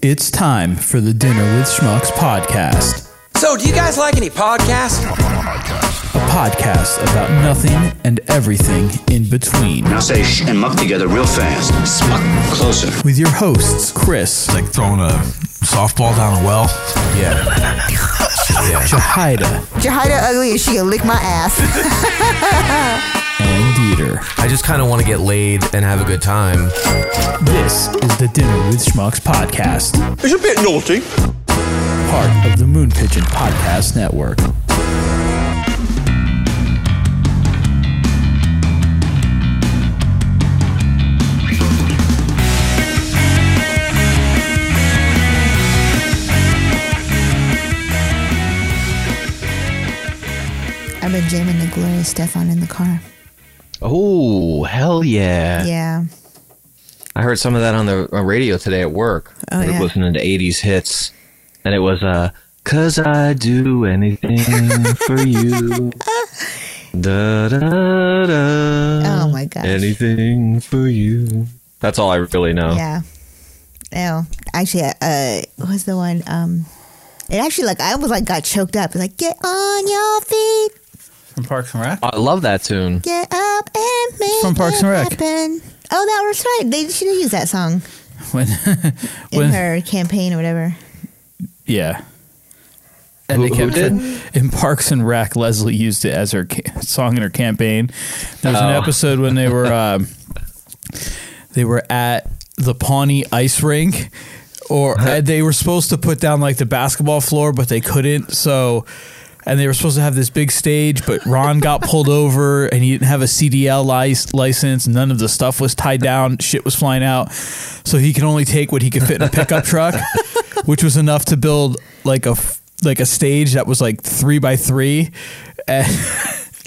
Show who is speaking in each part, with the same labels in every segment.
Speaker 1: It's time for the Dinner with Schmucks podcast,
Speaker 2: So, do you guys like any podcasts?
Speaker 1: a podcast about nothing and everything in between,
Speaker 3: Now say shh and muck together real fast. Smuck. Closer.
Speaker 1: with your hosts Chris,
Speaker 4: like throwing a softball down a well.
Speaker 1: Jahida,
Speaker 5: Jahida ugly and she can lick my ass.
Speaker 1: and Dieter.
Speaker 6: I just kind of want to get laid and have a good time.
Speaker 1: This is the Dinner with Schmucks podcast,
Speaker 2: It's a bit naughty.
Speaker 1: part of the Moon Pigeon Podcast Network.
Speaker 5: I've been jamming the Gloria Stefan in the car.
Speaker 7: Oh, hell yeah.
Speaker 5: Yeah.
Speaker 7: I heard some of that on the uh, radio today at work.
Speaker 5: Oh,
Speaker 7: I was
Speaker 5: yeah.
Speaker 7: listening to 80s hits, and it was, uh, Cause I do anything for you. Da, da, da.
Speaker 5: Oh my gosh.
Speaker 7: Anything for you. That's all I really know.
Speaker 5: Yeah. Oh, actually, uh, what was the one? Um, it actually like I almost like got choked up. It's like get on your feet,
Speaker 1: From Parks and Rec?
Speaker 7: I love that tune.
Speaker 5: get up and make
Speaker 1: From Parks
Speaker 5: it
Speaker 1: and Rec.
Speaker 5: happen. Oh, that was right. They should have used that song
Speaker 1: When,
Speaker 5: in
Speaker 1: when,
Speaker 5: her campaign or whatever.
Speaker 1: yeah. And
Speaker 7: Who-
Speaker 1: they
Speaker 7: who
Speaker 1: kept it in Parks and Rec. Leslie used it as her ca- song in her campaign. There was an
Speaker 7: Oh.
Speaker 1: episode when they were um, they were at the Pawnee ice rink, or and they were supposed to put down like the basketball floor, but they couldn't. So, and they were supposed to have this big stage, but Ron got pulled over, and he didn't have a CDL lic- license. None of the stuff was tied down. Shit was flying out, so he could only take what he could fit in a pickup truck, which was enough to build like a f- like a stage that was like three by three. And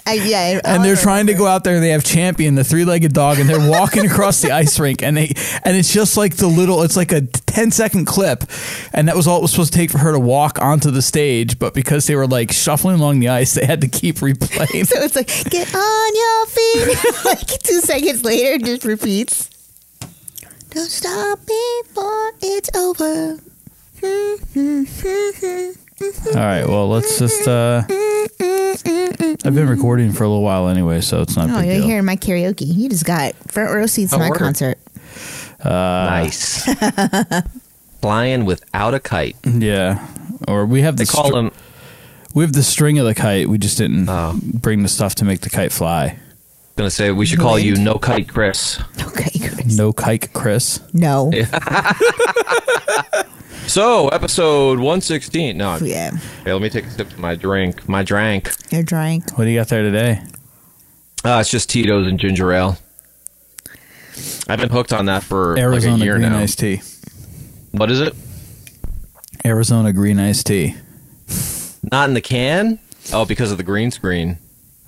Speaker 5: I, yeah, I-
Speaker 1: and
Speaker 5: I
Speaker 1: they're
Speaker 5: remember.
Speaker 1: trying to go out there and they have champion the three-legged dog and they're walking across the ice rink and they and it's just like the little it's like a 10 second clip and that was all it was supposed to take for her to walk onto the stage but because they were like shuffling along the ice they had to keep replaying
Speaker 5: So it's like get on your feet. like two seconds later, it just repeats. Don't stop before it's over. Oh,
Speaker 1: all right well let's just uh i've been recording for a little while anyway so it's not
Speaker 5: Oh, you're hearing my karaoke. You just got front row seats to
Speaker 7: Oh,
Speaker 5: my
Speaker 7: word.
Speaker 5: concert.
Speaker 7: nice. Uh, Flying without a kite.
Speaker 1: yeah or we have the
Speaker 7: They call
Speaker 1: str-
Speaker 7: them.
Speaker 1: we have the string of the kite we just didn't
Speaker 7: Oh.
Speaker 1: bring the stuff to make the kite fly
Speaker 7: Gonna say we should call you No Kite Chris.
Speaker 5: Okay, Chris.
Speaker 1: no kike chris
Speaker 5: No.
Speaker 7: So episode one sixteen. No, I'm-
Speaker 5: Yeah.
Speaker 7: Hey, let me take a sip of my drink. My drank.
Speaker 5: You're drunk.
Speaker 1: what do you got there today
Speaker 7: Uh, it's just Tito's and ginger ale. I've been hooked on that for
Speaker 1: Arizona
Speaker 7: like a year
Speaker 1: green
Speaker 7: now.
Speaker 1: iced tea.
Speaker 7: What is it?
Speaker 1: Arizona green iced tea.
Speaker 7: Not in the can? Oh, because of the green screen.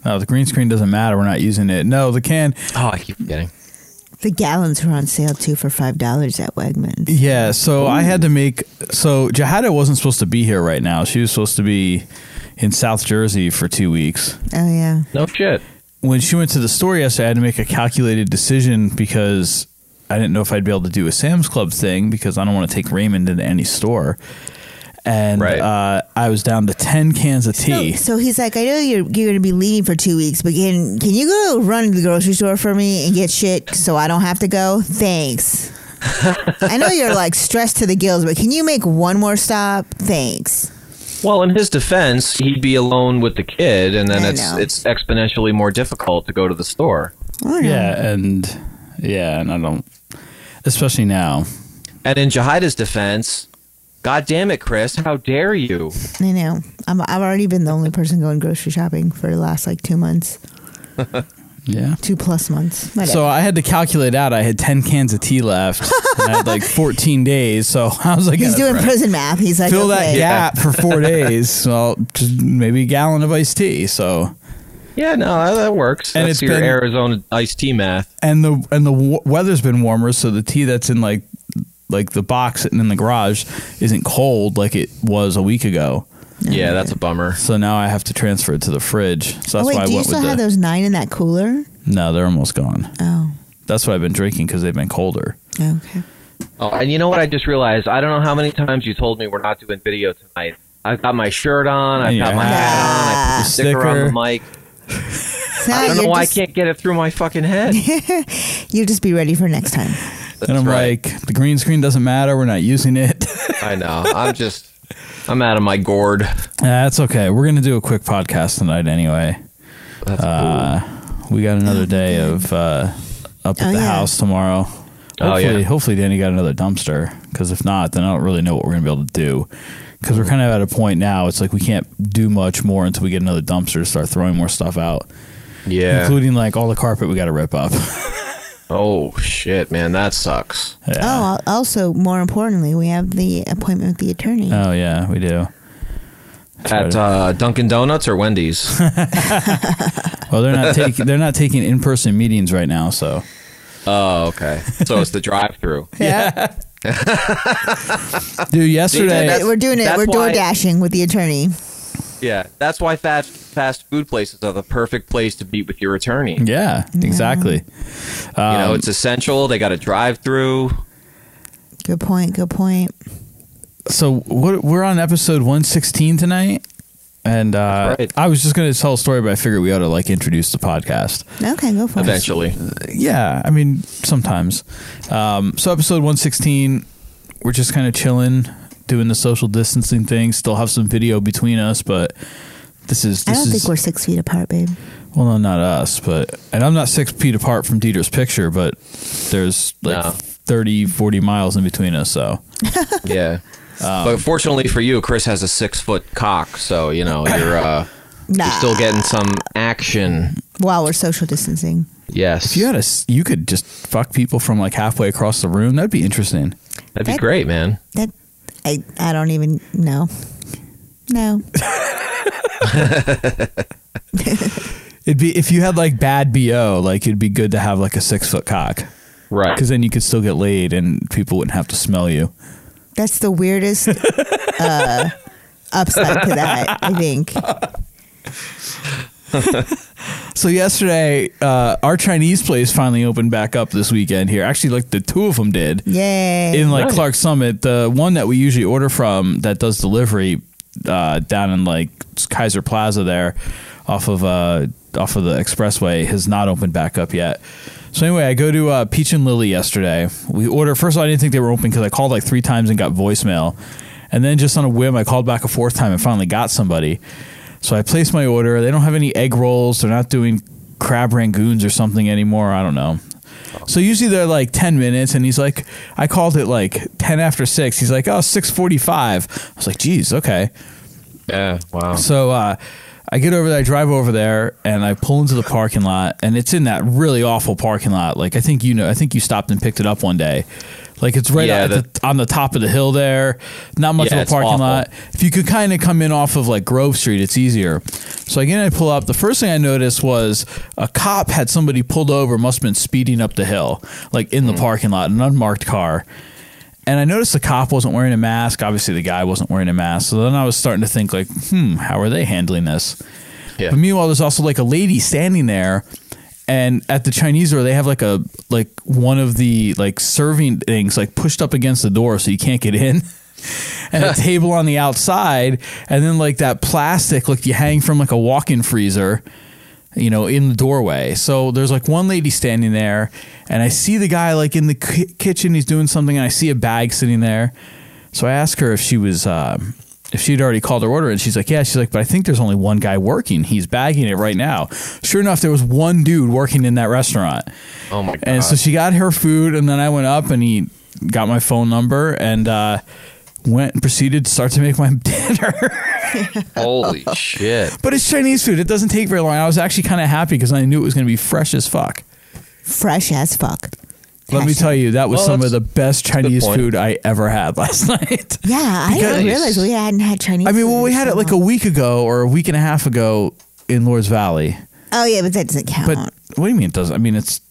Speaker 1: No, the green screen doesn't matter. We're not using it. No, the can.
Speaker 7: Oh, I keep forgetting.
Speaker 5: The gallons were on sale too for five dollars at Wegmans.
Speaker 1: Yeah. So I had to make. So Jahada wasn't supposed to be here right now. She was supposed to be in South Jersey for two weeks.
Speaker 5: Oh yeah.
Speaker 7: No shit.
Speaker 1: When she went to the store yesterday, I had to make a calculated decision because I didn't know if I'd be able to do a Sam's Club thing because I don't want to take Raymond into any store. And
Speaker 7: Right.
Speaker 1: uh, I was down to ten cans of tea.
Speaker 5: So, so he's like, I know you're you're gonna be leaving for two weeks, but can can you go run to the grocery store for me and get shit so I don't have to go? Thanks. I know you're like stressed to the gills, but can you make one more stop? Thanks.
Speaker 7: Well, in his defense, he'd be alone with the kid, and then
Speaker 5: I
Speaker 7: it's
Speaker 5: know.
Speaker 7: it's exponentially more difficult to go to the store.
Speaker 5: Oh, no.
Speaker 1: yeah, and yeah, and I don't, especially now.
Speaker 7: And in Jahida's defense, God damn it, Chris, how dare you?
Speaker 5: I know. I'm, I've already been the only person going grocery shopping for the last like two months,
Speaker 1: Yeah.
Speaker 5: two plus months. Whatever.
Speaker 1: So I had to calculate out. I had ten cans of tea left. and I had like fourteen days, so I was like,
Speaker 5: he's
Speaker 1: uh,
Speaker 5: doing prison math. He's like,
Speaker 1: fill that
Speaker 5: okay.
Speaker 1: gap for four days. So just maybe a gallon of iced tea. So
Speaker 7: Yeah, no, that, that works.
Speaker 1: And it's
Speaker 7: That's your
Speaker 1: been-
Speaker 7: Arizona iced tea math.
Speaker 1: and the and the w- weather's been warmer, so the tea that's in like like the box sitting in the garage isn't cold like it was a week ago.
Speaker 7: Yeah, that's a bummer.
Speaker 1: So now I have to transfer it to the fridge. So
Speaker 5: Oh
Speaker 1: that's
Speaker 5: wait,
Speaker 1: why I
Speaker 5: do you
Speaker 1: went
Speaker 5: still
Speaker 1: with the.
Speaker 5: have those nine in that cooler?
Speaker 1: no, they're almost gone.
Speaker 5: Oh,
Speaker 1: That's what I've been drinking because they've been colder.
Speaker 5: okay.
Speaker 7: Oh, and you know what? I just realized. I don't know how many times you told me we're not doing video tonight. I've got my shirt on. I've
Speaker 1: Yeah.
Speaker 7: got my hat on. I put a sticker, on the mic.
Speaker 5: So
Speaker 7: I don't know
Speaker 5: you'll
Speaker 7: why
Speaker 5: just,
Speaker 7: I can't get it through my fucking head.
Speaker 5: You'll just be ready for next time.
Speaker 7: That's
Speaker 1: and I'm
Speaker 7: right.
Speaker 1: like, the green screen doesn't matter. We're not using it.
Speaker 7: I know. I'm just. I'm out of my gourd.
Speaker 1: That's okay. We're gonna do a quick podcast tonight anyway.
Speaker 7: That's
Speaker 1: We got another day of uh, up at
Speaker 5: Oh,
Speaker 1: the
Speaker 5: yeah.
Speaker 1: house tomorrow.
Speaker 7: Oh,
Speaker 1: Hopefully,
Speaker 7: yeah.
Speaker 1: hopefully Danny got another dumpster. Because if not, then I don't really know what we're gonna be able to do. Because we're kind of at a point now. It's like we can't do much more until we get another dumpster to start throwing more stuff out,
Speaker 7: cool. Yeah.
Speaker 1: including like all the carpet we got to rip up.
Speaker 7: oh shit, man, that sucks.
Speaker 1: yeah.
Speaker 5: Oh, al- also more importantly, we have the appointment with the attorney.
Speaker 1: oh yeah, we do.
Speaker 7: At uh, Dunkin' Donuts or Wendy's?
Speaker 1: Well, they're not taking they're not taking in person meetings right now. So
Speaker 7: oh, okay. So it's the drive-through.
Speaker 5: yeah,
Speaker 1: dude, yesterday.
Speaker 7: that's-
Speaker 5: we're doing it.
Speaker 7: that's
Speaker 5: We're door
Speaker 7: why-
Speaker 5: dashing with the attorney.
Speaker 7: Yeah, that's why fast fast food places are the perfect place to meet with your attorney.
Speaker 1: Yeah, exactly.
Speaker 7: you know, it's essential. They got a drive-through.
Speaker 5: Good point. Good point.
Speaker 1: so what we're on episode 116 tonight and uh,
Speaker 7: That's right.
Speaker 1: i was just going to tell a story but i figured we ought to like introduce the podcast
Speaker 5: Okay, go for it.
Speaker 7: Eventually,
Speaker 1: yeah i mean sometimes um, so episode 116 we're just kind of chilling doing the social distancing thing still have some video between us but this is
Speaker 5: I
Speaker 1: this
Speaker 5: don't
Speaker 1: is
Speaker 5: think we're six feet apart, babe.
Speaker 1: well no not us but and i'm not six feet apart from dieter's picture but there's like
Speaker 7: No.
Speaker 1: thirty, forty 30 40 miles in between us so
Speaker 7: yeah. but fortunately for you, Chris has a six-foot cock, so you know you're uh,
Speaker 5: Nah.
Speaker 7: you're still getting some action.
Speaker 5: While we're social distancing.
Speaker 7: Yes,
Speaker 1: If you had a, s- you could just fuck people from like halfway across the room. That'd be interesting.
Speaker 7: that'd be great, man.
Speaker 5: That I I don't even know. No.
Speaker 1: It'd be if you had like bad bo, like it'd be good to have like a six foot cock
Speaker 7: Right?
Speaker 1: because then you could still get laid and people wouldn't have to smell you.
Speaker 5: That's the weirdest uh, upside to that, I think.
Speaker 1: So yesterday, uh, our Chinese place finally opened back up this weekend here. Actually, like the two of them did
Speaker 5: Yay.
Speaker 1: in like Clark Summit. The one that we usually order from that does delivery uh, down in like Kaiser Plaza there, off of uh, off of the expressway, has not opened back up yet. So anyway, I go to uh, Peach and Lily yesterday. We order first. Of all, I didn't think they were open because I called like three times and got voicemail, and then just on a whim, I called back a fourth time and finally got somebody. So I placed my order. They don't have any egg rolls. They're not doing crab rangoons or something anymore. I don't know. So usually they're like ten minutes, and he's like, I called it like ten after six. He's like, oh, six forty-five. I was like, geez, okay.
Speaker 7: Yeah. Wow.
Speaker 1: So uh, I get over there, I drive over there, and I pull into the parking lot, and it's in that really awful parking lot. Like I think you know, I think you stopped and picked it up one day. Like it's right
Speaker 7: Yeah,
Speaker 1: out at
Speaker 7: the-
Speaker 1: the, on the top of the hill there. Not much
Speaker 7: Yeah,
Speaker 1: of a
Speaker 7: it's
Speaker 1: parking
Speaker 7: awful.
Speaker 1: lot. If you could kind of come in off of like Grove Street, it's easier. So again, I pull up. The first thing I noticed was a cop had somebody pulled over. Must have been speeding up the hill, like in
Speaker 7: Hmm.
Speaker 1: the parking lot, an unmarked car. And I noticed the cop wasn't wearing a mask. Obviously, the guy wasn't wearing a mask. So then I was starting to think, like, hmm, how are they handling this?
Speaker 7: Yeah.
Speaker 1: But meanwhile, there's also like a lady standing there, and at the Chinese door, they have like a like one of the like serving things like pushed up against the door so you can't get in, and a table on the outside, and then like that plastic like you hang from like a walk-in freezer you know, in the doorway. So there's like one lady standing there, and I see the guy like in the ki kitchen. He's doing something, and I see a bag sitting there. So I ask her if she was, um, if she'd already called her order, and she's like, "Yeah." She's like, "But I think there's only one guy working. He's bagging it right now." Sure enough, there was one dude working in that restaurant.
Speaker 7: Oh my god.
Speaker 1: And so she got her food, and then I went up and he got my phone number and uh, went and proceeded to start to make my dinner.
Speaker 7: Holy shit.
Speaker 1: but it's Chinese food; it doesn't take very long. I was actually kind of happy because I knew it was going to be fresh as fuck.
Speaker 5: Fresh as fuck.
Speaker 1: Let me
Speaker 5: Hashtag.
Speaker 1: tell you, that was
Speaker 7: Well,
Speaker 1: some of
Speaker 7: that's-
Speaker 1: the best Chinese
Speaker 7: point.
Speaker 1: food I ever had last night.
Speaker 5: Yeah, I
Speaker 7: Because-
Speaker 5: didn't realize we hadn't had Chinese.
Speaker 1: I mean, well,
Speaker 5: food
Speaker 1: we had
Speaker 5: in
Speaker 1: it
Speaker 5: so
Speaker 1: like a
Speaker 5: long.
Speaker 1: week ago or a week and a half ago in Lords Valley.
Speaker 5: Oh yeah, but that doesn't count.
Speaker 1: But what do you mean it doesn't? I mean, it's.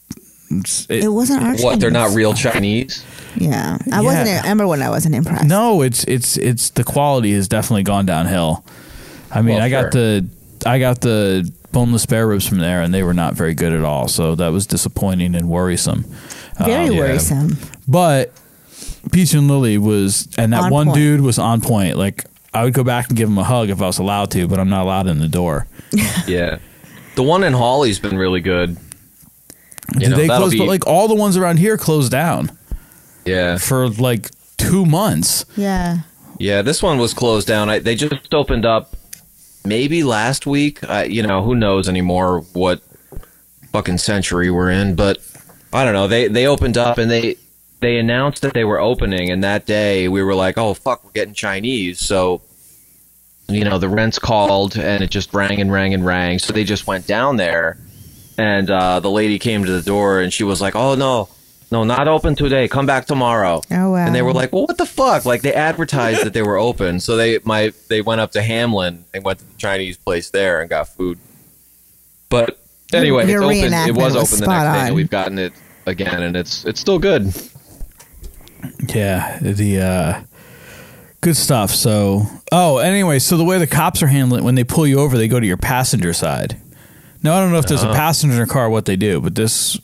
Speaker 1: it's it,
Speaker 5: it wasn't our
Speaker 7: What? They're not
Speaker 5: Chinese.
Speaker 7: real Chinese?
Speaker 5: Yeah, I wasn't.
Speaker 1: Yeah.
Speaker 5: I remember when I wasn't impressed.
Speaker 1: no, it's it's it's the quality has definitely gone downhill. I mean,
Speaker 7: Well,
Speaker 1: I got the I got the boneless spare ribs from there, and they were not very good at all. So that was disappointing and worrisome.
Speaker 5: very
Speaker 7: yeah.
Speaker 5: worrisome.
Speaker 1: But Peach and Lily was, and that
Speaker 5: On
Speaker 1: one
Speaker 5: point.
Speaker 1: dude was on point. Like I would go back and give him a hug if I was allowed to, but I'm not allowed in the door.
Speaker 7: Yeah. The one in Holly's been really good. You
Speaker 1: Did
Speaker 7: know,
Speaker 1: they
Speaker 7: that'll
Speaker 1: close? But
Speaker 7: be-
Speaker 1: like all the ones around here closed down
Speaker 7: Yeah.
Speaker 1: for like two months.
Speaker 5: Yeah.
Speaker 7: Yeah, this one was closed down. I, they just opened up maybe last week. I, you know, who knows anymore what fucking century we're in, but I don't know. They they opened up and they they announced that they were opening and that day we were like, "Oh fuck, we're getting Chinese." So you know, the rents called and it just rang and rang and rang. So they just went down there and uh, the lady came to the door and she was like, "Oh no, no, not open today. Come back tomorrow."
Speaker 5: Oh, wow.
Speaker 7: And they were like, "Well, what the fuck?" Like they advertised that they were open, so they my they went up to Hamlin and went to the Chinese place there and got food. But anyway, it's
Speaker 5: Your
Speaker 7: open. It
Speaker 5: reenactment
Speaker 7: was,
Speaker 5: was
Speaker 7: open the next
Speaker 5: spot
Speaker 7: day,
Speaker 5: on.
Speaker 7: and we've gotten it again, and it's it's still good.
Speaker 1: Yeah, the uh, good stuff. So, oh, anyway, so the way the cops are handling when they pull you over, they go to your passenger side. Now I don't know if
Speaker 7: Uh-huh.
Speaker 1: there's a passenger in a car what they do, but this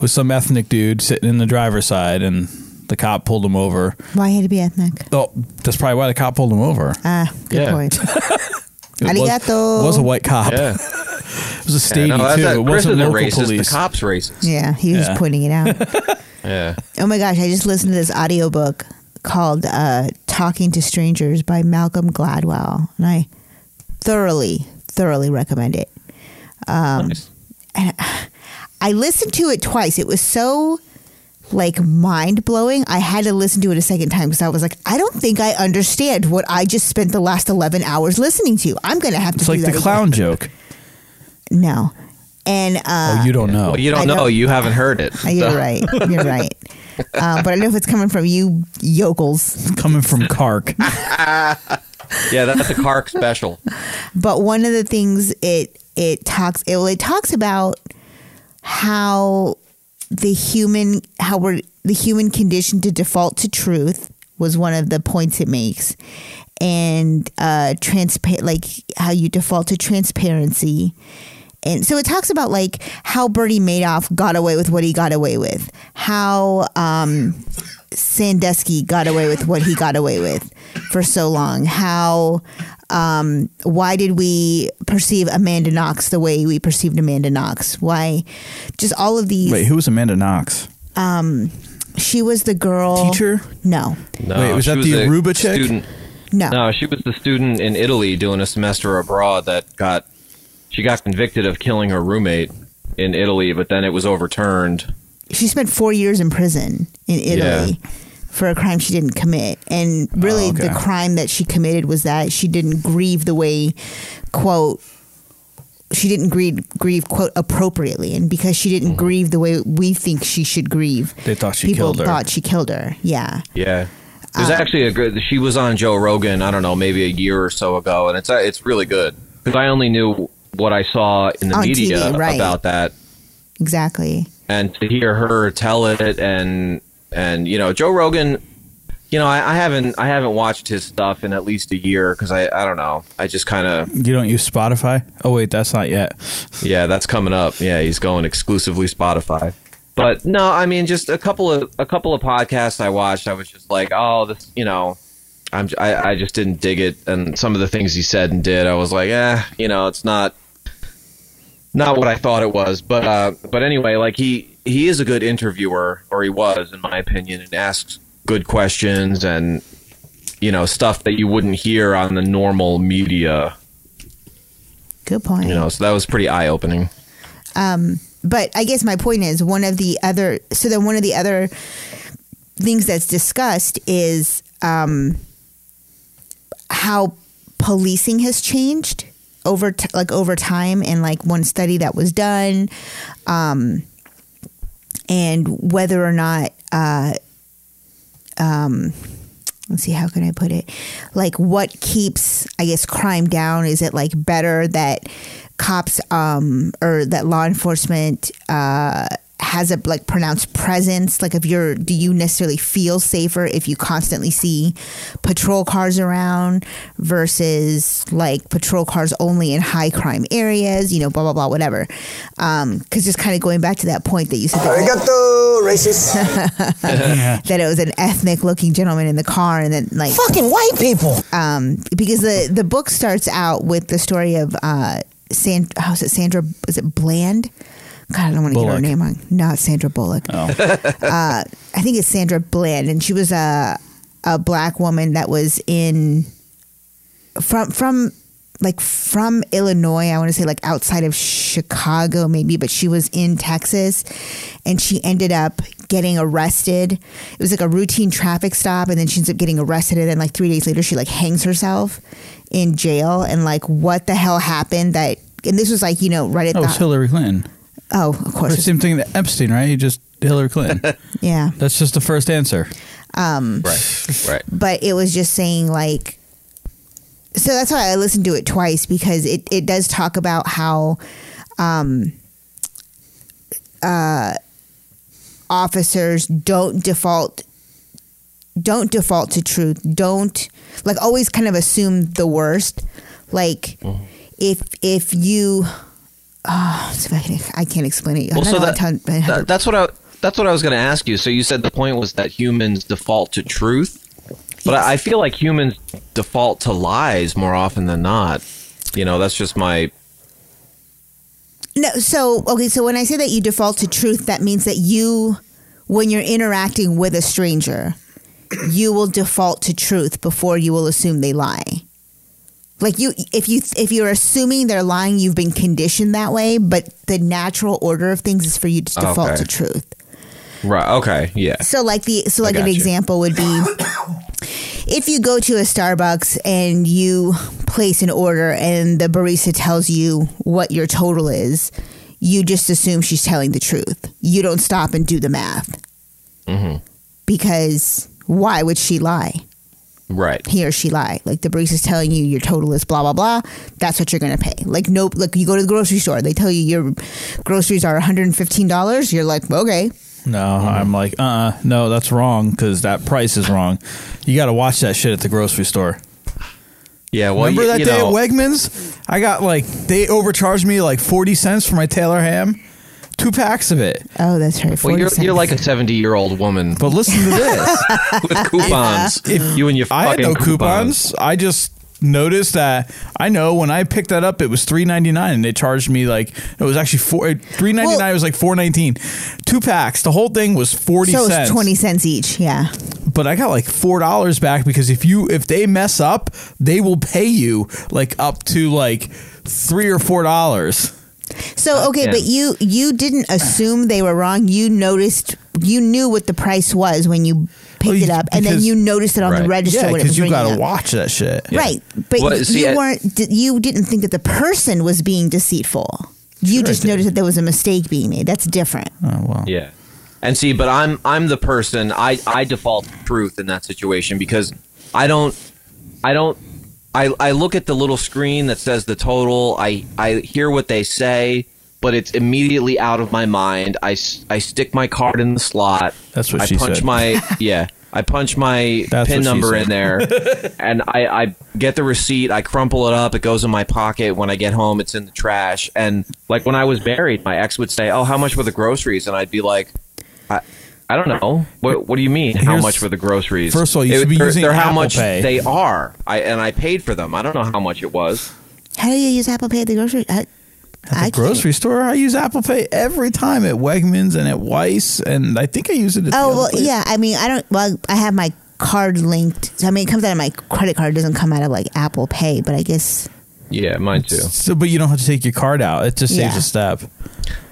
Speaker 1: was some ethnic dude sitting in the driver's side, and the cop pulled him over.
Speaker 5: Why had to be ethnic?
Speaker 1: Oh, that's probably why the cop pulled him over.
Speaker 5: Ah, good
Speaker 7: Yeah.
Speaker 5: point.
Speaker 1: It was,
Speaker 5: Arigato.
Speaker 1: it was a white cop.
Speaker 7: Yeah,
Speaker 1: It was a
Speaker 7: yeah
Speaker 1: stadium
Speaker 7: no, that's
Speaker 1: too.
Speaker 7: that.
Speaker 1: it
Speaker 7: Chris
Speaker 1: wasn't
Speaker 7: isn't
Speaker 1: local
Speaker 7: racist.
Speaker 1: police.
Speaker 7: The cops racist.
Speaker 5: Yeah, he was
Speaker 1: Yeah.
Speaker 5: just pointing it out.
Speaker 7: Yeah,
Speaker 5: Oh my gosh, I just listened to this audiobook called uh, Talking to Strangers by Malcolm Gladwell, and I thoroughly, thoroughly recommend it. Um,
Speaker 7: Nice.
Speaker 5: I listened to it twice. It was so like mind blowing. I had to listen to it a second time because I was like, I don't think I understand what I just spent the last 11 hours listening to. I'm going to have to
Speaker 1: It's
Speaker 5: do
Speaker 1: like
Speaker 5: that
Speaker 1: the
Speaker 5: again.
Speaker 1: clown joke.
Speaker 5: No. And uh,
Speaker 1: oh, you don't know.
Speaker 7: Well, you don't
Speaker 5: I
Speaker 7: know.
Speaker 5: don't-
Speaker 7: You haven't heard it.
Speaker 5: You're
Speaker 7: So-
Speaker 5: right. You're right. Uh, but I don't know if it's coming from you yokels.
Speaker 1: Coming from Kark.
Speaker 7: Yeah, that's a Kark special.
Speaker 5: But one of the things it it talks it, well, it talks about how the human how we're the human condition to default to truth was one of the points it makes, and uh, transpa- like how you default to transparency. And so it talks about like how Bernie Madoff got away with what he got away with, how um, Sandusky got away with what he got away with for so long, how um, why did we perceive Amanda Knox the way we perceived Amanda Knox? Why just all of these?
Speaker 1: Wait, who was Amanda Knox?
Speaker 5: She was the girl
Speaker 1: Teacher?
Speaker 5: No,
Speaker 7: No,
Speaker 1: Wait, was
Speaker 7: she
Speaker 1: that the
Speaker 7: a
Speaker 1: Aruba chick?
Speaker 7: Student.
Speaker 5: no,
Speaker 7: No, she was the student in Italy doing a semester abroad that got she got convicted of killing her roommate in Italy, but then it was overturned.
Speaker 5: She spent four years in prison in Italy for a crime she didn't commit, and really
Speaker 1: Oh, okay.
Speaker 5: the crime that she committed was that she didn't grieve the way, quote. She didn't grieve, grieve quote appropriately, and because she didn't
Speaker 7: Mm-hmm.
Speaker 5: grieve the way we think she should grieve,
Speaker 1: They thought she
Speaker 5: people
Speaker 1: killed her.
Speaker 5: thought she killed her. Yeah,
Speaker 7: Yeah. There's actually a good. She was on Joe Rogan. I don't know, maybe a year or so ago, and it's uh, it's really good because I only knew what I saw in the
Speaker 5: On
Speaker 7: media
Speaker 5: TV, right.
Speaker 7: about that,
Speaker 5: exactly.
Speaker 7: and to hear her tell it and and you know Joe Rogan you know I, I haven't I haven't watched his stuff in at least a year because I I don't know I just kind of
Speaker 1: You don't use Spotify? Oh, wait, that's not yet.
Speaker 7: yeah that's coming up yeah he's going exclusively Spotify but no I mean just a couple of a couple of podcasts I watched I was just like oh this you know I'm j- I, I just didn't dig it and some of the things he said and did I was like eh you know it's not not what I thought it was, but uh, but anyway, like he he is a good interviewer, or he was, in my opinion, and asks good questions and you know stuff that you wouldn't hear on the normal media.
Speaker 5: Good point.
Speaker 7: You know, so that was pretty eye opening.
Speaker 5: but I guess my point is one of the other. So then one of the other things that's discussed is um, how policing has changed over t- like over time, and like one study that was done, um, and whether or not. Uh, let's see how can i put it like what keeps i guess crime down is it like better that cops um or that law enforcement uh has a like pronounced presence. Like if you're, do you necessarily feel safer if you constantly see patrol cars around versus like patrol cars only in high crime areas? You know, blah blah blah, whatever. Because just kind of going back to that point that you said that, that it was an ethnic looking gentleman in the car, and then like um,
Speaker 8: Fucking white people.
Speaker 5: because the the book starts out with the story of uh Sand how is it Sandra is it Bland? God, I don't want to get her
Speaker 1: Bullock.
Speaker 5: name wrong. Not Sandra Bullock. uh, I think it's Sandra Bland, and she was a a black woman that was in from from like from Illinois. I want to say like outside of Chicago, maybe, but she was in Texas, and she ended up getting arrested. It was like a routine traffic stop, and then she ends up getting arrested, and then like three days later, she like hangs herself in jail, and like what the hell happened that. And this was like you know right at
Speaker 1: That
Speaker 5: the
Speaker 1: was Hillary Clinton.
Speaker 5: oh of
Speaker 1: The
Speaker 5: course
Speaker 1: same thing that Epstein, right? You just Hillary Clinton.
Speaker 5: yeah
Speaker 1: That's just the first answer.
Speaker 7: Right. Right.
Speaker 5: but it was just saying like so that's why I listened to it twice because it, it does talk about how um uh uh, officers don't default don't default to truth don't like always kind of assume the worst like
Speaker 7: Uh-huh.
Speaker 5: if if you oh see if I, can, I can't explain it
Speaker 7: Well,
Speaker 5: I don't
Speaker 7: so
Speaker 5: know
Speaker 7: that,
Speaker 5: how to- how to-
Speaker 7: that- that's what I that's what I was going to ask you. So you said the point was that humans default to truth, but I, I feel like humans default to lies more often than not. You know, that's just my
Speaker 5: No, so okay, so when I say that you default to truth, that means that you when you're interacting with a stranger, you will default to truth before you will assume they lie. Like you if you if you're assuming they're lying, you've been conditioned that way, but the natural order of things is for you to default
Speaker 7: Okay.
Speaker 5: to truth.
Speaker 7: right. Okay, yeah.
Speaker 5: So like the so like an
Speaker 7: got you.
Speaker 5: example would be if you go to a Starbucks and you place an order and the barista tells you what your total is, you just assume she's telling the truth. You don't stop and do the math.
Speaker 7: Mm-hmm.
Speaker 5: Because why would she lie?
Speaker 7: Right.
Speaker 5: He or she lie. Like the barista's telling you your total is blah blah blah. That's what you're gonna pay. Like nope. Like you go to the grocery store, they tell you your groceries are 115 dollars. You're like okay,
Speaker 1: No,
Speaker 7: Mm-hmm.
Speaker 1: I'm like, uh, uh no, that's wrong because that price is wrong. You got to watch that shit at the grocery store.
Speaker 7: Yeah. Well,
Speaker 1: Remember
Speaker 7: you,
Speaker 1: that
Speaker 7: you
Speaker 1: day
Speaker 7: know,
Speaker 1: at Wegmans? I got like they overcharged me like forty cents for my Taylor ham, two packs of it.
Speaker 5: oh that's right.
Speaker 7: Well,
Speaker 5: 40
Speaker 7: you're, you're
Speaker 5: cents.
Speaker 7: like a 70 year old woman
Speaker 1: But listen to this:
Speaker 7: with coupons. you and your
Speaker 1: I
Speaker 7: fucking
Speaker 1: had no coupons. I just noticed that. I know when I picked that up, it was three ninety nine, and they charged me like it was actually four eh, three ninety nine.
Speaker 5: Well-
Speaker 1: it was like four nineteen, two packs. The whole thing was forty
Speaker 5: so
Speaker 1: cents.
Speaker 5: it's 20 cents each yeah
Speaker 1: but I got like four dollars back because if you if they mess up, they will pay you like up to like three or four dollars.
Speaker 5: so okay
Speaker 7: yeah.
Speaker 5: but you you didn't assume they were wrong you noticed you knew what the price was when you picked
Speaker 1: Well, you-
Speaker 5: it up and then
Speaker 1: because-
Speaker 5: you noticed it on the
Speaker 7: Right.
Speaker 5: register
Speaker 1: Yeah,
Speaker 5: when it was
Speaker 1: because you
Speaker 5: ringing
Speaker 1: gotta
Speaker 5: up.
Speaker 1: watch that shit.
Speaker 5: right but
Speaker 7: Well,
Speaker 5: you,
Speaker 7: see,
Speaker 5: you
Speaker 7: I-
Speaker 5: weren't di- you didn't think that the person was being deceitful you
Speaker 1: Sure I
Speaker 5: just
Speaker 1: did.
Speaker 5: noticed that there was a mistake being made that's different
Speaker 1: Oh well.
Speaker 7: Yeah. And see, but I'm I'm the person I I default to truth in that situation because I don't I don't I I look at the little screen that says the total. I I hear what they say, but it's immediately out of my mind. I s- I stick my card in the slot.
Speaker 1: That's what
Speaker 7: I
Speaker 1: she
Speaker 7: punch
Speaker 1: said.
Speaker 7: my yeah. I punch my
Speaker 1: That's
Speaker 7: pin
Speaker 1: what she
Speaker 7: number in
Speaker 1: said.
Speaker 7: there, and I, I get the receipt. I crumple it up. It goes in my pocket. When I get home, it's in the trash. And like when I was married, my ex would say, "Oh, how much were the groceries?" And I'd be like, "I, I don't know. What What do you mean? How
Speaker 1: Here's-
Speaker 7: much were the groceries?"
Speaker 1: first of all, you
Speaker 7: It-
Speaker 1: should be
Speaker 7: they're,
Speaker 1: using
Speaker 7: they're how
Speaker 1: Apple
Speaker 7: much
Speaker 1: Pay.
Speaker 7: they are. I and I paid for them. I don't know how much it was.
Speaker 5: how do you use apple pay at the grocery at,
Speaker 1: At the grocery store, I use Apple Pay every time at Wegmans and at Weiss, and I think I use it. At the
Speaker 5: Oh
Speaker 1: other
Speaker 5: well,
Speaker 1: place.
Speaker 5: yeah. I mean, I don't. Well, I have my card linked. So, I mean, it comes out of my credit card. It doesn't come out of like Apple Pay, but I guess
Speaker 7: Yeah, mine too.
Speaker 1: So, but you don't have to take your card out. It just saves
Speaker 5: Yeah.
Speaker 1: a step.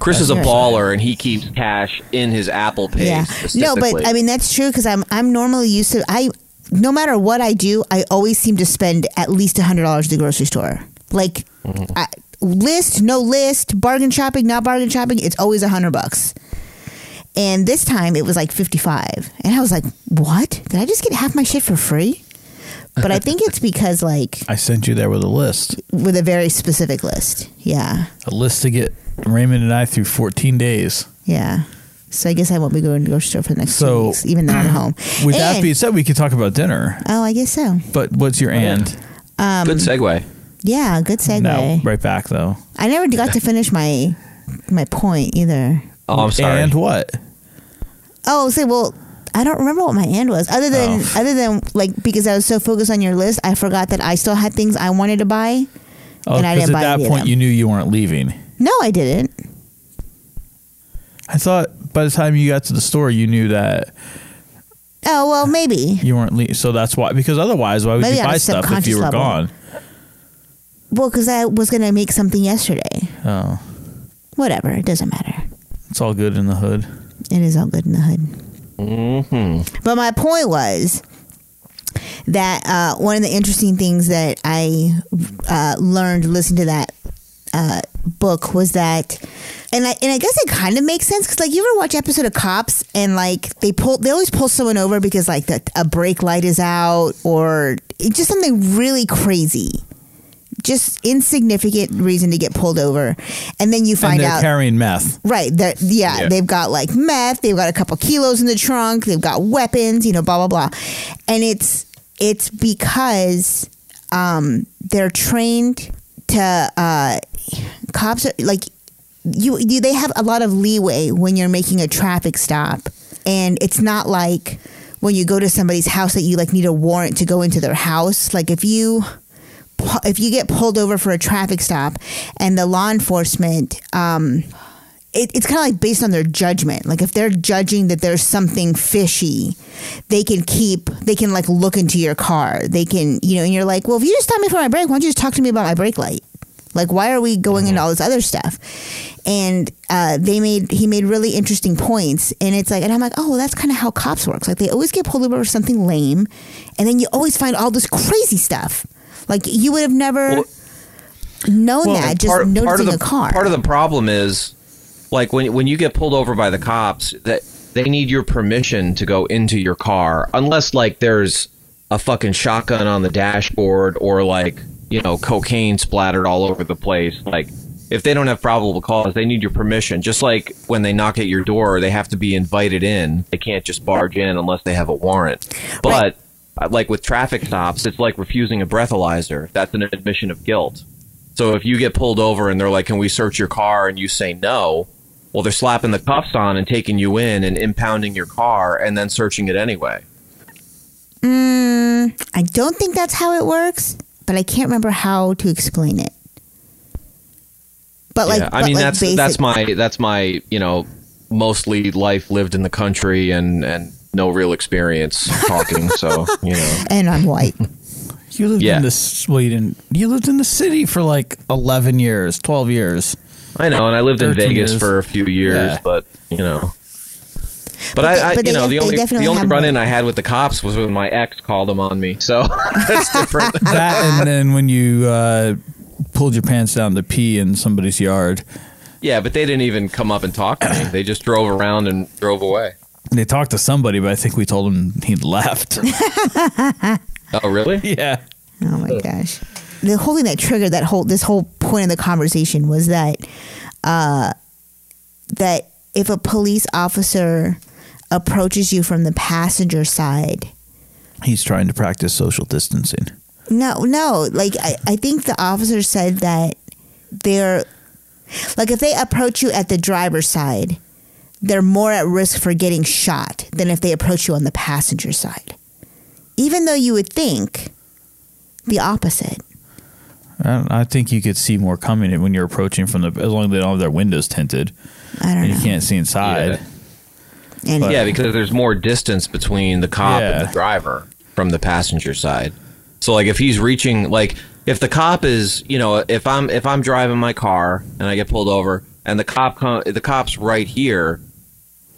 Speaker 7: Chris is a
Speaker 5: Right.
Speaker 7: baller, and he keeps cash in his Apple Pay.
Speaker 5: yeah. No, but I mean that's true because I'm I'm normally used to I. No matter what I do, I always seem to spend at least hundred dollars at the grocery store. Like,
Speaker 1: Mm-hmm.
Speaker 5: I, list no list, bargain shopping, not bargain shopping. It's always a hundred bucks. And this time it was like fifty five, and I was like, "What? Did I just get half my shit for free?" But I think it's because like
Speaker 1: I sent you there with a list,
Speaker 5: with a very specific list. Yeah,
Speaker 1: a list to get Raymond and I through 14 days.
Speaker 5: yeah. So I guess I won't be going to the grocery store for the next
Speaker 1: So-
Speaker 5: two weeks, even though I'm home.
Speaker 1: With that
Speaker 5: And-
Speaker 1: being said, we could talk about dinner.
Speaker 5: oh, I guess so.
Speaker 1: But what's your and?
Speaker 5: um,
Speaker 7: Good segue.
Speaker 5: Yeah, good segue.
Speaker 1: No, right back though.
Speaker 5: I never got to finish my my point either.
Speaker 7: Oh, I'm sorry.
Speaker 1: And what?
Speaker 5: Oh, say well, I don't remember what my end was. Other than
Speaker 1: Oh.
Speaker 5: other than like because I was so focused on your list, I forgot that I still had things I wanted to buy.
Speaker 1: Oh,
Speaker 5: And I
Speaker 1: 'cause
Speaker 5: didn't buy
Speaker 1: at
Speaker 5: any
Speaker 1: that
Speaker 5: of
Speaker 1: point
Speaker 5: them.
Speaker 1: you knew you weren't leaving.
Speaker 5: No, I didn't.
Speaker 1: I thought by the time you got to the store, you knew that
Speaker 5: Oh well, maybe.
Speaker 1: you weren't leaving. So that's why. Because otherwise, why would
Speaker 5: Maybe
Speaker 1: you
Speaker 5: on a
Speaker 1: buy stuff if
Speaker 5: subconscious
Speaker 1: you were
Speaker 5: level.
Speaker 1: gone?
Speaker 5: Well, because I was gonna make something yesterday.
Speaker 1: Oh,
Speaker 5: Whatever, it doesn't matter.
Speaker 1: it's all good in the hood.
Speaker 5: It is all good in the hood. But my point was that uh, one of the interesting things that I uh, learned listening to that uh, book was that, and I and I guess it kind of makes sense because like you ever watch an episode of Cops and like they pull they always pull someone over because like the, a brake light is out or it's just something really crazy. Just insignificant reason to get pulled over, and then you
Speaker 1: and
Speaker 5: find
Speaker 1: they're
Speaker 5: out
Speaker 1: carrying meth.
Speaker 5: Right. They're, yeah,
Speaker 7: Yeah.
Speaker 5: They've got like meth. They've got a couple kilos in the trunk. They've got weapons. You know, blah blah blah. And it's it's because um, they're trained to uh, cops are like you, you. They have a lot of leeway when you're making a traffic stop, and it's not like when you go to somebody's house that you like need a warrant to go into their house. Like if you pu- if you get pulled over for a traffic stop and the law enforcement um it, it's kind of like based on their judgment like if they're judging that there's something fishy they can keep they can like look into your car they can you know and you're like well if you just stop me for my brake why don't you just talk to me about my brake light like why are we going
Speaker 7: Mm-hmm.
Speaker 5: into all this other stuff and uh, they made he made really interesting points and it's like and i'm like oh that's kind of how cops works like they always get pulled over for something lame and then you always find all this crazy stuff like you would have never
Speaker 7: Well-
Speaker 5: known that just noticing
Speaker 7: of
Speaker 5: a
Speaker 7: the,
Speaker 5: car
Speaker 7: Part of the problem is, like when when you get pulled over by the cops, that they need your permission to go into your car, unless like there's a fucking shotgun on the dashboard or like you know cocaine splattered all over the place. Like if they don't have probable cause, they need your permission. Just like when they knock at your door, they have to be invited in. They can't just barge in unless they have a warrant. But uh, like with traffic stops, it's like refusing a breathalyzer. That's an admission of guilt. So if you get pulled over and they're like, "Can we search your car?" and you say no, well, they're slapping the cuffs on and taking you in and impounding your car and then searching it anyway.
Speaker 5: I don't think that's how it works, but I can't remember how to explain it. But like,
Speaker 7: yeah, I
Speaker 5: but
Speaker 7: mean
Speaker 5: like
Speaker 7: that's
Speaker 5: basic-
Speaker 7: that's my that's my you know mostly life lived in the country and and no real experience talking. so you know,
Speaker 5: and I'm white.
Speaker 1: You lived
Speaker 7: Yeah.
Speaker 1: in this. Well, you didn't. You lived in the city for like eleven years, twelve years.
Speaker 7: I know, and I lived in
Speaker 1: 13
Speaker 7: Vegas
Speaker 1: years.
Speaker 7: for a few years,
Speaker 1: Yeah.
Speaker 7: but you know.
Speaker 5: But
Speaker 7: But,
Speaker 5: they-
Speaker 7: I, I
Speaker 5: but they
Speaker 7: you know,
Speaker 5: def-
Speaker 7: the
Speaker 5: they
Speaker 7: only
Speaker 5: definitely
Speaker 7: the only
Speaker 5: have
Speaker 7: run in
Speaker 5: more-
Speaker 7: I had with the cops was when my ex called them on me. So that's different.
Speaker 1: That and then when you uh, pulled your pants down to pee in somebody's yard,
Speaker 7: Yeah, but they didn't even come up and talk to me. They just drove around and drove away.
Speaker 1: they talked to somebody, but I think we told him he left.
Speaker 7: Oh, really?
Speaker 1: yeah.
Speaker 5: Oh my gosh. The whole thing that triggered that whole this whole point of the conversation was that uh that if a police officer approaches you from the passenger side,
Speaker 1: He's trying to practice social distancing.
Speaker 5: No, no. Like I, I think the officer said that they're like if they approach you at the driver's side, they're more at risk for getting shot than if they approach you on the passenger side. Even though you would think the opposite.
Speaker 1: I, don't, I think you could see more coming when you're approaching from the as long as they don't have their windows tinted
Speaker 5: I don't
Speaker 1: and you
Speaker 5: know.
Speaker 1: can't see inside.
Speaker 5: Anyway.
Speaker 7: Yeah, because there's more distance between the cop and
Speaker 1: Yeah.
Speaker 7: the driver from the passenger side. So like if he's reaching like if the cop is, you know, if I'm if I'm driving my car and I get pulled over and the cop co- the cop's right here,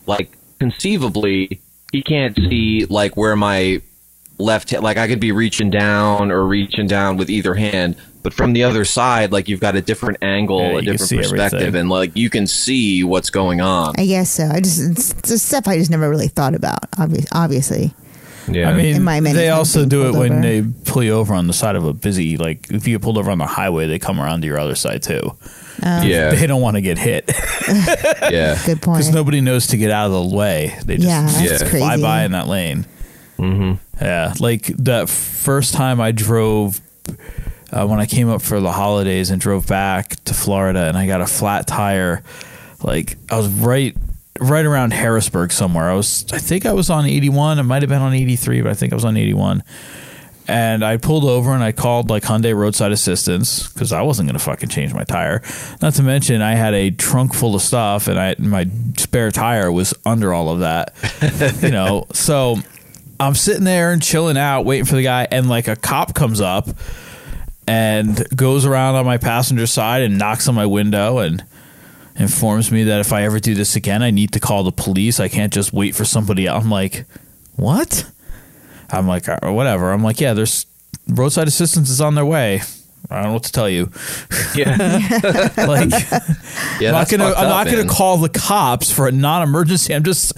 Speaker 7: like conceivably he can't see like where my left hand like I could be reaching down or reaching down with either hand, but from the other side like you've got a different angle,
Speaker 1: Yeah, you
Speaker 7: a
Speaker 1: can
Speaker 7: different
Speaker 1: see
Speaker 7: perspective
Speaker 1: everything.
Speaker 7: and like you can see what's going on.
Speaker 5: I guess so. I just it's, it's stuff I just never really thought about. Obvi- obviously,
Speaker 7: Yeah.
Speaker 1: I mean,
Speaker 5: In my many
Speaker 1: they
Speaker 5: times
Speaker 1: also
Speaker 5: being
Speaker 1: do it
Speaker 5: pulled
Speaker 1: when
Speaker 5: over.
Speaker 1: they pull you over on the side of a busy, like if you get pulled over on the highway, they come around to your other side too. They
Speaker 7: yeah,
Speaker 1: don't want to get hit
Speaker 7: yeah.
Speaker 5: Good point.
Speaker 1: because nobody knows to get out of the way. They just
Speaker 5: yeah, that's
Speaker 7: Yeah.
Speaker 5: crazy.
Speaker 1: fly by in that lane. Mm-hmm. Yeah, like the first time I drove uh, when I came up for the holidays and drove back to Florida, and I got a flat tire. Like I was right, right around Harrisburg somewhere. I was, I think I was on eighty one. It might have been on eighty three, but I think I was on eighty one. And I pulled over and I called like Hyundai roadside assistance because I wasn't gonna fucking change my tire. Not to mention I had a trunk full of stuff and I my spare tire was under all of that. you know, so I'm sitting there and chilling out, waiting for the guy, and like a cop comes up and goes around on my passenger side and knocks on my window and informs me that if I ever do this again, I need to call the police. I can't just wait for somebody else. I'm like, what? I'm like, "Uh, whatever. I'm like, yeah, there's roadside assistance is on their way. I don't know what to tell you.
Speaker 7: Yeah,
Speaker 1: Like, I'm not
Speaker 7: yeah. that's
Speaker 1: gonna, I'm
Speaker 7: fucked up,
Speaker 1: not gonna
Speaker 7: man.
Speaker 1: call the cops for a non-emergency. I'm just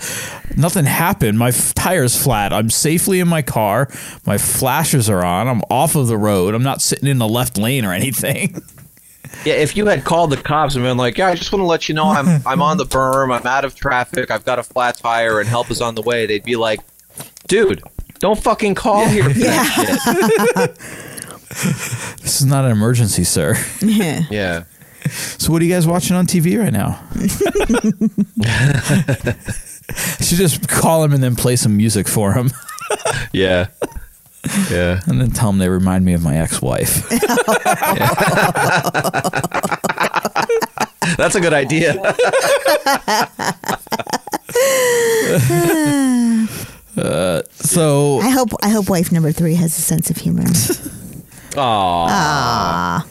Speaker 1: nothing happened. My f- tire's flat. I'm safely in my car. My flashers are on. I'm off of the road. I'm not sitting in the left lane or anything.
Speaker 7: Yeah, if you had called the cops and been like, "Yeah, I just want to let you know I'm I'm on the berm, I'm out of traffic, I've got a flat tire, and help is on the way," they'd be like, "Dude, don't fucking call here." For That shit.
Speaker 1: This is not an emergency, sir.
Speaker 5: Yeah.
Speaker 7: Yeah,
Speaker 1: So what are you guys watching on TV right now? Should just call him and then play some music for him,
Speaker 7: yeah, yeah.
Speaker 1: and then tell him they remind me of my ex-wife.
Speaker 7: That's a good idea.
Speaker 1: So
Speaker 5: I hope I hope wife number three has a sense of humor.
Speaker 7: Aw.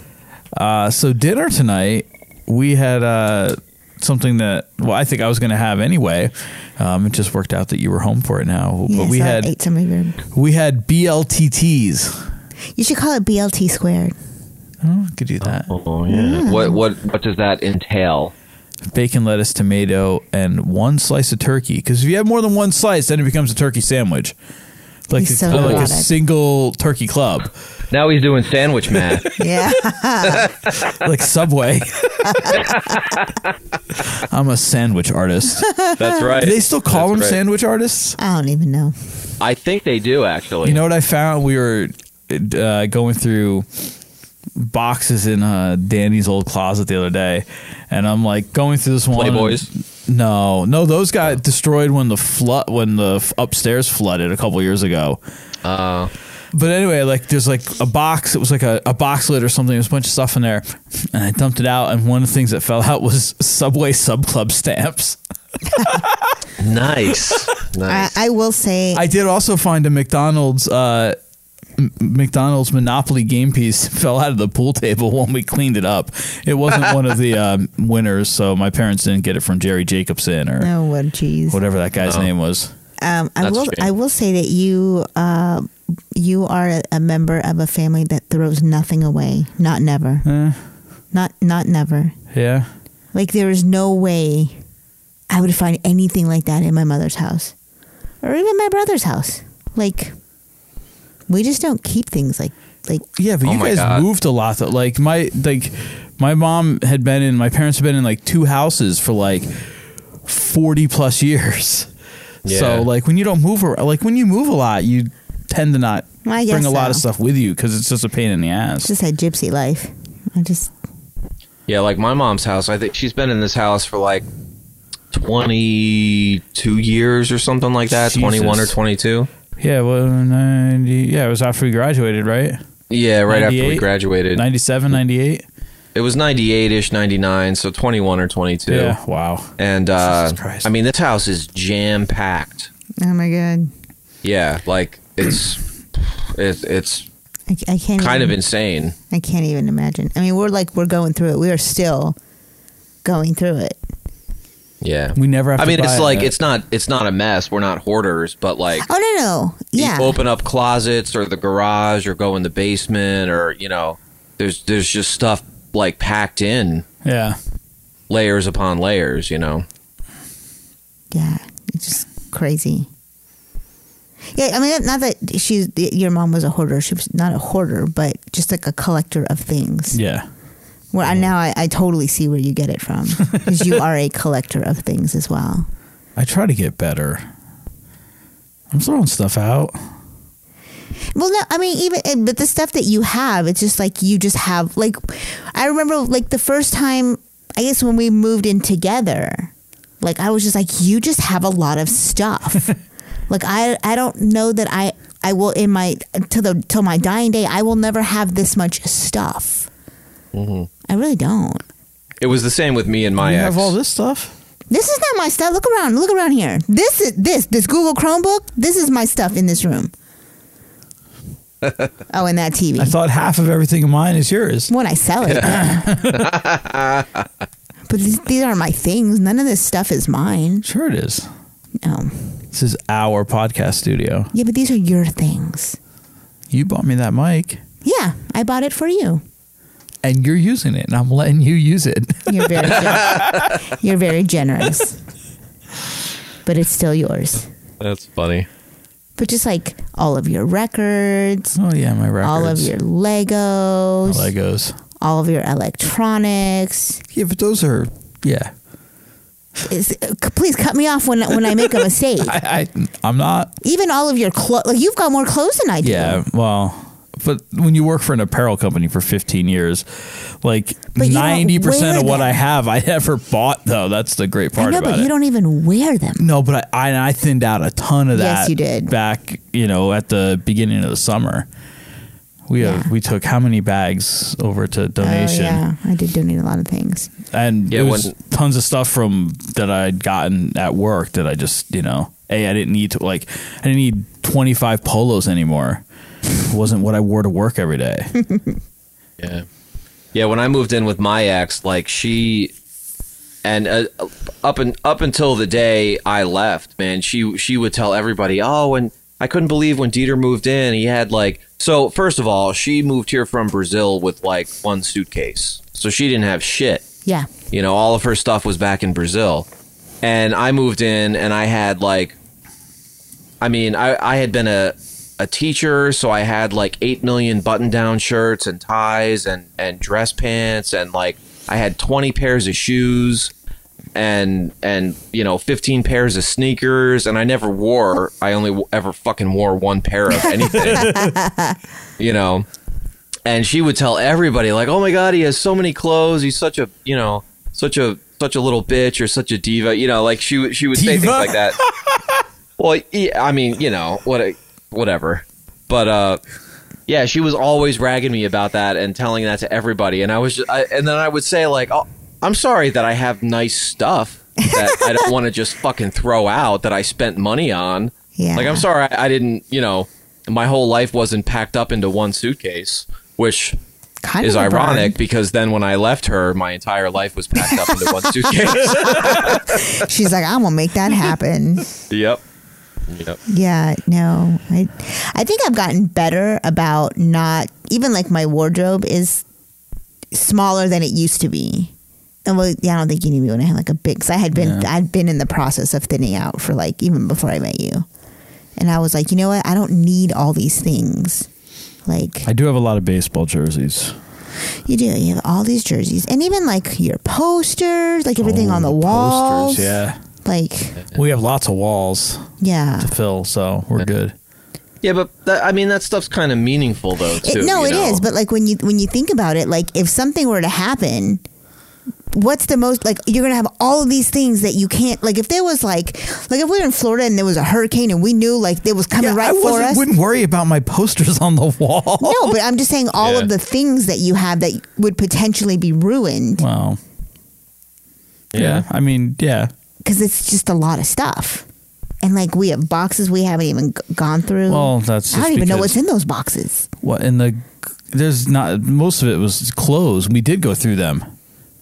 Speaker 1: Uh, so dinner tonight, we had uh, something that well, I think I was going to have anyway. Um, it just worked out that you were home for it now.
Speaker 5: Yeah,
Speaker 1: but we
Speaker 5: so I
Speaker 1: had
Speaker 5: ate some of your.
Speaker 1: we had BLTTs.
Speaker 5: You should call it BLT squared.
Speaker 1: Oh, could do that.
Speaker 7: Oh
Speaker 5: Hmm.
Speaker 7: yeah. What what what does that entail?
Speaker 1: Bacon, lettuce, tomato, and one slice of turkey. Because if you have more than one slice, then it becomes a turkey sandwich. Like,
Speaker 5: He's
Speaker 1: a,
Speaker 5: so
Speaker 1: like a
Speaker 5: dramatic.
Speaker 1: single turkey club,
Speaker 7: Now he's doing sandwich math.
Speaker 5: Yeah,
Speaker 1: like Subway. I'm a sandwich artist.
Speaker 7: That's right.
Speaker 1: Do they still call them
Speaker 7: That's right.
Speaker 1: sandwich artists?
Speaker 5: I don't even know.
Speaker 7: I think they do actually.
Speaker 1: You know what I found? We were uh, going through boxes in uh, Danny's old closet the other day, and I'm like going through this one.
Speaker 7: Playboys?
Speaker 1: No, no, those got destroyed when the flood when the f- upstairs flooded a couple years ago.
Speaker 7: Uh,
Speaker 1: But anyway, like there's like a box. It was like a, a box lid or something. There's a bunch of stuff in there, and I dumped it out. And one of the things that fell out was Subway Sub Club stamps.
Speaker 7: nice.
Speaker 5: I,
Speaker 7: nice.
Speaker 5: I will say
Speaker 1: I did also find a McDonald's uh, M- McDonald's Monopoly game piece fell out of the pool table when we cleaned it up. It wasn't one of the um, winners, so my parents didn't get it from Jerry Jacobson or
Speaker 5: no one cheese.
Speaker 1: whatever that guy's name was.
Speaker 5: Um, I
Speaker 7: That's
Speaker 5: will.
Speaker 7: a shame.
Speaker 5: I will say that you uh, you are a- a member of a family that throws nothing away. Not never. Not not never.
Speaker 1: Yeah,
Speaker 5: Like there is no way I would find anything like that in my mother's house, or even my brother's house. Like we just don't keep things like like
Speaker 1: yeah, but
Speaker 7: Oh
Speaker 1: you
Speaker 7: my
Speaker 1: guys
Speaker 7: God.
Speaker 1: moved a lot. Though. Like my like my mom had been in my parents had been in like two houses for like forty plus years.
Speaker 7: Yeah.
Speaker 1: So like when you don't move ar- like when you move a lot, you tend to not.
Speaker 5: Well, I guess
Speaker 1: bring a lot of
Speaker 5: so.
Speaker 1: stuff with you because it's just a pain in the ass.
Speaker 5: it's just that gypsy life. I just
Speaker 7: Yeah, like my mom's house. I think she's been in this house for like 22 years or something like that.
Speaker 1: Jesus.
Speaker 7: 21 or 22.
Speaker 1: Yeah, well, 90, yeah, it was after we graduated, right?
Speaker 7: Yeah, right after we
Speaker 1: 98?
Speaker 7: graduated.
Speaker 1: 97, 98?
Speaker 7: It was 98 ish, 99, so 21 or 22.
Speaker 1: Yeah, wow.
Speaker 7: And uh,
Speaker 1: Jesus Christ.
Speaker 7: I mean, this house is jam packed.
Speaker 5: oh my god,
Speaker 7: Yeah, like it's it's it's
Speaker 5: I, I can't
Speaker 7: kind
Speaker 5: even,
Speaker 7: of insane.
Speaker 5: I can't even imagine. I mean, we're like we're going through it. We are still going through it.
Speaker 7: Yeah.
Speaker 1: We never have
Speaker 7: I
Speaker 1: to
Speaker 7: mean,
Speaker 1: buy
Speaker 7: it's
Speaker 1: it,
Speaker 7: like
Speaker 1: right?
Speaker 7: it's not it's not a mess. We're not hoarders, but like
Speaker 5: Oh no no yeah.
Speaker 7: you open up closets or the garage or go in the basement or you know there's there's just stuff like packed in
Speaker 1: Yeah.
Speaker 7: layers upon layers you know
Speaker 5: Yeah, it's just crazy. Yeah, I mean, not that she's your mom was a hoarder. She was not a hoarder, but just like a collector of things.
Speaker 1: Yeah.
Speaker 5: Well, I, now I, I totally see where you get it from because you are a collector of things as well.
Speaker 1: I try to get better. I'm throwing stuff out.
Speaker 5: Well, no, I mean even eh, but the stuff that you have, it's just like you just have like I remember like the first time I guess when we moved in together, like I was just like you just have a lot of stuff. like I I don't know that I I will in my till the till my dying day I will never have this much stuff. I really don't.
Speaker 7: It was the same with me and my
Speaker 1: you
Speaker 7: ex.
Speaker 1: have all this stuff?
Speaker 5: This is not my stuff. Look around. Look around here. This is this this Google Chromebook. This is my stuff in this room. oh, and that TV.
Speaker 1: I thought half of everything of mine is yours.
Speaker 5: when I sell it. but these, these aren't my things. None of this stuff is mine.
Speaker 1: Sure it is.
Speaker 5: No.
Speaker 1: This is our podcast studio.
Speaker 5: Yeah, but these are your things.
Speaker 1: You bought me that mic
Speaker 5: Yeah, I bought it for you.
Speaker 1: and you're using it and I'm letting you use it.
Speaker 5: You're very gen- you're very generous. But it's still yours.
Speaker 7: That's funny.
Speaker 5: But just like all of your records,
Speaker 1: Oh yeah, my records.
Speaker 5: all of your Legos,
Speaker 1: Legos.
Speaker 5: all of your electronics.
Speaker 1: Yeah, but those are yeah.
Speaker 5: Is- please cut me off when when I make a mistake.
Speaker 1: I, I I'm not
Speaker 5: Even all of your clothes. Like you've got more clothes than I do.
Speaker 1: yeah, well but when you work for an apparel company for 15 years, like
Speaker 5: But you don't
Speaker 1: 90% of
Speaker 5: wear
Speaker 1: what I
Speaker 5: them.
Speaker 1: have I never bought though. That's the great part
Speaker 5: I know,
Speaker 1: about
Speaker 5: but
Speaker 1: it.
Speaker 5: you don't even wear them.
Speaker 1: No, but I, I I thinned out a ton of that.
Speaker 5: Yes, you did.
Speaker 1: Back, you know, at the beginning of the summer, we uh,
Speaker 5: Yeah.
Speaker 1: we took how many bags over to donation,
Speaker 5: Oh, yeah, I did donate a lot of things.
Speaker 1: and
Speaker 7: Yeah,
Speaker 1: it was
Speaker 7: when-
Speaker 1: tons of stuff from that I'd gotten at work that I just you know, a I didn't need to like I didn't need twenty five polos anymore. It wasn't what I wore to work every day.
Speaker 7: Yeah. Yeah, when I moved in with my ex, like she and uh, up and up until the day I left, man, she she would tell everybody, "Oh, and I couldn't believe when Dieter moved in, he had like So, first of all, she moved here from Brazil with like one suitcase. So she didn't have shit.
Speaker 5: Yeah,
Speaker 7: You know, all of her stuff was back in Brazil. And I moved in and I had like I mean, I, I had been a, a teacher, so I had like eight million button down shirts and ties and, and dress pants and like I had twenty pairs of shoes and and you know fifteen pairs of sneakers and I never wore I only w- ever fucking wore one pair of anything. you know and she would tell everybody like oh my god he has so many clothes he's such a you know such a such a little bitch or such a diva you know like she would she would say things
Speaker 1: Diva?
Speaker 7: like that well yeah, i mean you know what a- whatever but uh yeah she was always ragging me about that and telling that to everybody and i was just, I, and then i would say like oh, i'm sorry that i have nice stuff that i don't want to just fucking throw out that i spent money on
Speaker 5: yeah.
Speaker 7: like, I'm sorry, I, I didn't, you know, my whole life wasn't packed up into one suitcase, which
Speaker 5: Kind
Speaker 7: is
Speaker 5: of a burn.
Speaker 7: ironic because then when I left her, my entire life was packed up into one suitcase.
Speaker 5: She's like, I'm gonna make that happen.
Speaker 7: yep. Yep.
Speaker 5: yeah, no, I, I think I've gotten better about not even like my wardrobe is smaller than it used to be. And well, yeah, I don't think you knew me when I had like a big. Cause I had been, I'd been in the process of thinning out for like even before I met you. And I was like, you know what? I don't need all these things. Like,
Speaker 1: I do have a lot of baseball jerseys.
Speaker 5: You do. You have all these jerseys, and even like your posters, like everything on the walls.
Speaker 1: Posters, yeah.
Speaker 5: Like,
Speaker 1: We have lots of walls
Speaker 5: yeah.
Speaker 1: to fill, so we're good.
Speaker 7: Yeah, but that, I mean, that stuff's kind of meaningful, though, too.
Speaker 5: It, no,
Speaker 7: you
Speaker 5: it is.
Speaker 7: know?
Speaker 5: But like when you when you think about it, like if something were to happen, what's the most like you're gonna have all of these things that you can't like if there was like like if we were in Florida and there was a hurricane and we knew like it was coming right
Speaker 1: I
Speaker 5: for
Speaker 1: wasn't-
Speaker 5: us.
Speaker 1: wouldn't worry about my posters on the wall.
Speaker 5: no, but I'm just saying all
Speaker 7: Yeah.
Speaker 5: of the things that you have that would potentially be ruined
Speaker 1: Wow. Yeah. I mean, yeah.
Speaker 5: because it's just a lot of stuff. And like we have boxes we haven't even g- gone through.
Speaker 1: Well, that's
Speaker 5: I
Speaker 1: just
Speaker 5: don't even know
Speaker 1: because-
Speaker 5: what's in those boxes.
Speaker 1: What in the? There's not most of it was clothes. We did go through them.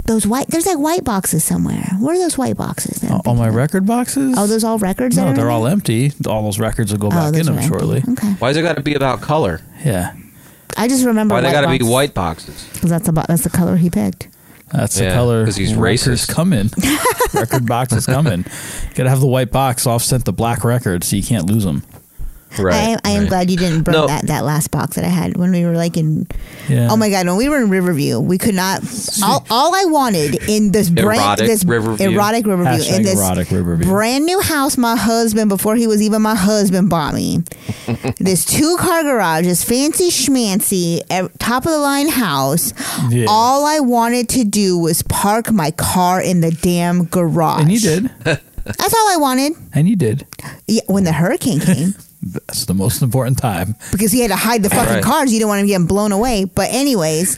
Speaker 5: Those white, there's like white boxes somewhere. What are those white boxes? that I'm
Speaker 1: All Oh, my
Speaker 5: thinking of?
Speaker 1: record boxes.
Speaker 5: Oh, those all records? that
Speaker 1: no,
Speaker 5: are
Speaker 1: they're
Speaker 5: in
Speaker 1: all empty. All those records will go
Speaker 5: there? Oh,
Speaker 1: back in
Speaker 5: those
Speaker 1: them
Speaker 5: are empty.
Speaker 1: shortly.
Speaker 5: Okay.
Speaker 7: Why's it got to be about color?
Speaker 1: Yeah,
Speaker 5: I just remember.
Speaker 7: Why
Speaker 5: white
Speaker 7: they got to be
Speaker 5: box,
Speaker 7: white boxes?
Speaker 5: 'cause that's about that's the color he picked.
Speaker 1: that's the
Speaker 7: Yeah,
Speaker 1: color.
Speaker 7: 'cause he's
Speaker 1: records
Speaker 7: racist.
Speaker 1: Coming, record box is coming. Got to have the white box offset the black record so you can't lose them.
Speaker 7: Right,
Speaker 5: I, I am
Speaker 6: right.
Speaker 5: glad you didn't burn
Speaker 7: No.
Speaker 5: that, that last box that I had when we were like in.
Speaker 1: Yeah.
Speaker 5: Oh my god, when we were in Riverview, we could not. All, all I wanted in this brand,
Speaker 7: Erotic
Speaker 5: this
Speaker 7: Riverview.
Speaker 5: erotic Riverview,
Speaker 1: Hashtag
Speaker 5: in this
Speaker 1: erotic Riverview.
Speaker 5: brand new house, my husband before he was even my husband bought me this two car garage, this fancy schmancy ev- top of the line house.
Speaker 1: Yeah.
Speaker 5: All I wanted to do was park my car in the damn garage.
Speaker 1: And you did.
Speaker 5: That's all I wanted.
Speaker 1: And you did.
Speaker 5: Yeah, when the hurricane came,
Speaker 1: That's the most important time.
Speaker 5: because he had to hide the fucking
Speaker 7: Right.
Speaker 5: cars. You didn't want him getting blown away. But anyways,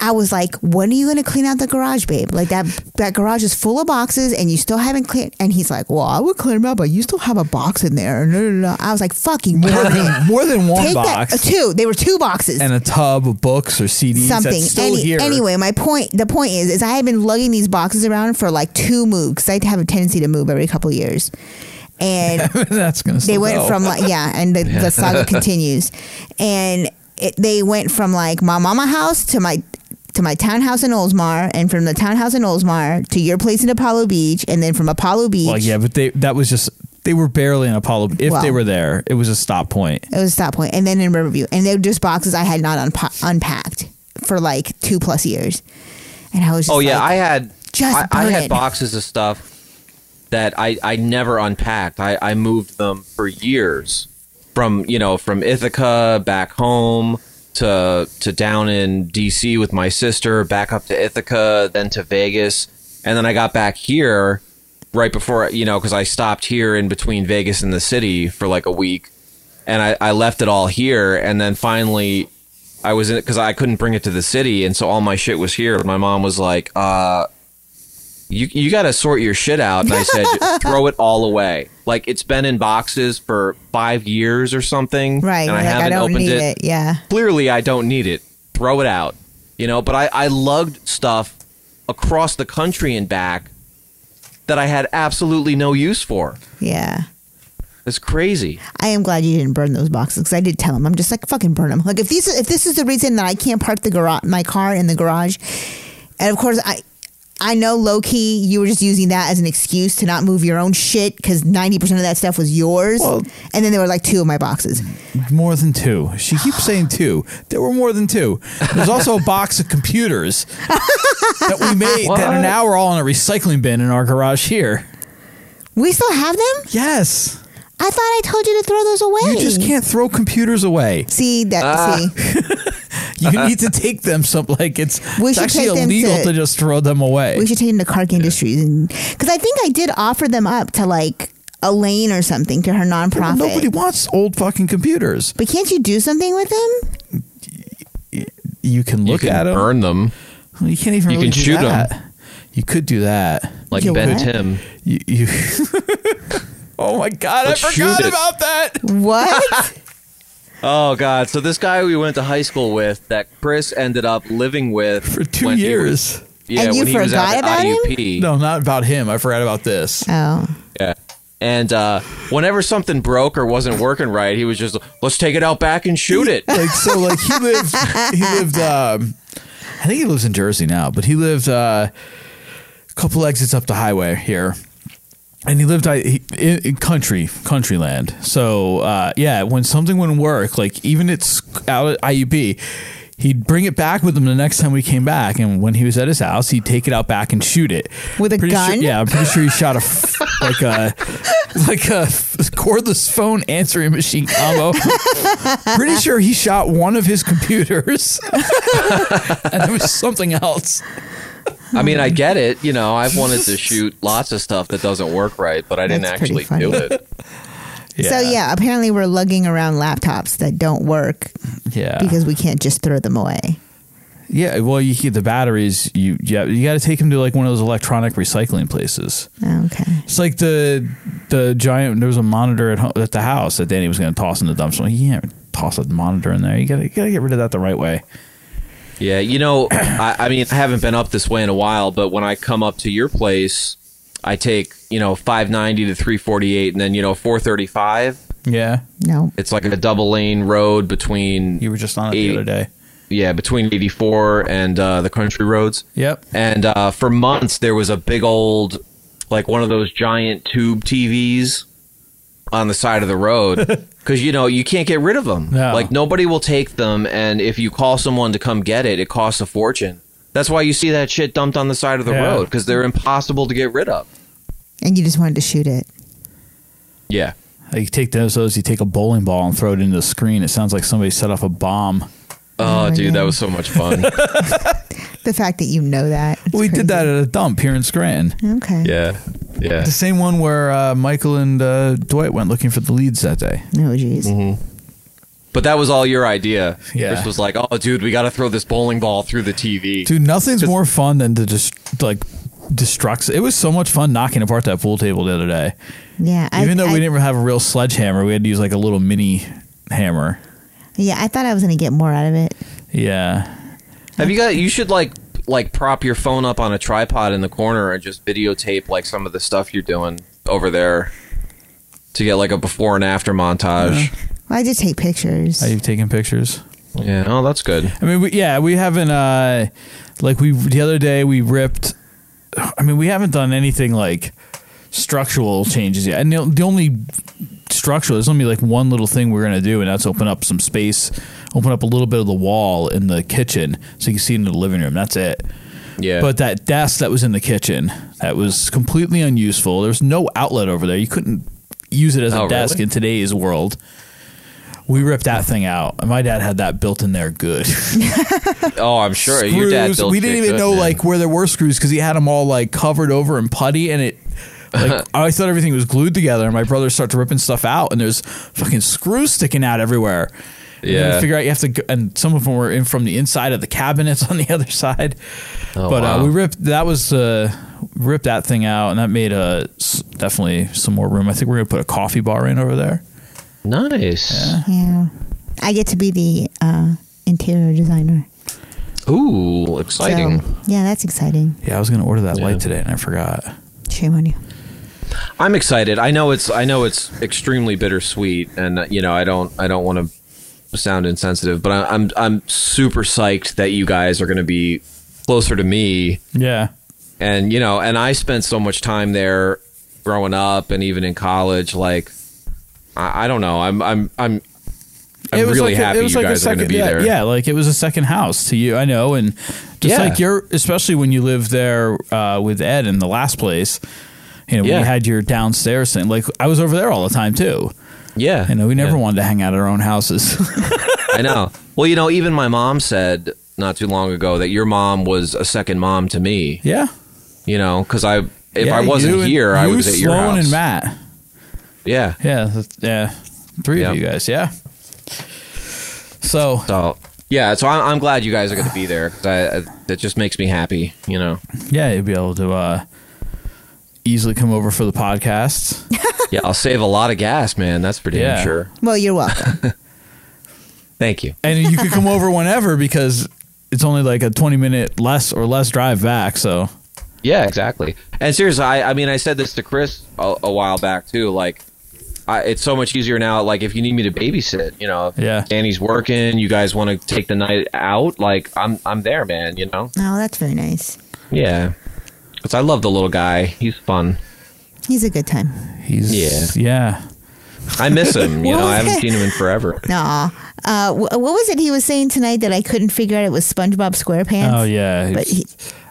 Speaker 5: I was like, "When are you going to clean out the garage, babe? Like that that garage is full of boxes, and you still haven't cleaned." And he's like, "Well, I would clean them out, but you still have a box in there." No, no, no. I was like, "Fucking
Speaker 1: More
Speaker 5: burn it.
Speaker 1: than, more than one
Speaker 5: take
Speaker 1: box
Speaker 5: that uh, two. They were two boxes."
Speaker 1: and a tub of books or CDs.
Speaker 5: Something.
Speaker 1: That's still
Speaker 5: Any-
Speaker 1: here.
Speaker 5: Anyway, my point. The point is, is I had been lugging these boxes around for like two moves. 'cause I have a tendency to move every couple years, and
Speaker 1: that's gonna.
Speaker 5: they
Speaker 1: still
Speaker 5: went
Speaker 1: go.
Speaker 5: from like yeah and the, the saga continues and it, they went from like my mama house to my to my townhouse in Oldsmar and from the townhouse in Oldsmar to your place in Apollo Beach and then from Apollo Beach
Speaker 1: Well, yeah, but they that was just they were barely in Apollo. If
Speaker 5: Well.
Speaker 1: they were there, it was a stop point.
Speaker 5: it was a stop point and then in Riverview and they were just boxes I had not unpa- unpacked for like two plus years and I was just
Speaker 7: Oh yeah,
Speaker 5: like,
Speaker 7: I had
Speaker 5: just
Speaker 7: I, I
Speaker 5: burn
Speaker 7: had
Speaker 5: it.
Speaker 7: boxes of stuff that I I never unpacked. I I moved them for years from you know from Ithaca back home to to down in D.C. with my sister, back up to Ithaca, then to Vegas, and then I got back here right before you know because I stopped here in between Vegas and the city for like a week, and I I left it all here, and then finally I was in it because I couldn't bring it to the city, and so all my shit was here. But my mom was like, uh, "You you got to sort your shit out." And I said, "Throw it all away. Like it's been in boxes for five years or something,
Speaker 5: right
Speaker 7: And
Speaker 5: like,
Speaker 7: I
Speaker 5: I
Speaker 7: haven't
Speaker 5: don't
Speaker 7: opened
Speaker 5: need
Speaker 7: it.
Speaker 5: it, yeah
Speaker 7: Clearly, I don't need it. Throw it out. You know." But I I lugged stuff across the country and back that I had absolutely no use for.
Speaker 5: yeah
Speaker 7: It's crazy.
Speaker 5: I am glad you didn't burn those boxes because I did tell him. I'm just like fucking burn them. Like if these if this is the reason that I can't park the garage my car in the garage, and of course I. I know low key you were just using that as an excuse to not move your own shit because 90% of that stuff was yours. and then there were like two of my boxes.
Speaker 1: More than two. She keeps saying two. There were more than two. There's also a box of computers that we made that are now are all in a recycling bin in our garage here.
Speaker 5: We still have them?
Speaker 1: Yes.
Speaker 5: I thought I told you to throw those away.
Speaker 1: You just can't throw computers away.
Speaker 5: See that? see,
Speaker 1: You need to take them some like it's,
Speaker 5: We
Speaker 1: it's
Speaker 5: should
Speaker 1: actually
Speaker 5: take them
Speaker 1: illegal
Speaker 5: to-
Speaker 1: to, just throw them away.
Speaker 5: we should take them to Kark Industries and because I think I did offer them up to like Elaine or something to her nonprofit.
Speaker 1: Nobody wants old fucking computers.
Speaker 5: but can't you do something with them?
Speaker 1: You can look
Speaker 7: you can
Speaker 1: at 'em.
Speaker 7: burn them
Speaker 1: You can't even.
Speaker 7: You
Speaker 1: really
Speaker 7: can
Speaker 1: do
Speaker 7: shoot 'em.
Speaker 1: that. You could do that.
Speaker 7: like
Speaker 5: You
Speaker 7: Ben
Speaker 5: what?
Speaker 7: Tim.
Speaker 1: You. you oh my god!
Speaker 7: Let's
Speaker 1: I
Speaker 7: shoot
Speaker 1: forgot
Speaker 7: it.
Speaker 1: about that.
Speaker 5: What?
Speaker 7: Oh God! So this guy we went to high school with, that Chris ended up living with
Speaker 1: For two
Speaker 7: when he was-
Speaker 1: years.
Speaker 7: yeah,
Speaker 5: And you
Speaker 7: when he was out
Speaker 5: forgot
Speaker 7: at
Speaker 5: about him?
Speaker 7: IUP.
Speaker 1: No, not about him. I forgot about this.
Speaker 5: oh.
Speaker 7: Yeah. And uh, whenever something broke or wasn't working right, he was just let's take it out back and shoot it.
Speaker 1: Like so, like he lived. He lived. Um, I think he lives in Jersey now, but he lived uh, a couple exits up the highway here. And he lived I- he- in, in country, country land. So uh, yeah, when something wouldn't work, like even it's out at IUB, he'd bring it back with him the next time we came back. And when he was at his house, he'd take it out back and shoot it
Speaker 5: With a
Speaker 1: Pretty sure-
Speaker 5: gun?
Speaker 1: yeah, I'm pretty sure he shot a f- like a like a f- cordless phone answering machine combo. pretty sure he shot one of his computers, and it was something else.
Speaker 7: I mean, I get it. You know, I've wanted to shoot lots of stuff that doesn't work right, but I didn't
Speaker 5: That's pretty
Speaker 7: actually do
Speaker 5: funny.
Speaker 7: it.
Speaker 5: So yeah, apparently we're lugging around laptops that don't work
Speaker 1: yeah,
Speaker 5: because we can't just throw them away.
Speaker 1: yeah. Well, you keep the batteries. You yeah, you got to take them to like one of those electronic recycling places.
Speaker 5: Okay.
Speaker 1: It's like the the giant. There was a monitor at home, at the house that Danny was going to toss in the dumpster. Like, you can't toss a monitor in there. You gotta you gotta get rid of that the right way.
Speaker 7: Yeah, you know, I, I mean, I haven't been up this way in a while, but when I come up to your place, I take you know 590 to 348, and then you know 435.
Speaker 1: Yeah,
Speaker 5: No.
Speaker 7: It's like a double lane road between
Speaker 1: you were just on it the
Speaker 7: Eighty.
Speaker 1: other day.
Speaker 7: yeah between 84 and uh, the country roads
Speaker 1: Yep.
Speaker 7: and uh, for months there was a big old like one of those giant tube tvs on the side of the road because you know you can't get rid of them.
Speaker 1: No.
Speaker 7: Like nobody will take them, and if you call someone to come get it, it costs a fortune. That's why you see that shit dumped on the side of the
Speaker 1: Yeah.
Speaker 7: road because they're impossible to get rid of.
Speaker 5: and you just wanted to shoot it.
Speaker 7: Yeah.
Speaker 1: You take those, those, you take a bowling ball and throw it into the screen. It sounds like somebody set off a bomb.
Speaker 7: Oh,
Speaker 5: Oh,
Speaker 7: dude,
Speaker 5: yeah.
Speaker 7: that was so much fun.
Speaker 5: The fact that you know that. it's
Speaker 1: we did that
Speaker 5: crazy.
Speaker 1: at a dump here in Scranton.
Speaker 5: Okay.
Speaker 7: yeah. Yeah.
Speaker 1: The same one where uh, Michael and uh, Dwight went looking for the leads that day.
Speaker 5: Oh, jeez.
Speaker 1: Mm-hmm.
Speaker 7: But that was all your idea.
Speaker 1: Yeah.
Speaker 7: Chris was like, "Oh, dude, we got to throw this bowling ball through the TV."
Speaker 1: Dude, nothing's more fun than to just like destruct. It was so much fun knocking apart that pool table the other day.
Speaker 5: Yeah. I-
Speaker 1: Even though
Speaker 5: I-
Speaker 1: we didn't have a real sledgehammer, we had to use like a little mini hammer.
Speaker 5: Yeah, I thought I was going to get more out of it.
Speaker 1: Yeah.
Speaker 7: Have you got? You should like like prop your phone up on a tripod in the corner and just videotape like some of the stuff you're doing over there to get like a before and after montage.
Speaker 5: Well, I did take pictures.
Speaker 1: Are you taking pictures?
Speaker 7: Yeah. Oh, that's good.
Speaker 1: I mean, we, yeah, we haven't. Uh, like we the other day we ripped. I mean, we haven't done anything like structural changes yet. And the, the only structural there's only like one little thing we're gonna do, and that's open up some space, open up a little bit of the wall in the kitchen so you can see into the living room. That's it.
Speaker 7: Yeah.
Speaker 1: But that desk that was in the kitchen that was completely unuseful. There's no outlet over there. You couldn't use it as a
Speaker 7: Oh,
Speaker 1: desk
Speaker 7: really?
Speaker 1: in today's world. We ripped that thing out, and my dad had that built in there good.
Speaker 7: oh, I'm sure
Speaker 1: screws.
Speaker 7: your dad. built
Speaker 1: we didn't
Speaker 7: shit
Speaker 1: even
Speaker 7: good,
Speaker 1: know
Speaker 7: man.
Speaker 1: like where there were screws because he had them all like covered over in putty, and it. Like I thought everything was glued together, and my brother starts ripping stuff out, and there's fucking screws sticking out everywhere. And then
Speaker 7: Yeah.
Speaker 1: we figure out you have to, go, and some of them were in from the inside of the cabinets on the other side.
Speaker 7: Oh,
Speaker 1: but uh,
Speaker 7: wow.
Speaker 1: we ripped that was uh, ripped that thing out, and that made uh, s definitely some more room. I think we're gonna put a coffee bar in over there.
Speaker 7: nice.
Speaker 5: yeah. I get to be the uh, interior designer.
Speaker 7: Ooh,
Speaker 5: So,
Speaker 7: exciting.
Speaker 5: yeah, that's exciting.
Speaker 1: Yeah, I was gonna order that
Speaker 7: Yeah.
Speaker 1: light today, and I forgot.
Speaker 5: Shame on you.
Speaker 7: I'm excited. I know it's I know it's extremely bittersweet, and uh, you know I don't I don't want to sound insensitive, but I, I'm I'm super psyched that you guys are going to be closer to me,
Speaker 1: Yeah,
Speaker 7: and you know, and I spent so much time there growing up and even in college. Like I, I don't know, I'm I'm I'm I'm
Speaker 1: It was
Speaker 7: really
Speaker 1: like a-
Speaker 7: happy
Speaker 1: it was
Speaker 7: you
Speaker 1: like a
Speaker 7: guys are going to
Speaker 1: second-
Speaker 7: be
Speaker 1: yeah,
Speaker 7: there.
Speaker 1: Uh, Yeah, like it was a second house to you. I know, and just
Speaker 7: Yeah.
Speaker 1: like you're, especially when you lived there uh, with Ed in the last place. You know, when
Speaker 7: Yeah.
Speaker 1: you had your downstairs thing, like I was over there all the time too.
Speaker 7: yeah.
Speaker 1: You know, we never
Speaker 7: Yeah.
Speaker 1: wanted to hang out at our own houses.
Speaker 7: I know. Well, you know, even my mom said not too long ago that your mom was a second mom to me.
Speaker 1: yeah,
Speaker 7: you know, because I if
Speaker 1: Yeah,
Speaker 7: I wasn't
Speaker 1: you and-
Speaker 7: here, I
Speaker 1: you,
Speaker 7: was at your
Speaker 1: Sloan
Speaker 7: house.
Speaker 1: and Matt.
Speaker 7: Yeah,
Speaker 1: Yeah, that's- yeah, three
Speaker 7: Yeah.
Speaker 1: of you guys. Yeah. So
Speaker 7: so yeah, so I'm, I'm glad you guys are going to be there because I, I, that just makes me happy. You know.
Speaker 1: yeah, you'd be able to uh, easily come over for the podcast.
Speaker 7: Yeah, I'll save a lot of gas, man. That's pretty damn
Speaker 1: Yeah.
Speaker 7: sure.
Speaker 5: Well, you're welcome.
Speaker 7: Thank you.
Speaker 1: and you could come over whenever because it's only like a 20 minute less or less drive back so
Speaker 7: Yeah, exactly. And seriously, I, I mean, I said this to Chris a, a while back too. Like, I, it's so much easier now. Like, if you need me to babysit, you know, if
Speaker 1: Yeah.
Speaker 7: Danny's working. You guys want to take the night out? Like, I'm I'm there, man. You know.
Speaker 5: oh, that's very nice.
Speaker 7: Yeah. Because I love the little guy. He's fun.
Speaker 5: He's a good time.
Speaker 1: he's yeah
Speaker 7: I miss him. You know, I
Speaker 5: was
Speaker 7: haven't
Speaker 5: it?
Speaker 7: seen him in forever.
Speaker 5: Aw. Uh, wh- what was it he was saying tonight that I couldn't figure out? It was SpongeBob SquarePants.
Speaker 1: oh yeah
Speaker 5: But he,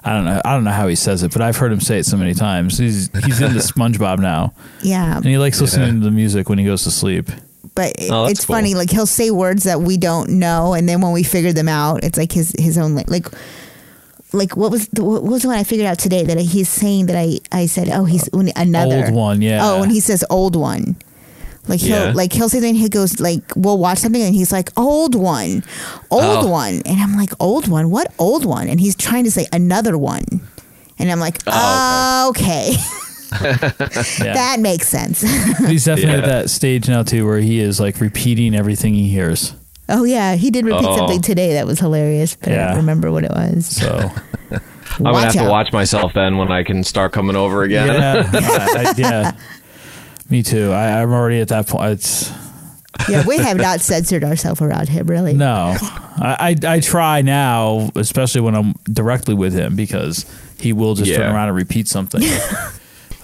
Speaker 1: i don't know i don't know how he says it but i've heard him say it so many times he's he's into spongebob now
Speaker 5: yeah,
Speaker 1: and he likes listening to the music when he goes to sleep
Speaker 5: but it-
Speaker 7: Oh, that's
Speaker 5: it's funny.
Speaker 7: cool.
Speaker 5: Like he'll say words that we don't know, and then when we figure them out, it's like his his own like like. Like what was the, what was the one I figured out today that he's saying that I I said oh he's when- another
Speaker 1: Old one, yeah.
Speaker 5: oh and he says old one like he'll
Speaker 7: Yeah.
Speaker 5: like he'll say then he goes like we'll watch something and he's like old one old
Speaker 7: Oh.
Speaker 5: one and I'm like old one what old one and he's trying to say another one and I'm like
Speaker 7: Oh,
Speaker 5: okay,
Speaker 1: yeah
Speaker 5: that makes sense
Speaker 1: he's definitely at
Speaker 7: Yeah.
Speaker 1: that stage now too where he is like repeating everything he hears
Speaker 5: Oh yeah, he did repeat
Speaker 7: Oh.
Speaker 5: something today that was hilarious, but I
Speaker 1: Yeah.
Speaker 5: don't remember what it was.
Speaker 1: so
Speaker 7: I'm gonna have
Speaker 5: out.
Speaker 7: to watch myself then when I can start coming over again.
Speaker 1: yeah I- I- yeah me too I, i'm already at that point it's
Speaker 5: Yeah, we have not censored ourselves around him, really.
Speaker 1: No, I, I I try now, especially when I'm directly with him because he will just turn
Speaker 7: Yeah.
Speaker 1: around and repeat something.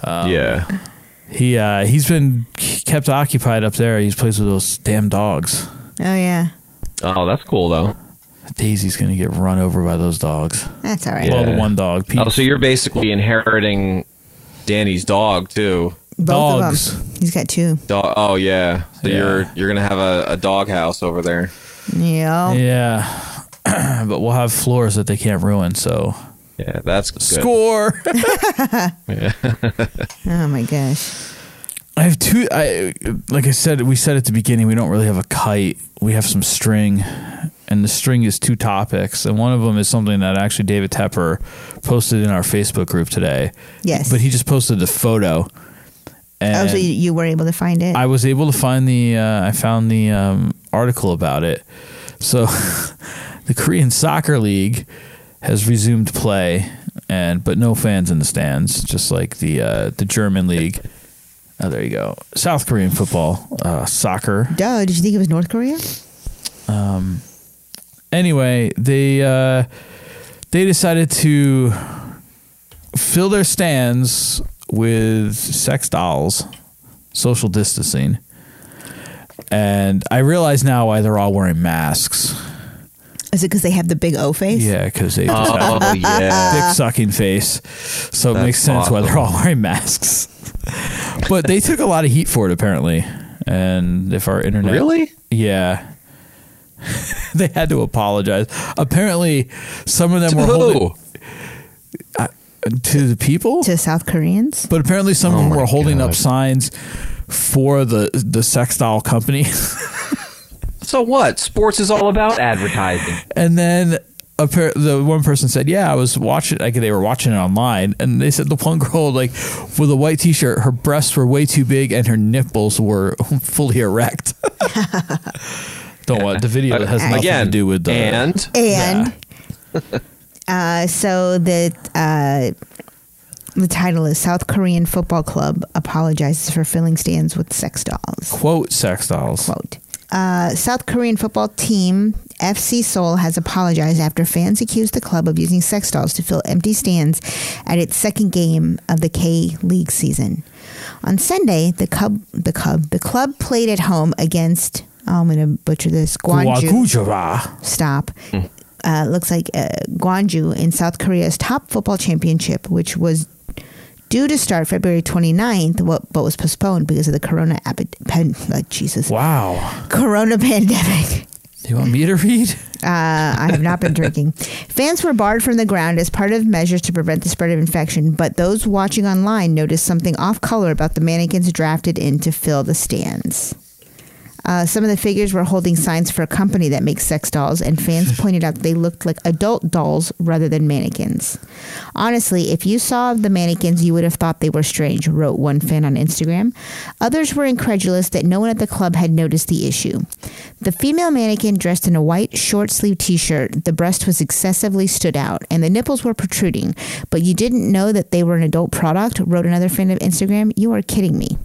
Speaker 7: yeah.
Speaker 1: He uh, he's been kept occupied up there. He plays with those damn dogs.
Speaker 5: Oh yeah,
Speaker 7: Oh, that's cool though.
Speaker 1: Daisy's gonna get run over by those dogs.
Speaker 5: that's all right.
Speaker 7: Yeah.
Speaker 1: Well, the one dog. Pete,
Speaker 7: Oh, so you're basically inheriting Danny's dog too.
Speaker 5: Both
Speaker 1: Dogs.
Speaker 5: of them. He's got two.
Speaker 7: Dog. Oh yeah. So
Speaker 1: Yeah.
Speaker 7: you're you're gonna have a, a dog house over there.
Speaker 5: Yeah.
Speaker 1: yeah, but we'll have floors that they can't ruin. So
Speaker 7: Yeah, that's good.
Speaker 1: score.
Speaker 5: Oh my gosh.
Speaker 1: I have two. I like I said, we said at the beginning, we don't really have a kite. We have some string, and the string is two topics, and one of them is something that actually David Tepper posted in our Facebook group today.
Speaker 5: Yes.
Speaker 1: But he just posted the photo,
Speaker 5: oh,
Speaker 1: and
Speaker 5: so you, you were able to find it.
Speaker 1: I was able to find the. Uh, I found the um, article about it. So, the Korean Soccer League has resumed play, and but no fans in the stands, just like the uh, the German league. Oh, there you go. South Korean football, uh, soccer.
Speaker 5: Duh. Did you think it was North Korea?
Speaker 1: Anyway, they uh, they decided to fill their stands with sex dolls, social distancing, and I realize now why they're all wearing masks.
Speaker 5: Is it because they have the big O face?
Speaker 1: Yeah, because they just have
Speaker 7: Oh yeah.
Speaker 1: dick sucking face. So it
Speaker 7: That's
Speaker 1: makes sense why they're all wearing masks. but they took a lot of heat for it apparently. And if our internet
Speaker 7: Really?
Speaker 1: Yeah. they had to apologize. Apparently some of them were holding
Speaker 7: Whoa.
Speaker 1: to the people.
Speaker 5: To South Koreans?
Speaker 1: But apparently some of them were holding up
Speaker 7: Oh God.
Speaker 1: signs for the the sex doll company.
Speaker 7: So what? Sports is all about advertising.
Speaker 1: And then a pair, the one person said, "Yeah, I was watching. Like they were watching it online." And they said the one girl, like with a white T-shirt, her breasts were way too big and her nipples were fully erect. Don't want the video has nothing
Speaker 7: Again,
Speaker 1: to do with the
Speaker 7: and
Speaker 5: And uh, so the uh, the title is South Korean Football Club apologizes for filling stands with sex dolls.
Speaker 1: quote sex dolls.
Speaker 5: quote. Uh, South Korean football team FC Seoul has apologized after fans accused the club of using sex dolls to fill empty stands at its second game of the K League season. On Sunday, the cub, the cub, the club played at home against. Oh, I'm going to butcher this. Guangzhou
Speaker 1: Guagujara.
Speaker 5: stop. Uh, looks like uh, Gwangju in South Korea's top football championship, which was due to start February 29th, wa- but was postponed because of the corona epi- pen- uh, Jesus
Speaker 1: Wow.
Speaker 5: corona pandemic.
Speaker 1: Do you want me to read?
Speaker 5: Uh, I have not been drinking. Fans were barred from the ground as part of measures to prevent the spread of infection, but those watching online noticed something off color about the mannequins drafted in to fill the stands. Uh, some of the figures were holding signs for a company that makes sex dolls, and fans pointed out they looked like adult dolls rather than mannequins. Honestly, if you saw the mannequins, you would have thought they were strange, wrote one fan on Instagram. Others were incredulous that no one at the club had noticed the issue. The female mannequin dressed in a white short sleeve t shirt, the breast was excessively stood out, and the nipples were protruding, but you didn't know that they were an adult product, wrote another fan of Instagram. You are kidding me.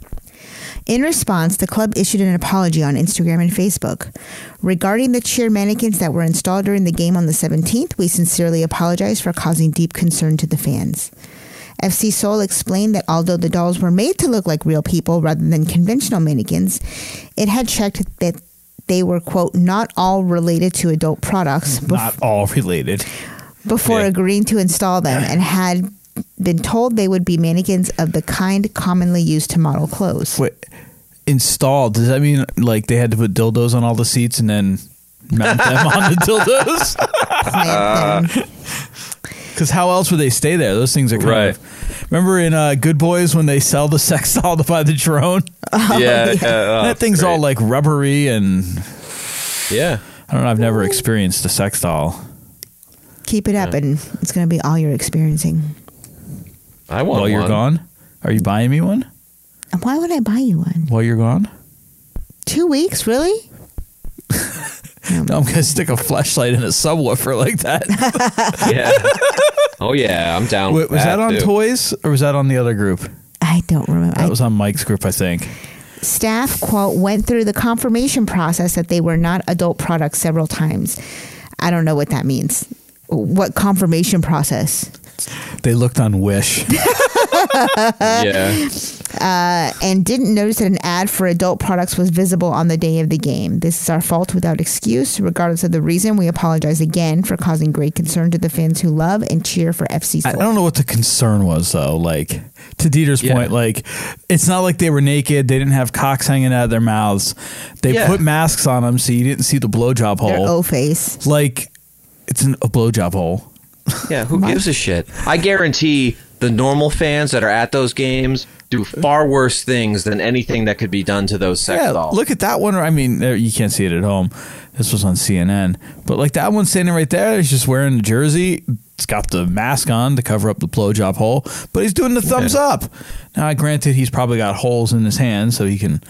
Speaker 5: In response, the club issued an apology on Instagram and Facebook. Regarding the cheer mannequins that were installed during the game on the 17th, we sincerely apologize for causing deep concern to the fans. FC Seoul explained that although the dolls were made to look like real people rather than conventional mannequins, it had checked that they were, quote, not all related to adult products before
Speaker 1: Not all related.
Speaker 5: before agreeing to install them and had been told they would be mannequins of the kind commonly used to model clothes.
Speaker 1: Wait, installed. Does that mean like they had to put dildos on all the seats and then mount them on the dildos?
Speaker 5: Plant them.
Speaker 1: Because how else would they stay there? Those things are kind
Speaker 7: Right.
Speaker 1: of. Remember in uh, Good Boys when they sell the sex doll to buy the drone?
Speaker 7: yeah, uh, yeah.
Speaker 1: Oh, that thing's all like rubbery and
Speaker 7: yeah.
Speaker 1: I don't know. I've never experienced a sex doll.
Speaker 5: Keep it up, and it's going to be all you're experiencing.
Speaker 7: I want
Speaker 1: While you're
Speaker 7: one.
Speaker 1: gone, are you buying me one?
Speaker 5: And Why would I buy you one?
Speaker 1: While you're gone,
Speaker 5: Two weeks, really? Um,
Speaker 1: no, I'm gonna stick a flashlight in a subwoofer like that.
Speaker 7: Yeah. oh yeah, I'm down.
Speaker 1: Wait,
Speaker 7: with
Speaker 1: was that, on
Speaker 7: too.
Speaker 1: toys or was that on the other group?
Speaker 5: I don't remember.
Speaker 1: That
Speaker 5: I-
Speaker 1: was on Mike's group, I think.
Speaker 5: staff quote went through the confirmation process that they were not adult products several times. I don't know what that means. What confirmation process?
Speaker 1: They looked on Wish.
Speaker 7: Yeah.
Speaker 5: uh, and didn't notice that an ad for adult products was visible on the day of the game. This is our fault without excuse. Regardless of the reason, we apologize again for causing great concern to the fans who love and cheer for FC
Speaker 1: I I
Speaker 5: Seoul.
Speaker 1: don't know what the concern was though. Like to Dieter's
Speaker 7: Yeah.
Speaker 1: point, like it's not like they were naked. They didn't have cocks hanging out of their mouths. They
Speaker 7: Yeah.
Speaker 1: put masks on them, so you didn't see the blowjob
Speaker 5: Their
Speaker 1: hole.
Speaker 5: O face.
Speaker 1: Like it's an, a blowjob hole.
Speaker 7: Yeah, who gives a shit? I guarantee the normal fans that are at those games do far worse things than anything that could be done to those sex
Speaker 1: Yeah,
Speaker 7: dolls.
Speaker 1: look at that one. I mean, there- you can't see it at home. This was on CNN, but like that one standing right there, he's just wearing a jersey. It's got the mask on to cover up the blowjob hole, but he's doing the thumbs up. Now, granted, he's probably got holes in his hand, so he can,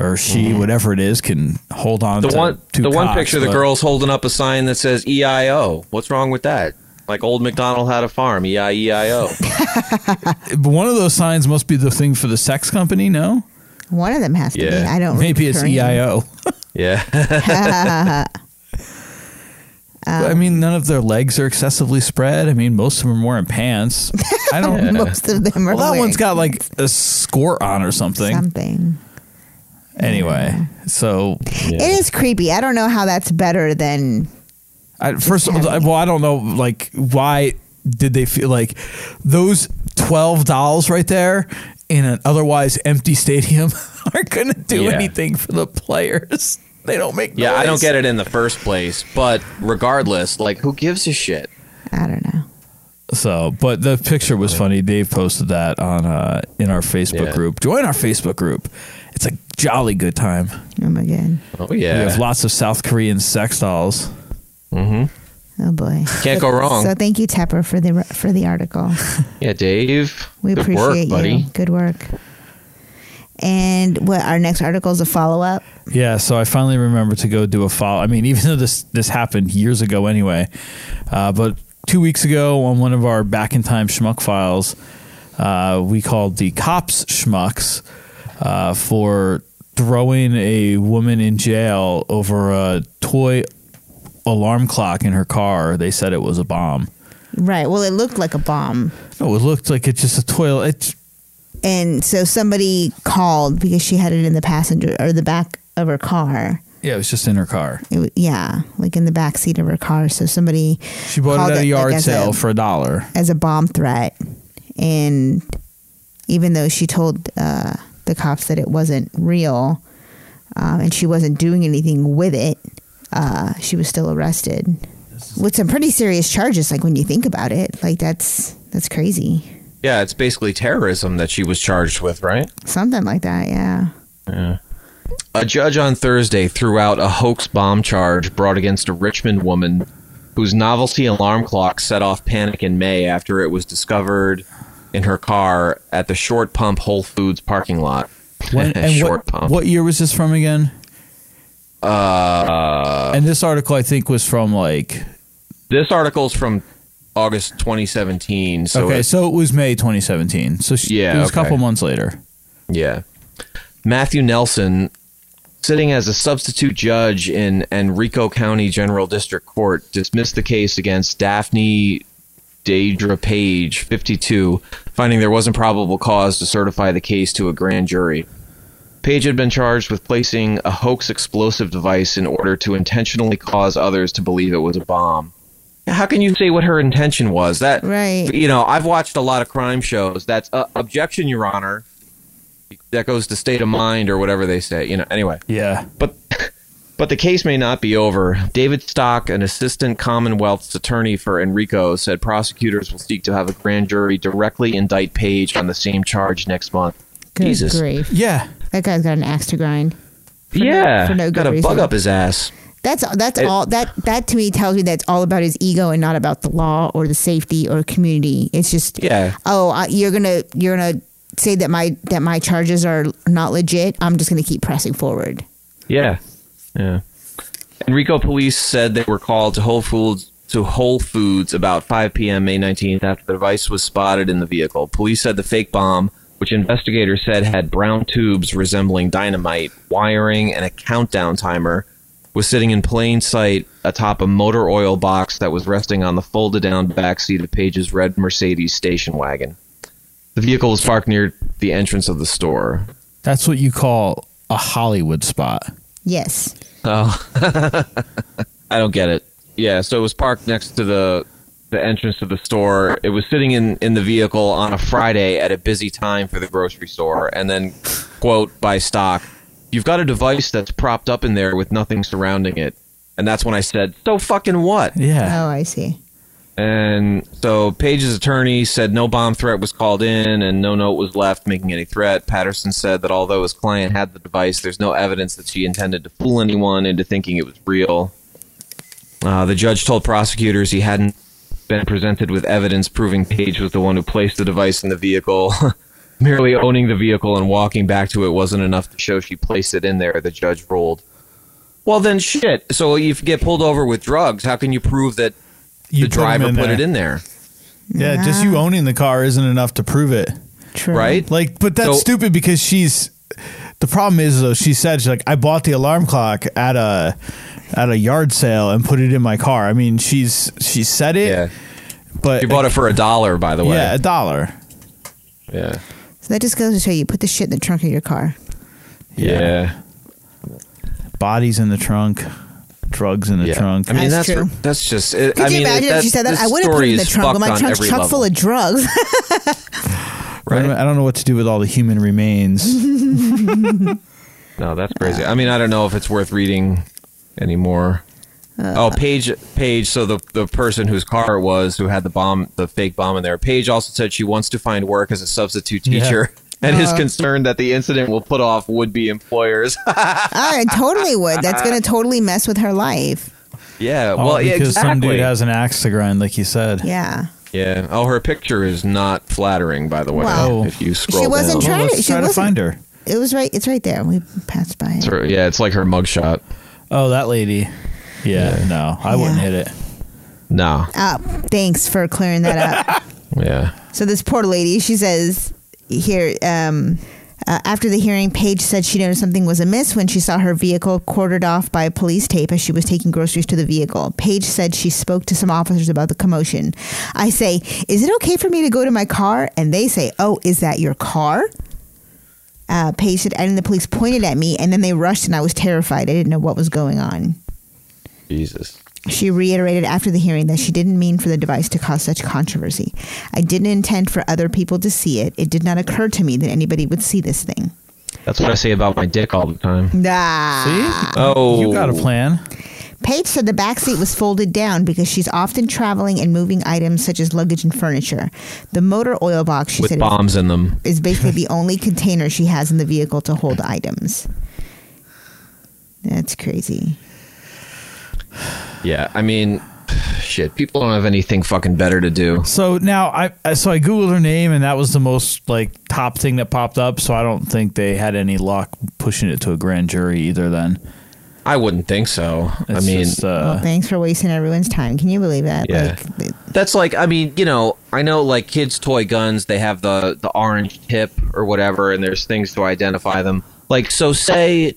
Speaker 1: or she, whatever it is, can hold on.
Speaker 7: Mm-hmm. the
Speaker 1: to
Speaker 7: one,
Speaker 1: two
Speaker 7: the one
Speaker 1: cocks,
Speaker 7: picture, the
Speaker 1: but-
Speaker 7: girl's holding up a sign that says EIO. What's wrong with that? Like old McDonald had a farm, E EIEIO.
Speaker 1: But one of those signs must be the thing for the sex company. No,
Speaker 5: One of them has to be.
Speaker 7: Yeah.
Speaker 5: I don't.
Speaker 1: maybe it's E
Speaker 5: Korean.
Speaker 1: EIO.
Speaker 7: yeah,
Speaker 1: I mean, none of their legs are excessively spread. I mean, most of them are wearing pants. I don't.
Speaker 5: Most of them are.
Speaker 1: Well, that one's
Speaker 5: wearing
Speaker 1: got like a score on or something.
Speaker 5: something.
Speaker 1: Anyway, so
Speaker 5: It is creepy. I don't know how that's better than
Speaker 1: I, first,
Speaker 5: heavy.
Speaker 1: well, I don't know, like, why did they feel like those twelve dolls right there in an otherwise empty stadium aren't going to do
Speaker 7: Yeah.
Speaker 1: anything for the players? They don't make.
Speaker 7: yeah. I don't
Speaker 1: noise.
Speaker 7: get it in the first place, but regardless, like who gives a shit?
Speaker 5: I don't know.
Speaker 1: So, but the picture was funny. Dave posted that on uh, in our Facebook
Speaker 7: Yeah.
Speaker 1: group. Join our Facebook group. It's a jolly good time.
Speaker 5: Oh my god.
Speaker 7: Oh
Speaker 1: We have
Speaker 7: yeah,
Speaker 1: lots of South Korean sex dolls.
Speaker 5: Oh boy.
Speaker 7: can't go wrong.
Speaker 5: So thank you, Tepper, for the for the article.
Speaker 7: Yeah, Dave.
Speaker 5: We
Speaker 7: good
Speaker 5: appreciate
Speaker 7: work, buddy.
Speaker 5: you. Good work. And what our next article is a follow up.
Speaker 1: Yeah, so I finally remembered to go do a follow. I mean, even though this this happened years ago anyway, uh, but two weeks ago on one of our back in time schmuck files, uh, we called the cops schmucks uh, for throwing a woman in jail over a toy alarm clock in her car. They said it was a bomb.
Speaker 5: Right. Well, it looked like a bomb,
Speaker 1: No, Oh, it looked like it's just a toy. It's
Speaker 5: and so somebody called because she had it in the passenger or the back of her car.
Speaker 1: yeah, it was just in her car.
Speaker 5: It wa- yeah, like in the back seat of her car. So somebody
Speaker 1: She bought
Speaker 5: Called
Speaker 1: it at a
Speaker 5: it, like,
Speaker 1: yard
Speaker 5: as
Speaker 1: sale
Speaker 5: a-
Speaker 1: for a dollar.
Speaker 5: as a bomb threat, and even though she told uh, the cops that it wasn't real um, and she wasn't doing anything with it, uh, she was still arrested with some pretty serious charges. Like when you think about it, like that's that's crazy,
Speaker 7: Yeah, it's basically terrorism that she was charged with, right?
Speaker 5: something like that. Yeah.
Speaker 7: A judge on Thursday threw out a hoax bomb charge brought against a Richmond woman whose novelty alarm clock set off panic in May after it was discovered in her car at the Short Pump Whole Foods parking lot.
Speaker 1: When, and
Speaker 7: Short
Speaker 1: what,
Speaker 7: pump.
Speaker 1: what year was this from again? Uh, and this article I think was from like
Speaker 7: This article's from August 2017, so
Speaker 1: okay,
Speaker 7: it's-
Speaker 1: so it was May 2017. So she,
Speaker 7: Yeah,
Speaker 1: it was
Speaker 7: okay.
Speaker 1: a couple months later.
Speaker 7: Yeah. Matthew Nelson, sitting as a substitute judge in Enrico County General District Court, dismissed the case against Daphne Daedra Page, 52, finding there wasn't probable cause to certify the case to a grand jury. Page had been charged with placing a hoax explosive device in order to intentionally cause others to believe it was a bomb. How can you say what her intention was? That
Speaker 5: Right.
Speaker 7: you know, I've watched a lot of crime shows. That's uh, objection, Your Honor. That goes to state of mind or whatever they say. You know, anyway.
Speaker 1: Yeah,
Speaker 7: But but the case may not be over. David Stock, an assistant Commonwealth's attorney for Enrico, said prosecutors will seek to have a grand jury directly indict Page on the same charge next month.
Speaker 5: Good
Speaker 7: Jesus.
Speaker 5: grief.
Speaker 1: yeah.
Speaker 5: That guy's got an axe to grind. no-
Speaker 7: yeah,
Speaker 5: for no good
Speaker 7: got a bug
Speaker 5: reason.
Speaker 7: up his ass.
Speaker 5: That's that's
Speaker 7: It-
Speaker 5: all that that to me tells me that's all about his ego and not about the law or the safety or community. It's just
Speaker 7: Yeah.
Speaker 5: Oh, I, you're gonna you're gonna say that my that my charges are not legit. I'm just gonna keep pressing forward.
Speaker 7: Yeah. Yeah. Enrico police said they were called to Whole Foods to Whole Foods about 5 p.m. May 19th after the device was spotted in the vehicle. Police said the fake bomb, which investigators said had brown tubes resembling dynamite, wiring, and a countdown timer, was sitting in plain sight atop a motor oil box that was resting on the folded down backseat of Page's red Mercedes station wagon. The vehicle was parked near the entrance of the store.
Speaker 1: That's what you call a Hollywood spot.
Speaker 5: Yes.
Speaker 7: Oh, I don't get it. Yeah, so it was parked next to the the entrance to the store. It was sitting in in the vehicle on a Friday at a busy time for the grocery store, and then quote by stock, you've got a device that's propped up in there with nothing surrounding it, and that's when I said, so fucking what?
Speaker 1: Yeah.
Speaker 5: Oh, I see.
Speaker 7: And so Page's attorney said no bomb threat was called in and no note was left making any threat. Patterson said that although his client had the device, there's no evidence that she intended to fool anyone into thinking it was real. Uh, the judge told prosecutors he hadn't been presented with evidence proving Page was the one who placed the device in the vehicle. Merely owning the vehicle and walking back to it wasn't enough to show she placed it in there, the judge ruled. Well, then shit. So if you get pulled over with drugs, how can you prove that
Speaker 1: You
Speaker 7: the
Speaker 1: them
Speaker 7: driver put
Speaker 1: there.
Speaker 7: it in there,
Speaker 1: Yeah, just you owning the car isn't enough to prove it.
Speaker 5: Ah, True.
Speaker 7: right?
Speaker 1: Like, but that's
Speaker 7: So-
Speaker 1: stupid because she's. The problem is though, she said she's like I bought the alarm clock at a at a yard sale and put it in my car. I mean, she's she said it,
Speaker 7: yeah.
Speaker 1: but
Speaker 7: You bought it for a dollar, by the way.
Speaker 1: yeah, a dollar.
Speaker 7: Yeah.
Speaker 5: So that just goes to show you put the shit in the trunk of your car.
Speaker 7: Yeah.
Speaker 1: Bodies in the trunk, drugs in the
Speaker 7: Yeah.
Speaker 1: trunk.
Speaker 7: I mean,
Speaker 5: That's
Speaker 7: that's
Speaker 5: true.
Speaker 7: that's just. It,
Speaker 5: Could
Speaker 7: I
Speaker 5: you
Speaker 7: mean,
Speaker 5: imagine if she said that? I would have put it in the trunk. My trunk's chock full of drugs.
Speaker 7: right?
Speaker 1: I don't know what to do with all the human remains.
Speaker 7: No, that's crazy. I mean, I don't know if it's worth reading anymore.
Speaker 5: Uh,
Speaker 7: oh, Paige, Paige. So the the person whose car it was who had the bomb, the fake bomb in there. Paige also said she wants to find work as a substitute
Speaker 1: Yeah.
Speaker 7: teacher. And
Speaker 5: Uh-huh.
Speaker 7: is concerned that the incident will put off would-be employers.
Speaker 5: I totally would. That's going to totally mess with her life.
Speaker 7: yeah,
Speaker 5: Oh,
Speaker 1: All
Speaker 7: well, yeah,
Speaker 1: because
Speaker 7: exactly.
Speaker 1: some dude has an axe to grind, like you said.
Speaker 5: Yeah.
Speaker 7: Yeah. Oh, her picture is not flattering, by the way.
Speaker 5: Wow.
Speaker 7: If you scroll
Speaker 5: wasn't
Speaker 7: down.
Speaker 1: Well,
Speaker 5: Try
Speaker 1: let's
Speaker 5: to- she
Speaker 1: try to
Speaker 5: wasn't-
Speaker 1: find her.
Speaker 5: It was right. It's right there. We passed by it.
Speaker 7: It's her- yeah, it's like her mugshot.
Speaker 1: Oh, that lady. Yeah, no, I wouldn't
Speaker 5: Yeah.
Speaker 1: hit it.
Speaker 7: No.
Speaker 5: Uh, thanks for clearing that up.
Speaker 7: Yeah.
Speaker 5: So this poor lady, she says here. Um, uh, after the hearing, Paige said she noticed something was amiss when she saw her vehicle quartered off by police tape as she was taking groceries to the vehicle. Paige said she spoke to some officers about the commotion. I say, "Is it okay for me to go to my car?" And they say, "Oh, is that your car?" Uh, Paige said, and the police pointed at me, and then they rushed, and I was terrified. I didn't know what was going on.
Speaker 7: Jesus.
Speaker 5: She reiterated after the hearing that she didn't mean for the device to cause such controversy. I didn't intend for other people to see it. It did not occur to me that anybody would see this thing.
Speaker 7: That's what I say about my dick all the time.
Speaker 5: Nah.
Speaker 7: Oh.
Speaker 1: You got a plan.
Speaker 5: Paige said the back seat was folded down because she's often traveling and moving items such as luggage and furniture. The motor oil box, she
Speaker 7: With
Speaker 5: said,
Speaker 7: bombs in them.
Speaker 5: is basically the only container she has in the vehicle to hold items. That's crazy.
Speaker 7: Yeah. I mean, shit. People don't have anything fucking better to do.
Speaker 1: So now I I- so I googled her name and that was the most like top thing that popped up. So I don't think they had any luck pushing it to a grand jury either. Then
Speaker 7: I wouldn't think so. I
Speaker 1: It's
Speaker 7: mean,
Speaker 1: just, uh,
Speaker 5: well, thanks for wasting everyone's time. Can you believe that?
Speaker 7: Yeah.
Speaker 5: Like,
Speaker 7: that's like I mean, you know, I know like kids' toy guns, they have the the orange tip or whatever, and there's things to identify them. Like so, say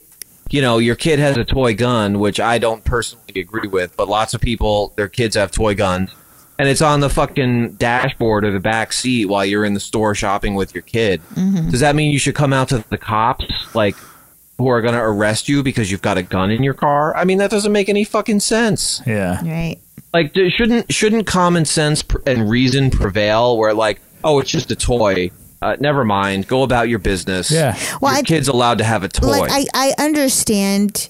Speaker 7: you know your kid has a toy gun, which I don't personally agree with, but lots of people their kids have toy guns, and it's on the fucking dashboard or the back seat while you're in the store shopping with your kid. Does that mean you should come out to the cops like? Who are going to arrest you because you've got a gun in your car? I mean, that doesn't make any fucking sense
Speaker 1: yeah,
Speaker 5: right.
Speaker 7: like there shouldn't shouldn't common sense pr- and reason prevail where like oh it's just a toy uh, never mind go about your business
Speaker 1: yeah.
Speaker 5: Well,
Speaker 7: your
Speaker 5: I-
Speaker 7: kid's allowed to have a toy
Speaker 5: like I, I understand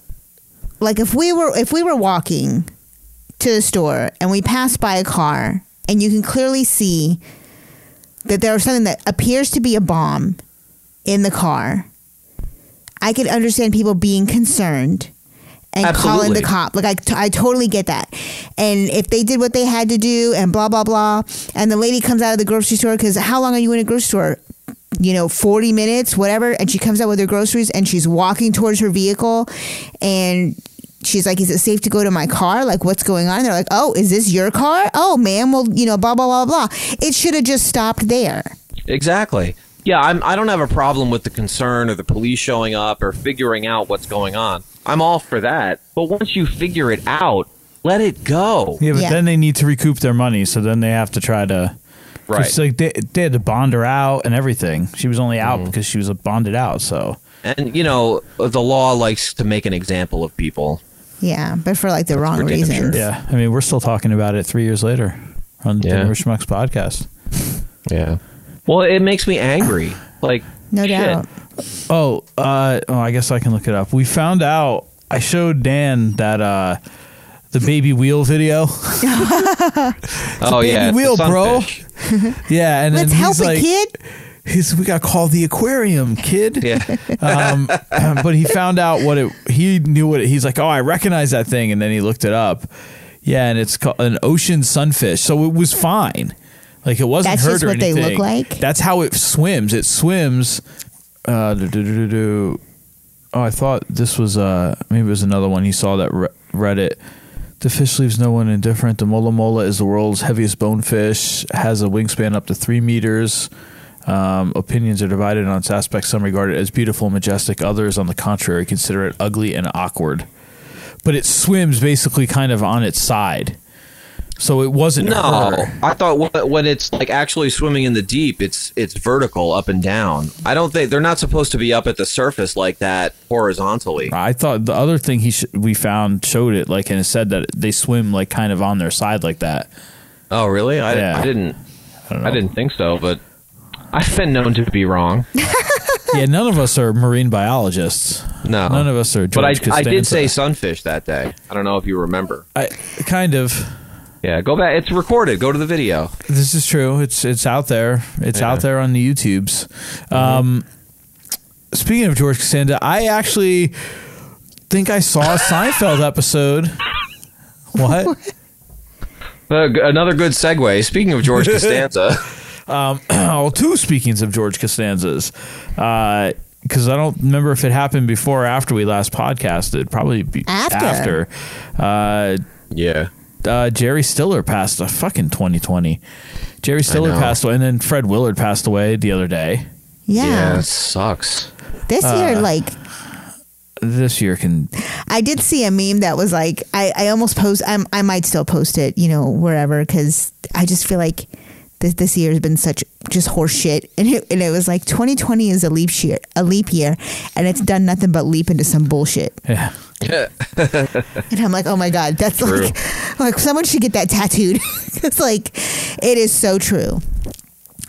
Speaker 5: like if we were if we were walking to the store and we passed by a car and you can clearly see that there was something that appears to be a bomb in the car i could understand people being concerned and calling
Speaker 7: Absolutely.
Speaker 5: the cop like I, t- I totally get that and if they did what they had to do and blah blah blah and the lady comes out of the grocery store because how long are you in a grocery store you know, 40 minutes, whatever. And she comes out with her groceries and she's walking towards her vehicle. And she's like, Is it safe to go to my car? Like, what's going on? And they're like, Oh, is this your car? Oh, ma'am. Well, you know, blah, blah, blah, blah. It should have just stopped there.
Speaker 7: exactly yeah I'm, i don't have a problem with the concern or the police showing up or figuring out what's going on i'm all for that but once you figure it out let it go
Speaker 1: Yeah, but
Speaker 5: Yeah.
Speaker 1: then they need to recoup their money, so then they have to try to
Speaker 7: Right.
Speaker 1: It's like they, they had to bond her out and everything. She was only
Speaker 7: Mm-hmm.
Speaker 1: out because she was uh, bonded out. So
Speaker 7: And you know, the law likes to make an example of people.
Speaker 5: Yeah, but for like the wrong
Speaker 7: pretty damn sure.
Speaker 5: reasons.
Speaker 1: yeah, I mean, we're still talking about it three years later on the
Speaker 7: Yeah.
Speaker 1: Dinner with Schmucks podcast.
Speaker 7: Yeah. Well, it makes me angry. Like
Speaker 5: No
Speaker 7: shit.
Speaker 5: doubt.
Speaker 1: Oh, uh, oh, I guess I can look it up. We found out. I showed Dan that uh, the baby wheel video.
Speaker 7: Oh
Speaker 1: baby
Speaker 7: yeah, it's a
Speaker 1: wheel, bro.
Speaker 7: sunfish.
Speaker 1: yeah, and
Speaker 5: Let's
Speaker 1: then
Speaker 5: help
Speaker 1: he's like,
Speaker 5: a kid.
Speaker 1: He's, we got called the aquarium, kid.
Speaker 7: Yeah.
Speaker 1: um, but he found out what it. He knew what it, he's like. Oh, I recognize that thing, and then he looked it up. Yeah, and it's called an ocean sunfish, so it was fine. Like it wasn't
Speaker 5: That's
Speaker 1: hurt
Speaker 5: just
Speaker 1: or
Speaker 5: what they look
Speaker 1: anything.
Speaker 5: like?
Speaker 1: That's how it swims. It swims. Uh, do, do, do, do, do. Oh, I thought this was uh maybe it was another one he saw that re- read it. The fish leaves no one indifferent. The mola mola is the world's heaviest bonefish. Has a wingspan up to three meters. Um, opinions are divided on its aspects. Some regard it as beautiful and majestic. Others, on the contrary, consider it ugly and awkward. But it swims basically kind of on its side, so it wasn't
Speaker 7: No,
Speaker 1: her.
Speaker 7: I thought when- when it's like actually swimming in the deep, it's it's vertical up and down. I don't think they're not supposed to be up at the surface like that horizontally.
Speaker 1: I thought the other thing he sh- we found showed it like and it said that they swim like kind of on their side like that.
Speaker 7: Oh, really? I,
Speaker 1: Yeah.
Speaker 7: I didn't.
Speaker 1: I don't know.
Speaker 7: I didn't think so, but I've been known to be wrong.
Speaker 1: yeah, none of us are marine biologists.
Speaker 7: No,
Speaker 1: None of us are
Speaker 7: But I,
Speaker 1: George
Speaker 7: I did
Speaker 1: Costanza.
Speaker 7: say sunfish that day. I don't know if you remember.
Speaker 1: I kind of.
Speaker 7: Yeah, go back. It's recorded. Go to the video.
Speaker 1: This is true. It's it's out there. It's
Speaker 7: Yeah. Mm-hmm.
Speaker 1: out there on the YouTubes. Um, speaking of George Costanza, I actually think I saw a Seinfeld episode. What?
Speaker 7: Uh, g- another good segue. Speaking of George Costanza,
Speaker 1: well, two speakings of George Costanza's, because I don't remember if it happened before or after we last podcasted. Probably be after.
Speaker 5: After.
Speaker 1: Uh,
Speaker 7: yeah,
Speaker 1: uh, Jerry Stiller passed. Uh, fucking 2020. Jerry Stiller
Speaker 7: know.
Speaker 1: passed away, and then Fred Willard passed away the other day.
Speaker 5: Yeah.
Speaker 7: yeah, it sucks.
Speaker 5: This year, like,
Speaker 1: This year can
Speaker 5: I did see a meme that was like, I, I almost post, I'm, I might still post it, you know, wherever, because I just feel like this, this year has been such just horse shit. And it, and it was like 2020 is a leap year, a leap year, and it's done nothing but leap into some bullshit.
Speaker 1: yeah.
Speaker 5: And I'm like, oh my God, that's like, like someone should get that tattooed. it's like, it is so true.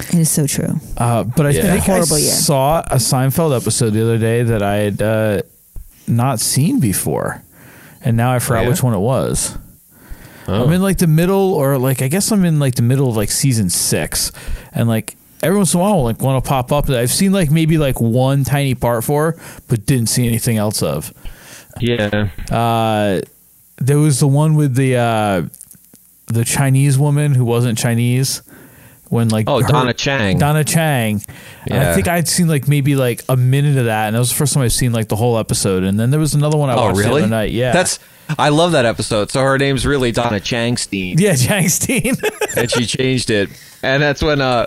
Speaker 5: It is so true.
Speaker 1: Uh, but I
Speaker 7: Yeah.
Speaker 1: think
Speaker 5: Horrible
Speaker 1: I
Speaker 5: year.
Speaker 1: saw a Seinfeld episode the other day that I had uh, not seen before, and now I forgot
Speaker 7: Oh, yeah? Oh.
Speaker 1: which one it was. I'm in like the middle, or like I guess I'm in like the middle of like season six, and like every once in a while, like one will pop up that I've seen like maybe like one tiny part for, but didn't see anything else of.
Speaker 7: Yeah,
Speaker 1: Uh, there was the one with the uh, the Chinese woman who wasn't Chinese when like
Speaker 7: Oh, Donna Chang.
Speaker 1: Donna Chang. And I
Speaker 7: Yeah.
Speaker 1: think I'd seen like maybe like a minute of that, and that was the first time I've seen like the whole episode. And then there was another one I
Speaker 7: Oh,
Speaker 1: watched the
Speaker 7: really?
Speaker 1: other night. Yeah,
Speaker 7: That's I love that episode. So her name's really Donna Changstein,
Speaker 1: yeah, Changstein.
Speaker 7: and she changed it. And that's when uh,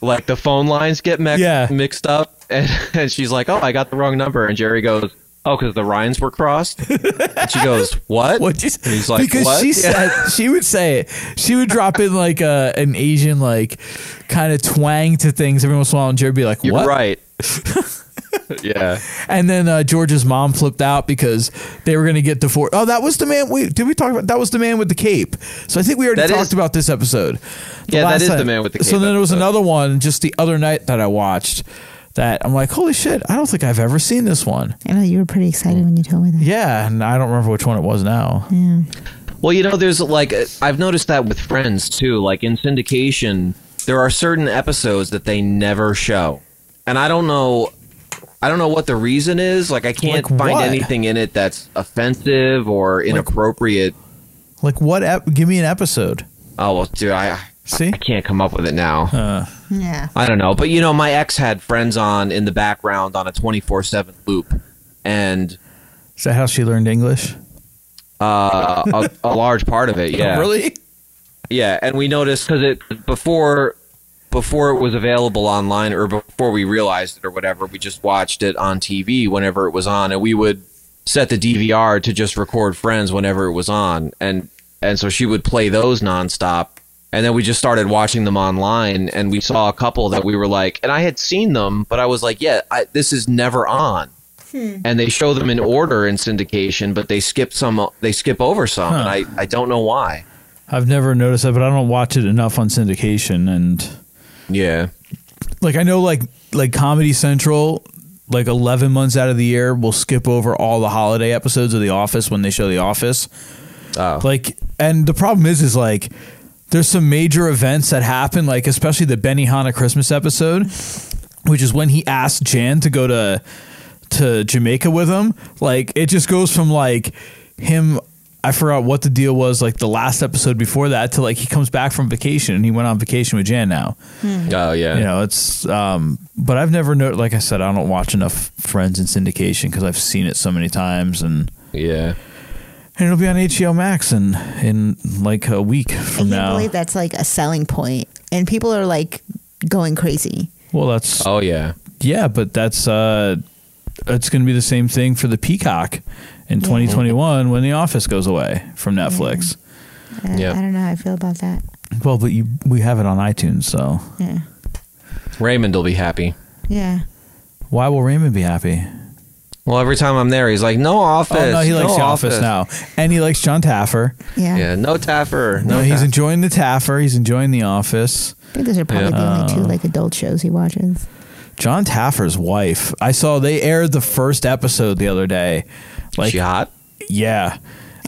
Speaker 7: like the phone lines get me-
Speaker 1: Yeah.
Speaker 7: mixed up, and, and she's like, "Oh, I got the wrong number," and Jerry goes. Oh, because the Rhines were crossed. And she goes, "What?"
Speaker 1: What you-
Speaker 7: And he's like,
Speaker 1: because
Speaker 7: "What?"
Speaker 1: she
Speaker 7: Yeah.
Speaker 1: said she would say it. She would drop in like a an Asian like kind of twang to things every once in a while, and Jerry'd be like,
Speaker 7: "You're
Speaker 1: "What?"
Speaker 7: right." yeah.
Speaker 1: And then uh, George's mom flipped out because they were going to get divorced. Oh, that was the man. We did we talk about that was the man with the cape. So I think we already
Speaker 7: That
Speaker 1: talked
Speaker 7: is-
Speaker 1: about this episode. The
Speaker 7: Yeah, that
Speaker 1: last
Speaker 7: is the man with the
Speaker 1: So
Speaker 7: cape
Speaker 1: then there was
Speaker 7: episode.
Speaker 1: another one just the other night that I watched that I'm like, holy shit! I don't think I've ever seen this one.
Speaker 5: I know you were pretty excited when you told me that.
Speaker 1: Yeah, and I don't remember which one it was now.
Speaker 7: Well, you know, there's like uh, I've noticed that with Friends too. Like in syndication, there are certain episodes that they never show, and I don't know, I don't know what the reason is. Like I can't
Speaker 1: Like
Speaker 7: find
Speaker 1: what?
Speaker 7: anything in it that's offensive or inappropriate.
Speaker 1: Like what? Ep- give me an episode.
Speaker 7: oh well, dude, I
Speaker 1: See,
Speaker 7: I can't come up with it now.
Speaker 5: Yeah.
Speaker 7: I don't know, but you know, my ex had Friends on in the background on a twenty four seven loop, and
Speaker 1: is that how she learned English?
Speaker 7: uh, a, a large part of it, yeah,
Speaker 1: really?
Speaker 7: Yeah, and we noticed because it before before it was available online or before we realized it or whatever, we just watched it on TV whenever it was on, and we would set the DVR to just record Friends whenever it was on, and and so she would play those nonstop And then we just started watching them online, and we saw a couple that we were like, and I had seen them, but I was like, yeah, I, this is never on. And they show them in order in syndication, but they skip some, they skip over some, and I, I don't know why.
Speaker 1: I've never noticed that, but I don't watch it enough on syndication. And
Speaker 7: Yeah,
Speaker 1: like I know, like like Comedy Central, like eleven months out of the year, will skip over all the holiday episodes of The Office when they show The Office.
Speaker 7: Oh.
Speaker 1: Like, and the problem is, is like there's some major events that happen, like especially the Benny Hanna Christmas episode, which is when he asked Jan to go to to Jamaica with him. Like it just goes from like him I forgot what the deal was like the last episode before that to like he comes back from vacation and he went on vacation with Jan now.
Speaker 7: oh yeah,
Speaker 1: You know, it's um but I've never know like I said I don't watch enough Friends in syndication cuz I've seen it so many times and
Speaker 7: yeah.
Speaker 1: and it'll be on HBO Max in in like a week
Speaker 5: I
Speaker 1: from
Speaker 5: can't
Speaker 1: now.
Speaker 5: believe that's like a selling point, and people are like going crazy.
Speaker 1: Well, that's
Speaker 7: Oh yeah.
Speaker 1: yeah, but that's uh it's going to be the same thing for the Peacock in 2021 when The Office goes away from Netflix.
Speaker 5: I,
Speaker 7: Yeah.
Speaker 5: I don't know how I feel about that.
Speaker 1: Well, but you we have it on iTunes, so
Speaker 5: Yeah,
Speaker 7: Raymond will be happy.
Speaker 5: yeah.
Speaker 1: why will Raymond be happy?
Speaker 7: Well, every time I'm there, he's like, "No office."
Speaker 1: Oh no, he likes the office. now, and he likes John Taffer.
Speaker 5: Yeah.
Speaker 7: Yeah, no Taffer.
Speaker 1: No,
Speaker 7: No,
Speaker 1: he's enjoying the Taffer. He's enjoying the Office.
Speaker 5: I think those are probably the only two like adult shows he watches.
Speaker 1: John Taffer's wife. I saw they aired the first episode the other day. Like,
Speaker 7: she hot.
Speaker 1: yeah,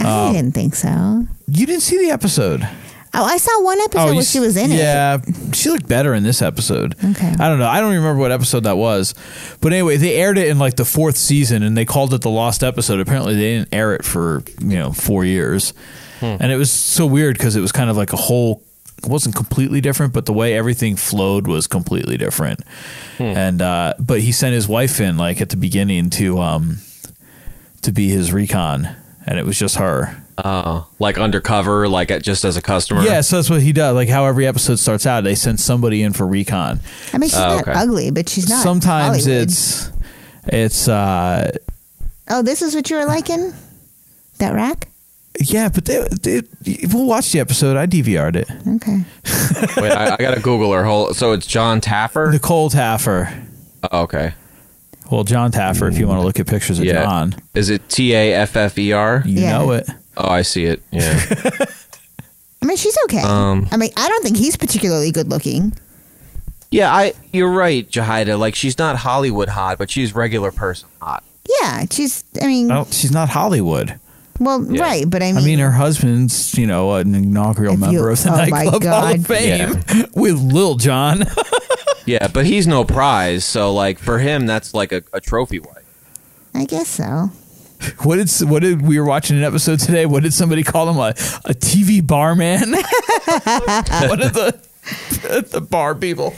Speaker 5: I didn't think so. Oh,
Speaker 1: you didn't see the episode.
Speaker 5: I saw one episode
Speaker 1: you
Speaker 5: where
Speaker 1: s-
Speaker 5: she was in it.
Speaker 1: Oh, yeah, she looked better in this episode.
Speaker 5: Okay.
Speaker 1: I don't know. I don't remember what episode that was. But anyway, they aired it in like the fourth season and they called it the lost episode. Apparently, they didn't air it for, you know, four years. And it was so weird because it was kind of like a whole, it wasn't completely different, but the way everything flowed was completely different. And, uh, but he sent his wife in like at the beginning to, um, to be his recon. And it was just her.
Speaker 7: Oh, like undercover, like at- just as a customer.
Speaker 1: Yeah, so that's what he does. Like how every episode starts out, they send somebody in for recon.
Speaker 5: I mean, she's
Speaker 7: Oh,
Speaker 5: not
Speaker 7: okay.
Speaker 5: ugly, but she's not.
Speaker 1: Sometimes
Speaker 5: Hollywood.
Speaker 1: it's it's uh
Speaker 5: Oh, this is what you were liking? That rack?
Speaker 1: yeah, but they, they, we'll watch the episode. I DVR'd it.
Speaker 5: Okay.
Speaker 7: Wait, I, I gotta Google her whole. So it's John Taffer.
Speaker 1: Nicole Taffer.
Speaker 7: Oh, okay.
Speaker 1: Well, John Taffer, if you want to look at pictures of
Speaker 7: Yeah.
Speaker 1: John,
Speaker 7: Is it T A F F E R?
Speaker 1: you
Speaker 5: Yeah.
Speaker 1: know it.
Speaker 7: Oh, I see it. Yeah.
Speaker 5: I mean, she's okay. I mean, I don't think he's particularly good looking.
Speaker 7: yeah, I. You're right, Jahida. Like she's not Hollywood hot, but she's regular person hot.
Speaker 5: Yeah, she's. I mean,
Speaker 1: I don't, she's not Hollywood.
Speaker 5: well,
Speaker 7: Yeah.
Speaker 5: right, but I
Speaker 1: Oh, I
Speaker 5: mean,
Speaker 1: mean, her husband's, you know, an inaugural
Speaker 5: Mm. If you-
Speaker 1: member of the
Speaker 5: oh my
Speaker 1: nightclub Hall of
Speaker 5: God.
Speaker 1: Fame with Lil John.
Speaker 7: Yeah, but he's no prize. So like for him, that's like a, a trophy wife.
Speaker 5: I guess so.
Speaker 1: what did what did we were watching an episode today? What did somebody call him a, a TV barman? One of the the bar people.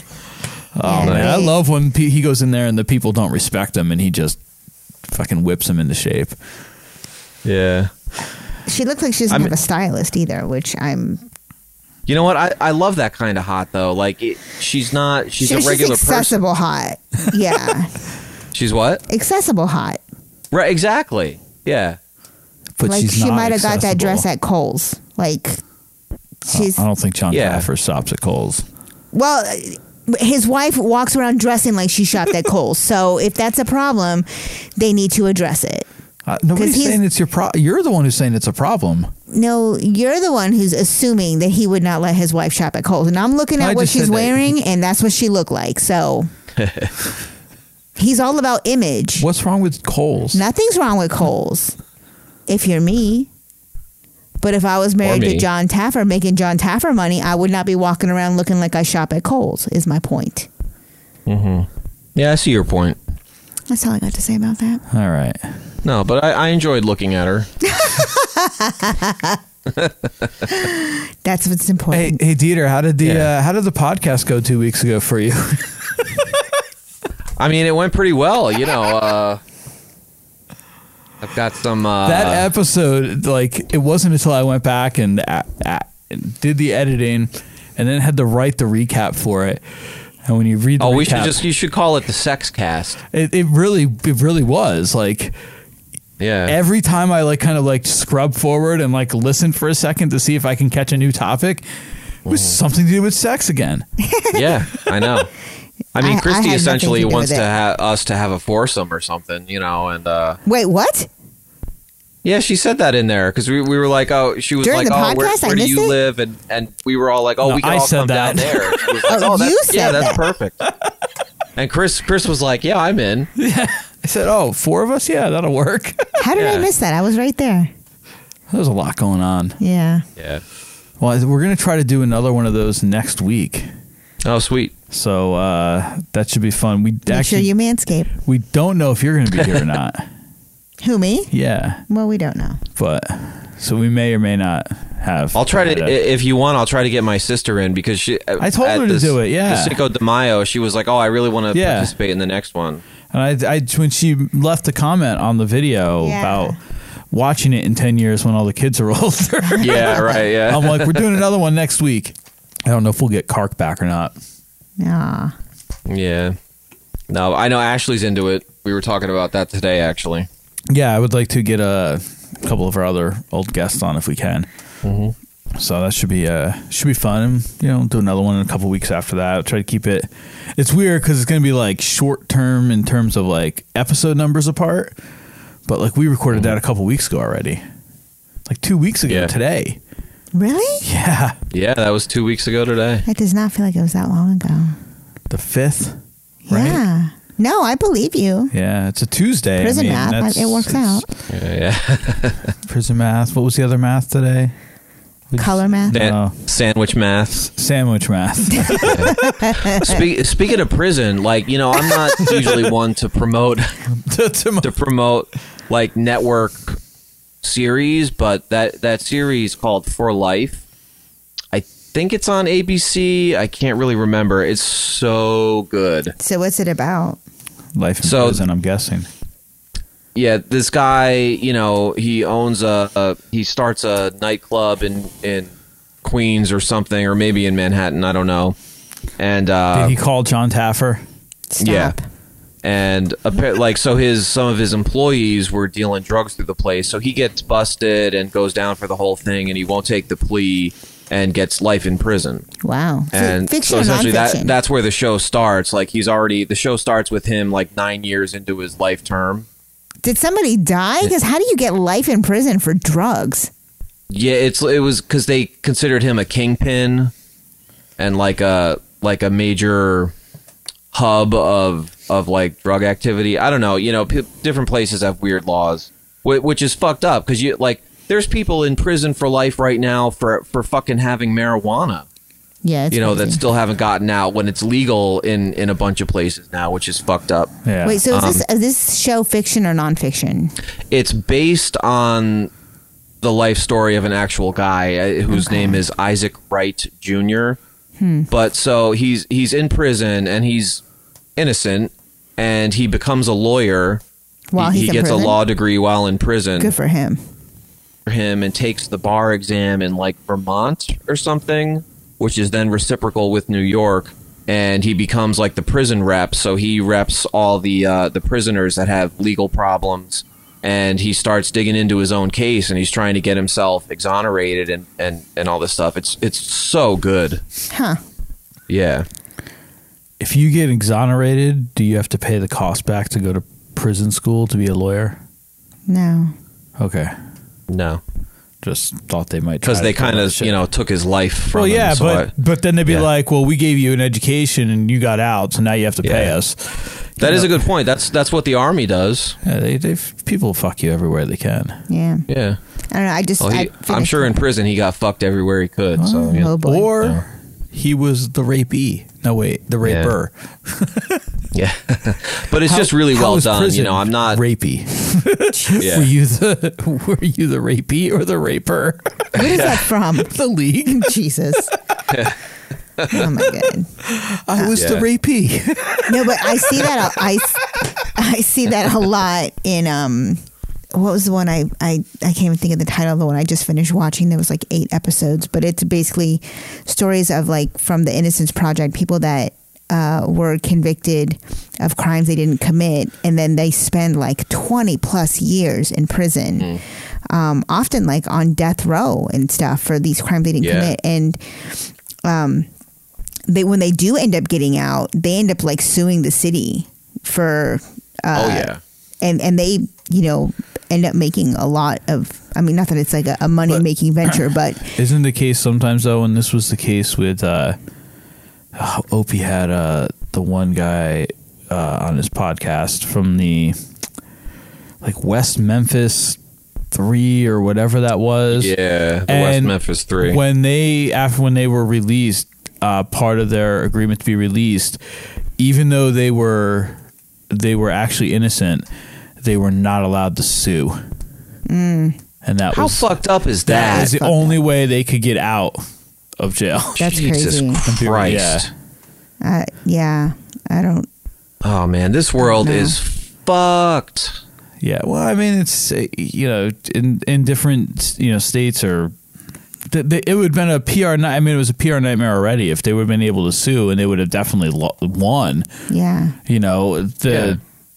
Speaker 1: Oh
Speaker 5: Yeah,
Speaker 1: man, I
Speaker 5: right.
Speaker 1: love when pe- he goes in there and the people don't respect him, and he just fucking whips them into shape.
Speaker 7: Yeah.
Speaker 5: She looks like she doesn't
Speaker 7: I'm-
Speaker 5: have a stylist either, which I'm.
Speaker 7: You know what? I, I love that kind of hot though. Like it, she's not. She's
Speaker 5: she was
Speaker 7: a
Speaker 5: just
Speaker 7: regular person.
Speaker 5: accessible hot. Yeah,
Speaker 7: She's what?
Speaker 5: accessible hot.
Speaker 7: Right. Exactly. Yeah.
Speaker 1: But
Speaker 5: like
Speaker 1: she's
Speaker 5: she
Speaker 1: not
Speaker 5: might have got that dress
Speaker 1: accessible. Uh,
Speaker 5: at Kohl's. Like, she's
Speaker 1: I don't think John
Speaker 7: Yeah.
Speaker 1: Taffer stops at Kohl's.
Speaker 5: well. His wife walks around dressing like she shopped at Kohl's. So if that's a problem, they need to address it.
Speaker 1: Uh, nobody's
Speaker 5: he's-
Speaker 1: saying it's your pro. You're the one who's saying it's a problem.
Speaker 5: No, you're the one who's assuming that he would not let his wife shop at Kohl's. And I'm looking at
Speaker 1: I
Speaker 5: what
Speaker 1: just
Speaker 5: she's
Speaker 1: said that.
Speaker 5: wearing, and that's what she looked like. So he's all about image.
Speaker 1: What's wrong with Kohl's?
Speaker 5: Nothing's wrong with Kohl's if you're me. But if I was married to
Speaker 7: me.
Speaker 5: John Taffer making John Taffer money, I would not be walking around looking like I shop at Kohl's, is my point.
Speaker 7: Yeah. I see your point.
Speaker 5: That's all I got to say about that.
Speaker 1: All right.
Speaker 7: No, but I, I enjoyed looking at her.
Speaker 5: That's what's
Speaker 1: Hey,
Speaker 5: important.
Speaker 1: hey, Dieter, how did the
Speaker 7: Yeah.
Speaker 1: uh, how did the podcast go two weeks ago for you?
Speaker 7: I mean, it went pretty well, you know. Uh, I've got some. Uh,
Speaker 1: that episode like it wasn't until i went back and uh, uh, did the editing and then had to write the recap for it and when you read the
Speaker 7: oh,
Speaker 1: recap,
Speaker 7: we should just. You should call it the sex cast.
Speaker 1: it, it really it really was like
Speaker 7: Yeah.
Speaker 1: every time i like kind of like scrub forward and like listen for a second to see if i can catch a new topic with
Speaker 7: Mm.
Speaker 1: something to do with sex again.
Speaker 7: Yeah, I know. I
Speaker 5: I-
Speaker 7: mean,
Speaker 5: I
Speaker 7: Christy
Speaker 5: had nothing
Speaker 7: essentially
Speaker 5: to do
Speaker 7: wants
Speaker 5: with
Speaker 7: to
Speaker 5: it.
Speaker 7: ha- us to have a foursome or something, you know, and uh,
Speaker 5: Wait, what?
Speaker 7: yeah, she said that in there because we, we were like, oh, she was
Speaker 5: During
Speaker 7: like,
Speaker 5: the
Speaker 7: oh, where,
Speaker 5: podcast? I
Speaker 7: where do
Speaker 5: missed
Speaker 7: you
Speaker 5: it?
Speaker 7: live? And and we were all like, oh,
Speaker 1: No,
Speaker 7: we can
Speaker 1: I
Speaker 7: all
Speaker 1: said
Speaker 7: come
Speaker 1: that.
Speaker 7: down there. She was like,
Speaker 5: Oh,
Speaker 7: that's,
Speaker 5: you said
Speaker 7: yeah,
Speaker 5: that.
Speaker 7: that's perfect. And Chris Chris was like, yeah, I'm in.
Speaker 1: I said, "Oh, four of us? Yeah, that'll work."
Speaker 5: How did I
Speaker 7: Yeah.
Speaker 5: miss that? I was right there.
Speaker 1: There's a lot going on.
Speaker 5: Yeah.
Speaker 7: Yeah.
Speaker 1: Well, I- we're gonna try to do another one of those next week.
Speaker 7: Oh, sweet.
Speaker 1: So uh, that should be fun. We
Speaker 5: Make
Speaker 1: actually
Speaker 5: sure you manscape.
Speaker 1: we don't know if you're going to be here or not.
Speaker 5: Who me?
Speaker 1: Yeah,
Speaker 5: Well, we don't know.
Speaker 1: but so we may or may not have.
Speaker 7: I'll try to
Speaker 1: Yeah.
Speaker 7: i- if you want. I'll try to get my sister in because she. uh,
Speaker 1: I told
Speaker 7: at
Speaker 1: her to
Speaker 7: this-
Speaker 1: do it, yeah.
Speaker 7: the Cinco de Mayo. She was like, "Oh, I really want to
Speaker 1: Yeah.
Speaker 7: participate in the next one."
Speaker 1: And I, I, when she left a comment on the video
Speaker 5: Yeah.
Speaker 1: about watching it in ten years when all the kids are older,
Speaker 7: Yeah, right. Yeah,
Speaker 1: I'm like, we're doing another one next week. I don't know if we'll get Kark back or not.
Speaker 5: Aw.
Speaker 7: yeah. No, I know Ashley's into it. We were talking about that today, actually.
Speaker 1: Yeah, I would like to get a couple of our other old guests on if we can. So that should be uh should be fun. And, you know, do another one in a couple weeks after that. try to keep it. It's weird because it's going to be like short term in terms of like episode numbers apart. But like we recorded that a couple weeks ago already, like two weeks ago
Speaker 7: Yeah.
Speaker 1: today.
Speaker 5: Really?
Speaker 1: Yeah,
Speaker 7: Yeah, that was two weeks ago today.
Speaker 5: That does not feel like it was that long ago.
Speaker 1: the fifth. Right?
Speaker 5: Yeah. No, I believe you.
Speaker 1: Yeah, it's a Tuesday. I
Speaker 5: Prison
Speaker 1: mean,
Speaker 5: math,
Speaker 1: that's-
Speaker 5: like, it works
Speaker 1: it's
Speaker 5: out.
Speaker 7: Yeah,
Speaker 1: Prison math. What was the other math today?
Speaker 5: Color math.
Speaker 7: San-
Speaker 1: No.
Speaker 7: sandwich math.
Speaker 1: Sandwich math.
Speaker 7: Spe- speaking of prison, like you know, I'm not usually one to promote
Speaker 1: To- to-
Speaker 7: to promote like network series, but that that series called For Life. I think it's on ABC. I can't really remember. It's so good.
Speaker 5: So what's it about?
Speaker 1: Life in
Speaker 7: So-
Speaker 1: prison. I'm guessing.
Speaker 7: Yeah, this guy, you know, he owns a, a he starts a nightclub in in Queens or something, or maybe in Manhattan. I don't know. And uh,
Speaker 1: Did he call John Taffer?
Speaker 5: Stop.
Speaker 7: Yeah. and appa- like so his some of his employees were dealing drugs through the place so he gets busted and goes down for the whole thing and he won't take the plea and gets life in prison
Speaker 5: Wow. F-
Speaker 7: and
Speaker 5: fiction
Speaker 7: so
Speaker 5: or
Speaker 7: essentially that
Speaker 5: nonfiction?
Speaker 7: that's where the show starts like he's already the show starts with him like 9 years into his life term
Speaker 5: Did somebody die? Because how do you get life in prison for drugs?
Speaker 7: yeah it's it was cuz they considered him a kingpin and like a like a major hub of of like drug activity. I don't know. You know, p- different places have weird laws, whi- which is fucked up because you like there's people in prison for life right now for for fucking having marijuana.
Speaker 5: Yeah. It's
Speaker 7: you know that
Speaker 5: crazy.
Speaker 7: still haven't gotten out when it's legal in in a bunch of places now, which is fucked up.
Speaker 1: Yeah.
Speaker 5: Wait, so is this
Speaker 7: um,
Speaker 5: is this show fiction or nonfiction?
Speaker 7: It's based on the life story of an actual guy uh, whose name is Isaac Wright Jr.
Speaker 5: Hmm.
Speaker 7: But so he's he's in prison and he's innocent and he becomes a lawyer.
Speaker 5: While
Speaker 7: he,
Speaker 5: he's
Speaker 7: he
Speaker 5: in
Speaker 7: gets
Speaker 5: prison?
Speaker 7: a law degree while in prison
Speaker 5: Good for him.
Speaker 7: for him and takes the bar exam in like Vermont or something, which is then reciprocal with New York. And he becomes like the prison rep, so he reps all the uh, the prisoners that have legal problems. And he starts digging into his own case, and he's trying to get himself exonerated and, and, and all this stuff. It's it's so good.
Speaker 5: Huh.
Speaker 7: Yeah.
Speaker 1: if you get exonerated, do you have to pay the cost back to go to prison school to be a lawyer?
Speaker 5: No.
Speaker 1: Okay.
Speaker 7: No,
Speaker 1: Just thought they might try
Speaker 7: because
Speaker 1: to
Speaker 7: they
Speaker 1: pull
Speaker 7: kind
Speaker 1: that
Speaker 7: of
Speaker 1: shit.
Speaker 7: you know took his life from.
Speaker 1: Well,
Speaker 7: him,
Speaker 1: yeah,
Speaker 7: so
Speaker 1: but
Speaker 7: I-
Speaker 1: but then they'd be
Speaker 7: yeah.
Speaker 1: like, "Well, we gave you an education and you got out, so now you have to pay
Speaker 7: Yeah.
Speaker 1: us."
Speaker 7: that is a good point. That's that's what the army does.
Speaker 1: Yeah, they they people fuck you everywhere they can,
Speaker 5: Yeah.
Speaker 7: Yeah.
Speaker 5: I don't know. I just.
Speaker 7: Well,
Speaker 5: I
Speaker 7: he, I'm
Speaker 5: finished-
Speaker 7: sure in prison he got fucked everywhere he could. so you know.
Speaker 5: Oh boy.
Speaker 1: or he was the rapee. No wait, the
Speaker 7: Yeah.
Speaker 1: raper.
Speaker 7: yeah, but it's just really
Speaker 1: How
Speaker 7: well
Speaker 1: is
Speaker 7: done. You
Speaker 1: prison
Speaker 7: know, I'm not.
Speaker 1: rapey.
Speaker 7: Yeah.
Speaker 1: Were you the were you the rapee or the raper?
Speaker 5: What is that from?
Speaker 1: the league.
Speaker 5: Jesus. oh my god.
Speaker 1: I was the
Speaker 7: Yeah.
Speaker 1: rapee.
Speaker 5: No, but I see that a- I, I see that a lot in um what was the one I, I I can't even think of the title of the one I just finished watching. There was like eight episodes, but it's basically stories of like from the Innocence Project, people that uh, were convicted of crimes they didn't commit, and then they spend like twenty plus years in prison,
Speaker 7: Hmm.
Speaker 5: um, often like on death row and stuff for these crimes they didn't
Speaker 7: Yeah.
Speaker 5: commit, and um, they when they do end up getting out, they end up like suing the city for. Uh,
Speaker 7: oh yeah.
Speaker 5: and and they you know end up making a lot of. I mean, not that it's like a, a money making venture, but
Speaker 1: Isn't the case sometimes though, and this was the case with uh, oh, Opie had uh, the one guy uh, on his podcast from the like West Memphis three or whatever that was.
Speaker 7: Yeah, the West
Speaker 1: And
Speaker 7: Memphis Three.
Speaker 1: When they after when they were released, uh, part of their agreement to be released, even though they were they were actually innocent, they were not allowed to sue. And that
Speaker 7: How
Speaker 1: was
Speaker 7: fucked up is
Speaker 1: that
Speaker 7: that?
Speaker 1: is the only way they could get out of jail.
Speaker 5: That's
Speaker 7: Jesus
Speaker 5: crazy.
Speaker 7: Christ.
Speaker 1: Yeah.
Speaker 5: I, yeah, I don't.
Speaker 7: Oh man, this world
Speaker 5: No.
Speaker 7: is fucked.
Speaker 1: Yeah. Well, I mean, it's uh, you know, in in different you know states or. th- th- It would have been a PR. ni- I mean, it was a PR nightmare already. If they would have been able to sue, and they would have definitely lo- won.
Speaker 5: Yeah,
Speaker 1: You know, the
Speaker 7: Yeah.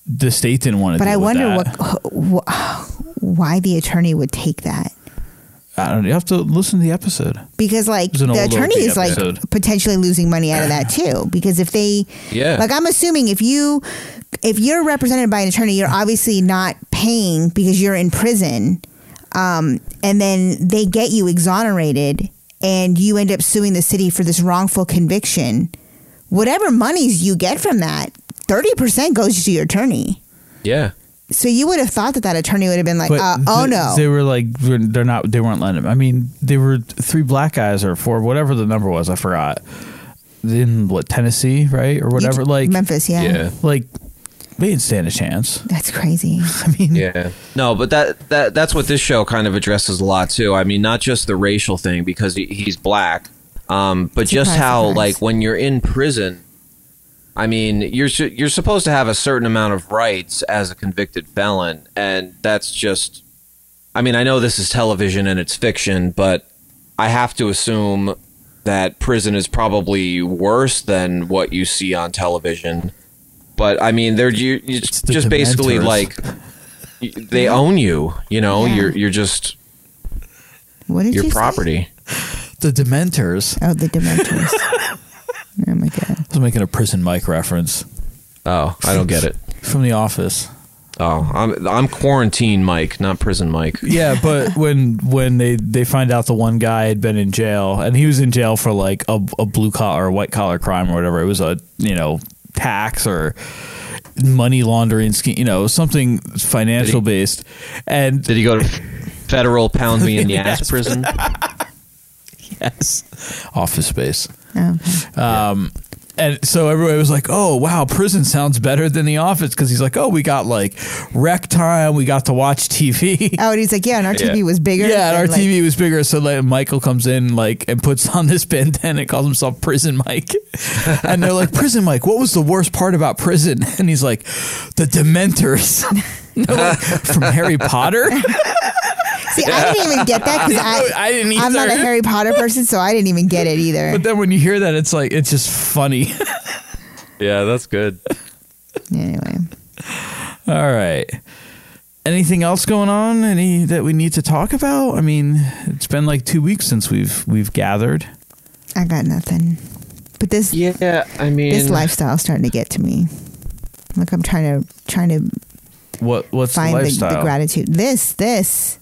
Speaker 1: the state didn't want to.
Speaker 5: but I
Speaker 1: deal with
Speaker 5: wonder
Speaker 1: that.
Speaker 5: what, wh- why the attorney would take that.
Speaker 1: I don't. You have to listen to the episode.
Speaker 5: because like
Speaker 1: was an
Speaker 5: the
Speaker 1: old
Speaker 5: attorney
Speaker 1: OG
Speaker 5: is like
Speaker 1: episode.
Speaker 5: potentially losing money out of that too because if they
Speaker 7: Yeah.
Speaker 5: like i'm assuming if you if you're represented by an attorney you're obviously not paying because you're in prison um, and then they get you exonerated and you end up suing the city for this wrongful conviction whatever monies you get from that 30% goes to your attorney
Speaker 7: Yeah.
Speaker 5: so you would have thought that that attorney would have been like uh, oh
Speaker 1: th-
Speaker 5: no
Speaker 1: they were like they're not. They weren't letting. Him. I mean, they were three black guys or four, whatever the number was. I forgot. In what Tennessee, right or
Speaker 5: You-
Speaker 1: whatever. like
Speaker 5: memphis yeah,
Speaker 7: Yeah.
Speaker 1: like they didn't stand a chance.
Speaker 5: that's crazy
Speaker 1: I mean,
Speaker 7: Yeah. No, but that that that's what this show kind of addresses a lot too. I mean, not just the racial thing because he, he's black, um, but just
Speaker 5: Surprise,
Speaker 7: how
Speaker 5: surprise.
Speaker 7: like when you're in prison, I mean, you're su- you're supposed to have a certain amount of rights as a convicted felon, and that's just. I mean, I know this is television and it's fiction, but I have to assume that prison is probably worse than what you see on television. But I mean, they're you, you
Speaker 1: It's
Speaker 7: just,
Speaker 1: the
Speaker 7: basically
Speaker 1: Dementors.
Speaker 7: like y- they own you. You know,
Speaker 5: Yeah.
Speaker 7: you're you're just
Speaker 5: what did
Speaker 7: your
Speaker 5: you say?
Speaker 7: property.
Speaker 1: the Dementors.
Speaker 5: Oh, the Dementors. oh my god.
Speaker 1: I was making a prison mic reference
Speaker 7: Oh, I don't get it.
Speaker 1: from The Office.
Speaker 7: Oh, I'm I'm quarantine Mike, not prison Mike.
Speaker 1: Yeah, but when when they they find out the one guy had been in jail and he was in jail for like a, a blue collar or white collar crime or whatever, it was a you know tax or money laundering scheme, you know something financial based, and
Speaker 7: Did he go to federal pound me in the ass prison?
Speaker 1: yes, Office Space.
Speaker 5: Oh, okay.
Speaker 1: And so everybody was like, "Oh wow, prison sounds better than the office," because he's like, "Oh, we got like rec time, we got to watch TV."
Speaker 5: oh, and he's like, yeah, and our TV was bigger.
Speaker 1: Yeah, and our
Speaker 5: than, like-
Speaker 1: TV was bigger, so like Michael comes in like and puts on this bandana and calls himself Prison Mike, and they're like, "Prison Mike, what was the worst part about prison?" And he's like, "The Dementors." And they're like, From Harry Potter,
Speaker 5: See, I didn't even get that because I,
Speaker 1: I didn't either.
Speaker 5: I'm not a Harry Potter person, so I didn't even get it either.
Speaker 1: but then when you hear that, it's like it's just funny.
Speaker 7: Yeah, that's good.
Speaker 5: anyway,
Speaker 1: All right. Anything else going on? Any that we need to talk about? I mean, it's been like two weeks since we've we've gathered.
Speaker 5: I got nothing. But this
Speaker 7: Yeah, I mean,
Speaker 5: this lifestyle's starting to get to me. Like I'm trying to trying to
Speaker 1: What what's
Speaker 5: find
Speaker 1: the
Speaker 5: the, the,
Speaker 1: lifestyle? The,
Speaker 5: gratitude. This this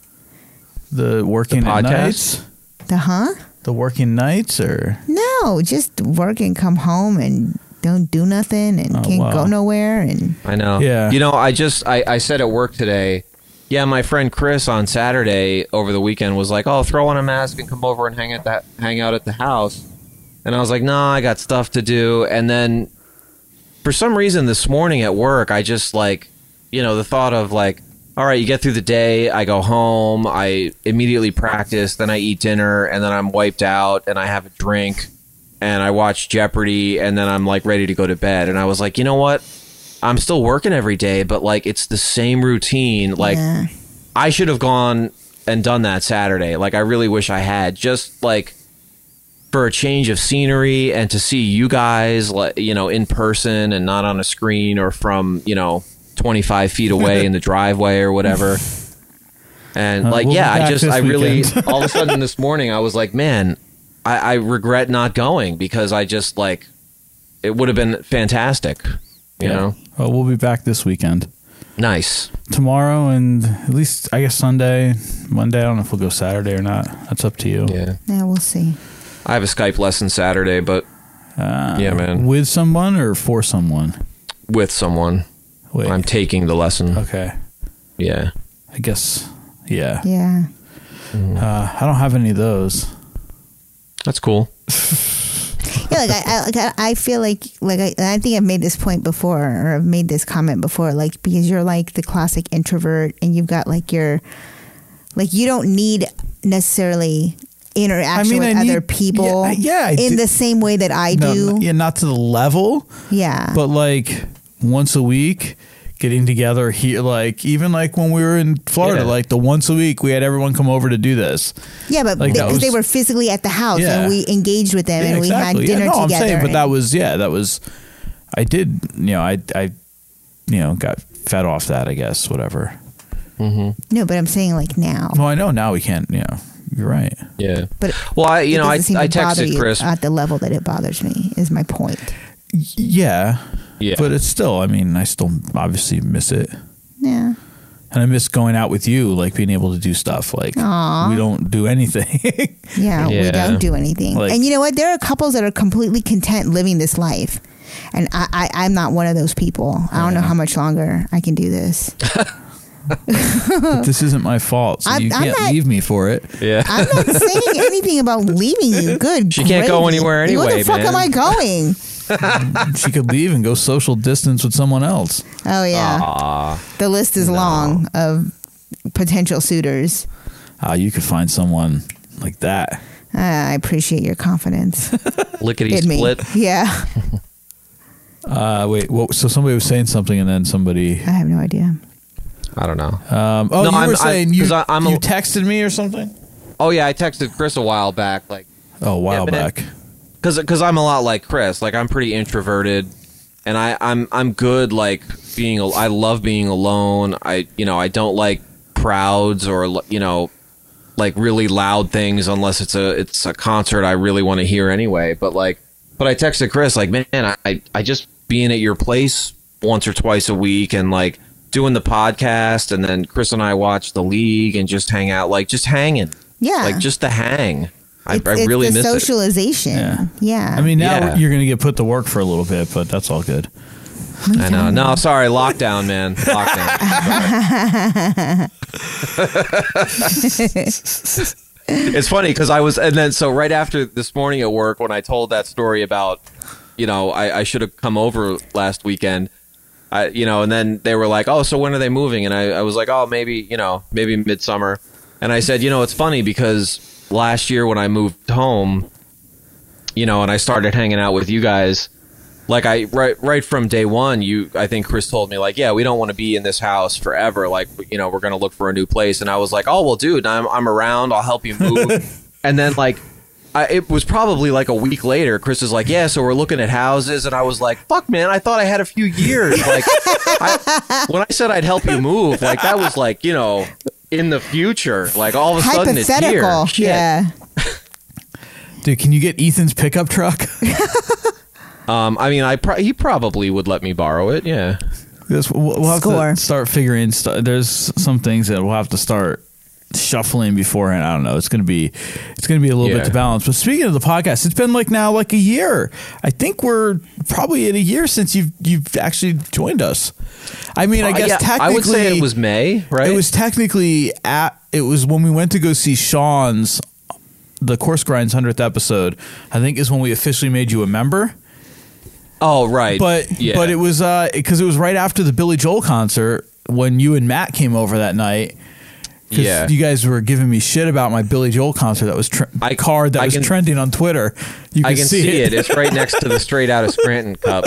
Speaker 1: working
Speaker 7: The
Speaker 1: at
Speaker 7: podcast?
Speaker 1: nights,
Speaker 5: the huh?
Speaker 1: the working nights, or
Speaker 5: No, just work and come home and don't do nothing and
Speaker 1: Oh,
Speaker 5: can't
Speaker 1: wow.
Speaker 5: go nowhere and
Speaker 7: I know.
Speaker 1: Yeah.
Speaker 7: You know, I just I, I said at work today. Yeah, my friend Chris on Saturday over the weekend was like, "Oh, throw on a mask and come over and hang at that hang out at the house." And I was like, "Nah, I got stuff to do." And then for some reason this morning at work, I just like, you know, the thought of like, all right, you get through the day, I go home, I immediately practice, then I eat dinner, and then I'm wiped out and I have a drink and I watch Jeopardy and then I'm like ready to go to bed. And I was like, "You know what? I'm still working every day, but like it's the same routine. Like
Speaker 5: yeah.
Speaker 7: I should have gone and done that Saturday. Like I really wish I had just like for a change of scenery and to see you guys like you know in person and not on a screen or from, you know, 25 feet away in the driveway or whatever. And
Speaker 1: Uh,
Speaker 7: like
Speaker 1: we'll be
Speaker 7: yeah, I
Speaker 1: back
Speaker 7: just
Speaker 1: this
Speaker 7: I really
Speaker 1: weekend.
Speaker 7: all of a sudden this morning I was like, "Man, I, I regret not going because I just like it would have been fantastic. You
Speaker 1: Yeah.
Speaker 7: know,
Speaker 1: Well, Oh, we'll be back this weekend.
Speaker 7: nice.
Speaker 1: Tomorrow and at least I guess Sunday, Monday. I don't know if we'll go Saturday or not. That's up to you.
Speaker 7: Yeah,
Speaker 5: Yeah, we'll see.
Speaker 7: I have a Skype lesson Saturday, but
Speaker 1: Uh,
Speaker 7: Yeah, man.
Speaker 1: With someone or for someone?
Speaker 7: with someone.
Speaker 1: Wait.
Speaker 7: I'm taking the lesson.
Speaker 1: okay.
Speaker 7: Yeah.
Speaker 1: I guess. Yeah.
Speaker 5: Yeah.
Speaker 1: Uh, I don't have any of those.
Speaker 7: That's cool.
Speaker 5: Yeah, like I, I, like I- I feel like like I, I think I've made this point before, or I've made this comment before, like because you're like the classic introvert, and you've got like your, like you don't need necessarily interaction
Speaker 1: I mean,
Speaker 5: with
Speaker 1: I
Speaker 5: other
Speaker 1: need-
Speaker 5: people,
Speaker 1: yeah, yeah, I
Speaker 5: in
Speaker 1: do-
Speaker 5: the same way that I
Speaker 1: No,
Speaker 5: do,
Speaker 1: n- yeah, not to the level,
Speaker 5: yeah,
Speaker 1: but like once a week, getting together here, like even like when we were in Florida,
Speaker 7: Yeah.
Speaker 1: like the once a week we had everyone come over to do this.
Speaker 5: yeah, but
Speaker 1: like, that
Speaker 5: because they
Speaker 1: was-
Speaker 5: were physically at the house
Speaker 1: Yeah.
Speaker 5: and we engaged with them
Speaker 1: Yeah,
Speaker 5: and we had dinner
Speaker 1: yeah, no,
Speaker 5: together.
Speaker 1: I'm saying, but
Speaker 5: and-
Speaker 1: that was yeah, that was. I did, you know, I I, you know, got fed off that. I guess whatever.
Speaker 5: no, but I'm saying like now,
Speaker 1: Well, I know now we can't. You know, you're right.
Speaker 7: Yeah.
Speaker 5: but
Speaker 7: Well, I you
Speaker 5: it
Speaker 7: know I,
Speaker 5: doesn't seem
Speaker 7: I
Speaker 5: to bother
Speaker 7: texted
Speaker 5: you Uh,
Speaker 7: Chris.
Speaker 5: at the level that it bothers me is my point.
Speaker 1: Y- Yeah,
Speaker 7: Yeah.
Speaker 1: but it's still. I mean, I still obviously miss it.
Speaker 5: Yeah.
Speaker 1: And I miss going out with you, like being able to do stuff. Like
Speaker 5: Aw.
Speaker 1: we don't do anything.
Speaker 5: Yeah, we
Speaker 7: Yeah.
Speaker 5: don't do anything.
Speaker 1: Like-
Speaker 5: and you know what? There are couples that are completely content living this life. And I, I, I'm not one of those people. I don't know how much longer I can do this.
Speaker 1: but this isn't my fault. So
Speaker 5: I'm-
Speaker 1: you
Speaker 5: I'm
Speaker 1: can't
Speaker 5: not-
Speaker 1: leave me for it.
Speaker 7: yeah.
Speaker 5: I'm not saying anything about leaving you. Good.
Speaker 7: She can't go
Speaker 5: gravy.
Speaker 7: anywhere
Speaker 5: Where
Speaker 7: anyway,
Speaker 5: the fuck
Speaker 7: man.
Speaker 5: am I going?
Speaker 1: she could leave and go social distance with someone else.
Speaker 5: Oh, yeah. the list is long of potential suitors.
Speaker 1: Ah, you could find someone like that.
Speaker 5: Uh, I appreciate your confidence
Speaker 7: Lickety
Speaker 5: in me.
Speaker 7: split.
Speaker 5: Yeah.
Speaker 1: Uh, wait, what, so somebody was saying something, and then somebody.
Speaker 5: I have no idea.
Speaker 7: I don't know.
Speaker 1: Um, oh,
Speaker 7: No,
Speaker 1: you
Speaker 7: I'm- I-
Speaker 1: were saying you,
Speaker 7: 'cause I- I'm a-
Speaker 1: you texted me or something?
Speaker 7: Oh yeah, I texted Chris a while back, like
Speaker 1: Oh, a while
Speaker 7: but-
Speaker 1: back.
Speaker 7: because because I'm a lot like Chris. Like I'm pretty introverted, and I I'm I'm good like being. al- I love being alone. I you know I don't like crowds or you know like really loud things unless it's a it's a concert I really want to hear anyway. But like but I texted Chris like man I I just being at your place once or twice a week and like doing the podcast and then Chris and I watch the league and just hang out like just hanging
Speaker 5: Yeah.
Speaker 7: like just the hang. I,
Speaker 5: It's-
Speaker 7: I
Speaker 5: it's
Speaker 7: really
Speaker 5: the
Speaker 7: miss it.
Speaker 5: socialization.
Speaker 1: Yeah.
Speaker 5: Yeah.
Speaker 1: I mean, now
Speaker 7: yeah.
Speaker 1: you're going to get put to work for a little bit, but that's all good.
Speaker 7: I know. No, sorry, lockdown, man. Lockdown. it's funny because I was, and then so right after this morning at work, when I told that story about, you know, I, I should have come over last weekend. I, you know, and then they were like, "Oh, so when are they moving?" And I, I was like, "Oh, maybe, you know, maybe midsummer." And I said, "You know, it's funny because last year when I moved home, you know, and I started hanging out with you guys, like I right right from day one, you I think Chris told me like, yeah, we don't want to be in this house forever. Like, you know, we're gonna look for a new place. And I was like, oh well, dude, I'm I'm around. I'll help you move. and then like, I, it was probably like a week later. Chris is like, yeah, so we're looking at houses, and I was like, fuck, man, I thought I had a few years. Like, I, when I said I'd help you move, like that was like you know. In the future, like all of a sudden, it's
Speaker 5: hypothetical.
Speaker 7: here. Shit.
Speaker 5: yeah.
Speaker 1: Dude, can you get Ethan's pickup truck?
Speaker 7: Um, I mean, I pro- he probably would let me borrow it. Yeah.
Speaker 1: Yes, we'll we'll have
Speaker 5: Score.
Speaker 1: to start figuring. St- there's some things that we'll have to start shuffling beforehand. I don't know. It's gonna be, it's gonna be a little
Speaker 7: Yeah.
Speaker 1: bit to balance. But speaking of the podcast, it's been like now like a year. I think we're probably at a year since you've you've actually joined us. I mean, I
Speaker 7: Uh,
Speaker 1: guess
Speaker 7: yeah,
Speaker 1: technically
Speaker 7: I would say it was May, right?
Speaker 1: It was technically at. It was when we went to go see Sean's, the Course Grinds hundredth episode. I think is when we officially made you a member.
Speaker 7: Oh, right.
Speaker 1: But
Speaker 7: yeah.
Speaker 1: but it was because it was right after the Billy Joel concert when you and Matt came over that night. 'Cause
Speaker 7: Yeah.
Speaker 1: you guys were giving me shit about my Billy Joel concert that was tre-
Speaker 7: I-
Speaker 1: card that
Speaker 7: I
Speaker 1: was
Speaker 7: can-
Speaker 1: trending on Twitter. You can,
Speaker 7: I can see, it. It's right next to the Straight Out of Scranton cup.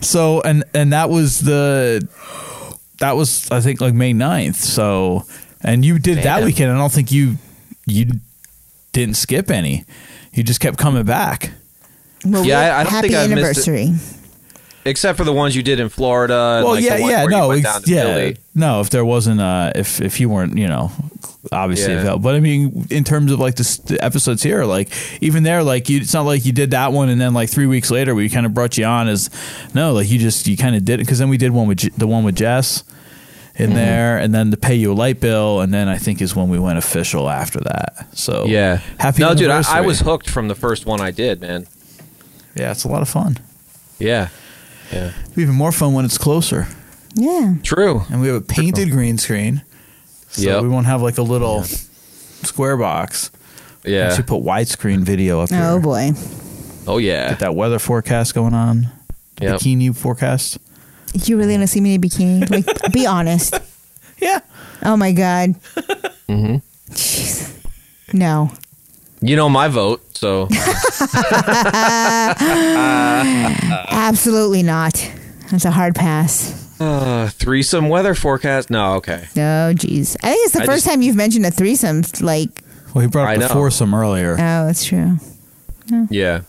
Speaker 1: So and and that was the that was I think like May 9th. So and you did that
Speaker 7: Damn.
Speaker 1: weekend. I don't think you you didn't skip any. You just kept coming back.
Speaker 5: Well,
Speaker 7: Yeah,
Speaker 5: we're-
Speaker 7: I- I don't
Speaker 5: happy
Speaker 7: think I've missed it.
Speaker 5: anniversary.
Speaker 7: except for the ones you did in Florida. and,
Speaker 1: Well,
Speaker 7: like, the
Speaker 1: yeah,
Speaker 7: one
Speaker 1: yeah,
Speaker 7: where you
Speaker 1: no,
Speaker 7: went
Speaker 1: ex-
Speaker 7: down to
Speaker 1: yeah,
Speaker 7: Philly.
Speaker 1: no. If there wasn't, uh, if if you weren't, you know, obviously
Speaker 7: Yeah.
Speaker 1: available. But I mean, in terms of like this, the episodes here, like even there, like you, it's not like you did that one and then like three weeks later we kind of brought you on as no, like you just you kind of did it because then we did one with J- the one with Jess in
Speaker 7: Mm-hmm.
Speaker 1: there, and then the pay you a light bill, and then I think is when we went official after that. So
Speaker 7: Yeah.
Speaker 1: happy
Speaker 7: no, dude, I, I
Speaker 1: anniversary.
Speaker 7: was hooked from the first one I did, man.
Speaker 1: yeah, it's a lot of fun.
Speaker 7: Yeah.
Speaker 1: It'd be even more fun when it's closer.
Speaker 5: Yeah.
Speaker 7: True.
Speaker 1: and we have a painted green screen. So
Speaker 7: Yep.
Speaker 1: we won't have like a little square box.
Speaker 7: Yeah.
Speaker 1: Actually put widescreen video up
Speaker 5: Oh
Speaker 1: here.
Speaker 5: boy.
Speaker 7: Oh yeah.
Speaker 1: That weather forecast going on. The
Speaker 7: Yep.
Speaker 1: Bikini forecast.
Speaker 5: You really want to see me in a bikini? Like, be honest.
Speaker 1: Yeah.
Speaker 5: Oh my god. Mm-hmm. No.
Speaker 7: You know my vote, so
Speaker 5: Absolutely not. That's a hard pass.
Speaker 7: uh, threesome weather forecast. No, okay.
Speaker 5: Oh jeez. I think it's the
Speaker 7: I
Speaker 5: first
Speaker 7: just-
Speaker 5: time you've mentioned a threesome. Like,
Speaker 1: Well, he brought
Speaker 7: I
Speaker 1: up the
Speaker 7: know.
Speaker 1: foursome earlier.
Speaker 5: oh, that's true.
Speaker 7: Yeah.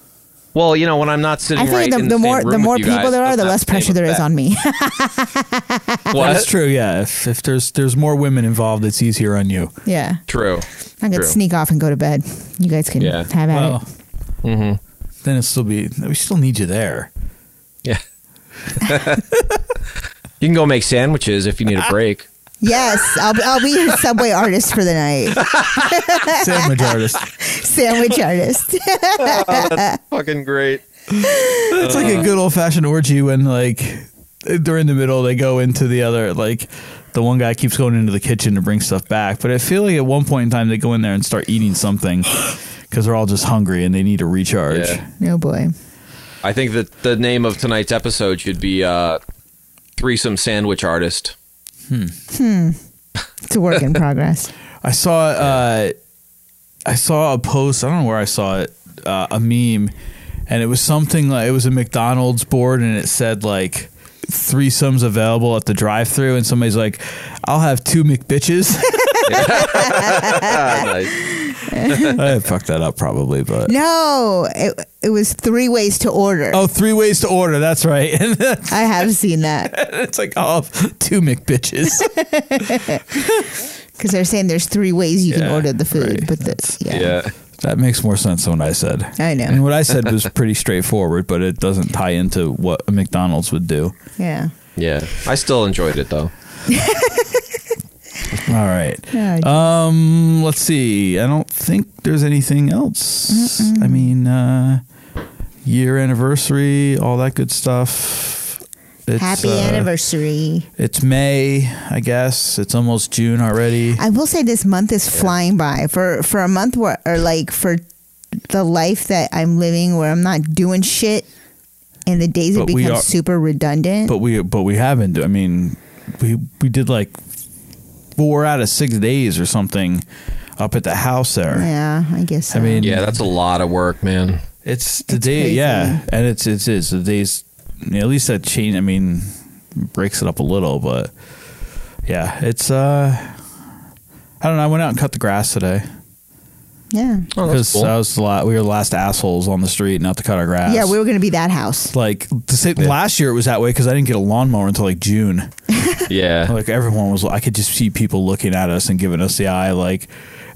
Speaker 7: Well, you know when I'm not sitting
Speaker 5: I feel
Speaker 7: right
Speaker 5: like the,
Speaker 7: in
Speaker 5: the
Speaker 7: same
Speaker 5: more
Speaker 7: room
Speaker 5: the
Speaker 7: with
Speaker 5: more
Speaker 7: you
Speaker 5: people
Speaker 7: guys,
Speaker 5: there are, the
Speaker 7: I'm
Speaker 5: less
Speaker 7: not saying
Speaker 5: pressure there is
Speaker 7: that.
Speaker 5: on me.
Speaker 7: What?
Speaker 1: That's true. Yeah. If, if there's there's more women involved, it's easier on you.
Speaker 5: yeah.
Speaker 7: True.
Speaker 5: I could
Speaker 7: True.
Speaker 5: sneak off and go to bed. You guys can
Speaker 7: Yeah.
Speaker 5: have at
Speaker 1: Well,
Speaker 5: it.
Speaker 7: Mm-hmm.
Speaker 1: then it still be we still need you there.
Speaker 7: Yeah. you can go make sandwiches if you need a break.
Speaker 5: Yes, I'll, be- I'll be your subway artist for the night.
Speaker 1: Sandwich artist.
Speaker 5: Sandwich artist.
Speaker 7: Fucking great.
Speaker 1: It's like a good old fashioned orgy when like they're in the middle, they go into the other like the one guy keeps going into the kitchen to bring stuff back. But I feel like at one point in time they go in there and start eating something because they're all just hungry and they need a recharge.
Speaker 7: Yeah.
Speaker 5: no Oh, boy.
Speaker 7: I think that the name of tonight's episode should be uh, threesome sandwich artist.
Speaker 5: It's a work in progress.
Speaker 1: I saw uh, I saw a post. I don't know where I saw it. Uh, a meme, and it was something like it was a McDonald's board, and it said like threesomes available at the drive-through, and somebody's like, "I'll have two McBitches."
Speaker 7: Nice.
Speaker 1: I fucked that up probably, but
Speaker 5: No, it, it was three ways to order.
Speaker 1: Oh, three ways to order. That's right. And
Speaker 5: I have seen that
Speaker 1: it's like, oh, two McBitches.
Speaker 5: because they're saying there's three ways you can
Speaker 1: Yeah,
Speaker 5: order the food,
Speaker 1: right.
Speaker 5: but the, yeah.
Speaker 7: Yeah.
Speaker 1: that makes more sense than what I said.
Speaker 5: I know.
Speaker 1: And what I said was pretty straightforward, but it doesn't tie into what a McDonald's would do.
Speaker 5: yeah.
Speaker 7: Yeah. I still enjoyed it though.
Speaker 1: All right.
Speaker 5: Yeah,
Speaker 1: Um, let's see. I don't think there's anything else. I mean, uh, year anniversary, all that good stuff. It's,
Speaker 5: Happy
Speaker 1: uh,
Speaker 5: anniversary.
Speaker 1: It's May, I guess. It's almost June already.
Speaker 5: I will say this month is flying by for for a month where, or like for the life that I'm living where I'm not doing shit and the days have
Speaker 1: But we
Speaker 5: become
Speaker 1: are-
Speaker 5: super redundant.
Speaker 1: But we but we haven't. I mean, we we did like four out of six days or something up at the house there.
Speaker 5: yeah, I guess. So.
Speaker 1: I mean,
Speaker 7: Yeah, that's a lot of work, man.
Speaker 1: it's the
Speaker 5: It's
Speaker 1: day.
Speaker 5: crazy.
Speaker 1: Yeah, and it's it's it's the days. At least that change. I mean, breaks it up a little, but yeah, it's uh. I don't know. I went out and cut the grass today
Speaker 5: yeah,
Speaker 7: Oh,
Speaker 1: because uh, I was the la- we were the last assholes on the street not to cut our grass.
Speaker 5: yeah, we were gonna be that house.
Speaker 1: like the same, last year it was that way because I didn't get a lawnmower until like June.
Speaker 7: Oh, Yeah.
Speaker 1: like everyone was i could just see people looking at us and giving us the eye like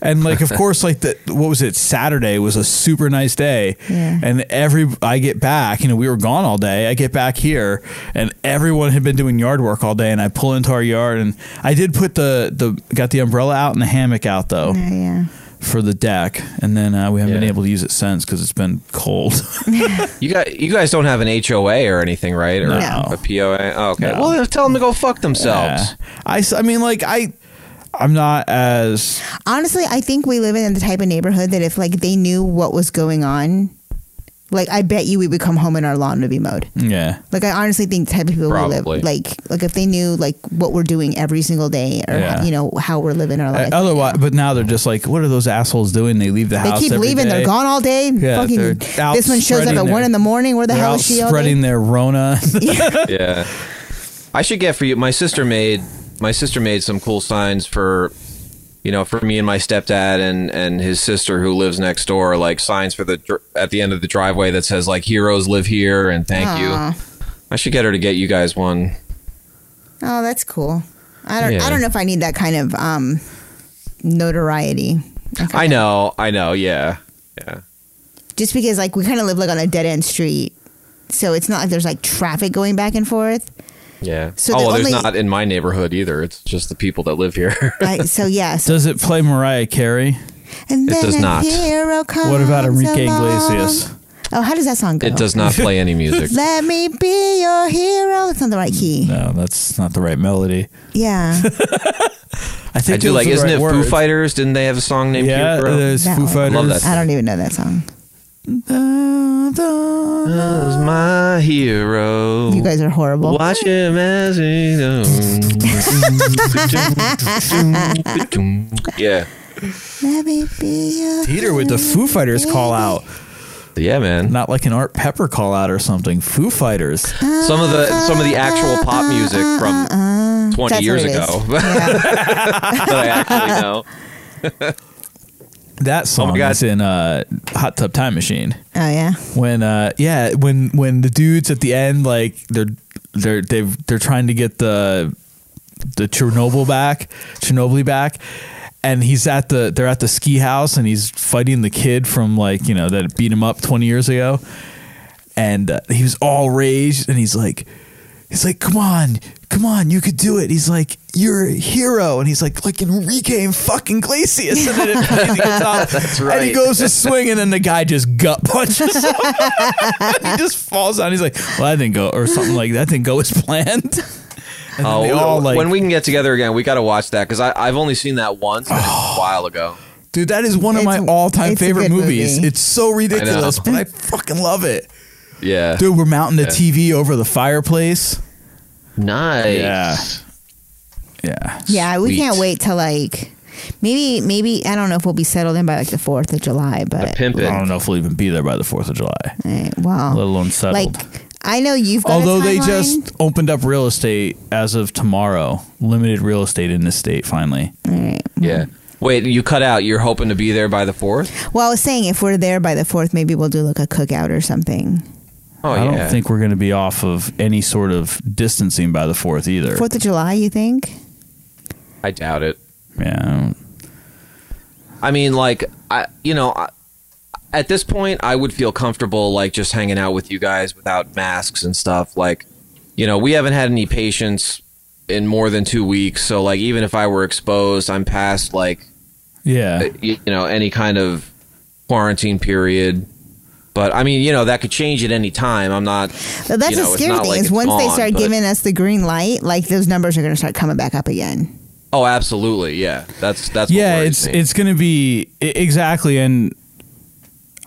Speaker 1: and like of course like the what was it saturday was a super nice day
Speaker 5: Yeah.
Speaker 1: and every i get back you know we were gone all day i get back here and everyone had been doing yard work all day and i pull into our yard and i did put the the got the umbrella out and the hammock out though
Speaker 5: Yeah, yeah.
Speaker 1: for the deck and then uh, we haven't been
Speaker 7: Yeah.
Speaker 1: able to use it since because it's been cold
Speaker 7: You guys, you guys don't have an HOA or anything, right? Or
Speaker 1: No.
Speaker 7: a POA? Oh, okay.
Speaker 1: No.
Speaker 7: Well, then tell them to go fuck themselves.
Speaker 1: I, s- I mean like i i'm not as
Speaker 5: Honestly, I think we live in the type of neighborhood that if like they knew what was going on, like I bet you we would come home and our lawn would be mowed.
Speaker 1: yeah
Speaker 5: Like I honestly think the type of people who
Speaker 7: Probably.
Speaker 5: live like like if they knew like what we're doing every single day or
Speaker 1: Yeah.
Speaker 5: you know how we're living our life.
Speaker 1: Uh, Otherwise, but now they're just like, what are those assholes doing? They leave the
Speaker 5: They
Speaker 1: house.
Speaker 5: keep
Speaker 1: every
Speaker 5: leaving.
Speaker 1: day.
Speaker 5: They're gone all day.
Speaker 1: Yeah,
Speaker 5: Fucking,
Speaker 1: they're out
Speaker 5: this one shows up
Speaker 1: spreading
Speaker 5: at one
Speaker 1: their-
Speaker 5: in the morning. Where the
Speaker 1: They're
Speaker 5: hell
Speaker 1: out
Speaker 5: is she? All
Speaker 1: spreading
Speaker 5: day?
Speaker 1: their Rona.
Speaker 7: yeah. I should get for you. My sister made my sister made some cool signs for you know for me and my stepdad and and his sister who lives next door. Like signs for the dr- at the end of the driveway that says like heroes live here and thank you.
Speaker 5: Aw.
Speaker 7: I I should get her to get you guys one.
Speaker 5: Oh, that's cool. I don't.
Speaker 7: Yeah.
Speaker 5: I don't know if I need that kind of um, notoriety. Like,
Speaker 7: I know, I know, yeah. Yeah.
Speaker 5: Just because like we kind of live like on a dead end street, so it's not like there's like traffic going back and forth.
Speaker 7: Yeah.
Speaker 5: So
Speaker 7: oh,
Speaker 5: the
Speaker 7: well, there's
Speaker 5: only-
Speaker 7: not in my neighborhood either. It's just the people that live here.
Speaker 5: I, so yeah. So,
Speaker 1: Does it play Mariah Carey?
Speaker 5: and then
Speaker 7: does
Speaker 5: a
Speaker 7: not.
Speaker 5: hero comes
Speaker 1: What about Enrique
Speaker 5: along.
Speaker 1: Iglesias?
Speaker 5: Oh, how does that song go?
Speaker 7: it does not play any music.
Speaker 5: Let me be your hero. It's not the right key.
Speaker 1: No, that's not the right melody.
Speaker 5: Yeah.
Speaker 1: I think
Speaker 7: I do
Speaker 1: those
Speaker 7: like,
Speaker 1: are the
Speaker 7: isn't
Speaker 1: right
Speaker 7: it
Speaker 1: words.
Speaker 7: Foo Fighters? Didn't they have a song named
Speaker 1: Yeah,
Speaker 7: Hero?
Speaker 1: there's
Speaker 5: That
Speaker 1: Foo
Speaker 5: one.
Speaker 1: Fighters.
Speaker 7: Love that.
Speaker 5: I don't even know that song.
Speaker 7: Hero's my hero.
Speaker 5: You guys are horrible.
Speaker 7: Watch him as he goes. Yeah.
Speaker 5: Let me be your
Speaker 1: Peter with the Foo Fighters call out,
Speaker 7: Yeah, man.
Speaker 1: not like an Art Pepper call out or something. Foo Fighters.
Speaker 5: Uh,
Speaker 7: Some of the some of the actual pop music
Speaker 5: uh, oh,
Speaker 7: from 20
Speaker 5: That's
Speaker 7: years
Speaker 5: what it is.
Speaker 7: ago
Speaker 5: Yeah.
Speaker 7: that I actually know.
Speaker 1: That song
Speaker 7: Oh God.
Speaker 1: is in uh, Hot Tub Time Machine.
Speaker 5: Oh yeah.
Speaker 1: When uh, yeah, when when the dudes at the end like they're they're they've they're trying to get the the Chernobyl back, Chernobyl back, and he's at the they're at the ski house and he's fighting the kid from like you know that beat him up twenty years ago, and uh, he was all rage and he's like. He's like, come on, come on, you could do it. He's like, you're a hero. And he's like, like Enrique and fucking Glacius. And then it plays and goes off. And he
Speaker 7: right.
Speaker 1: goes to swing, and then the guy just gut punches him. and he just falls down. He's like, well, that didn't go, or something like that didn't go as planned. And
Speaker 7: Oh,
Speaker 1: then they
Speaker 7: we-
Speaker 1: all, like-
Speaker 7: when we can get together again, we got to watch that because I've only seen that once and it was a while ago.
Speaker 1: Dude, that is one of
Speaker 5: It's-
Speaker 1: my all-time
Speaker 5: it's a
Speaker 1: favorite
Speaker 5: good
Speaker 1: movies.
Speaker 5: movie.
Speaker 1: It's so ridiculous,
Speaker 7: know.
Speaker 1: but I fucking love it.
Speaker 7: Yeah.
Speaker 1: Dude, we're mounting the TV over the fireplace.
Speaker 7: Nice.
Speaker 1: Yeah. Yeah.
Speaker 5: Yeah. We
Speaker 7: Sweet.
Speaker 5: can't wait till like maybe maybe I don't know if we'll be settled in by like the fourth of July, but
Speaker 7: Pimp
Speaker 1: I don't
Speaker 7: it.
Speaker 1: know if we'll even be there by the 4th of July,
Speaker 5: eh, well,
Speaker 1: let alone settled.
Speaker 5: like I know you've got
Speaker 1: Although
Speaker 5: a
Speaker 1: they
Speaker 5: timeline.
Speaker 1: just opened up real estate as of tomorrow, limited real estate in this state finally.
Speaker 5: All right.
Speaker 7: Yeah. Wait, you cut out. You're hoping to be there by the fourth?
Speaker 5: Well, I was saying if we're there by the fourth, maybe we'll do like a cookout or something.
Speaker 7: Oh
Speaker 1: I
Speaker 7: yeah.
Speaker 1: don't think we're going to be off of any sort of distancing by the 4th either.
Speaker 5: Fourth of July, you think?
Speaker 7: I doubt it.
Speaker 1: Yeah. I don't-
Speaker 7: I mean, like I, you know, I, at this point, I would feel comfortable like just hanging out with you guys without masks and stuff. Like, you know, we haven't had any patients in more than two weeks, so like even if I were exposed, I'm past like uh,
Speaker 1: Yeah.
Speaker 7: you you know any kind of quarantine period. But I mean, you know, that could change at any time. I'm not.
Speaker 5: Well, that's
Speaker 7: You know,
Speaker 5: the
Speaker 7: it's
Speaker 5: scary
Speaker 7: not
Speaker 5: thing
Speaker 7: like
Speaker 5: is
Speaker 7: it's
Speaker 5: once they
Speaker 7: gone,
Speaker 5: start
Speaker 7: but-
Speaker 5: giving us the green light, like those numbers are going to start coming back up again.
Speaker 7: Oh, absolutely, yeah. That's that's
Speaker 1: yeah
Speaker 7: What worries
Speaker 1: it's
Speaker 7: me.
Speaker 1: it's gonna be i- exactly and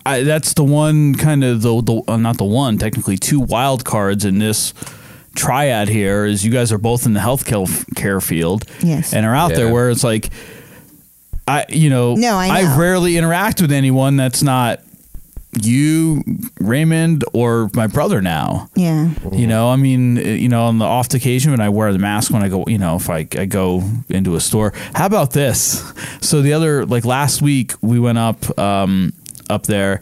Speaker 1: I, that's the one kind of the, the uh, not the one technically two wild cards in this triad here is you guys are both in the health care field
Speaker 5: Yes.
Speaker 1: and are out there
Speaker 7: Yeah.
Speaker 1: where it's like i you know
Speaker 5: No, I know.
Speaker 1: rarely interact with anyone that's not you raymond or my brother now
Speaker 5: Yeah.
Speaker 1: you know, I mean, uh, you know, on the off occasion when I wear the mask when I go, you know, if I, I go into a store. How about this? So the other like last week we went up um, up there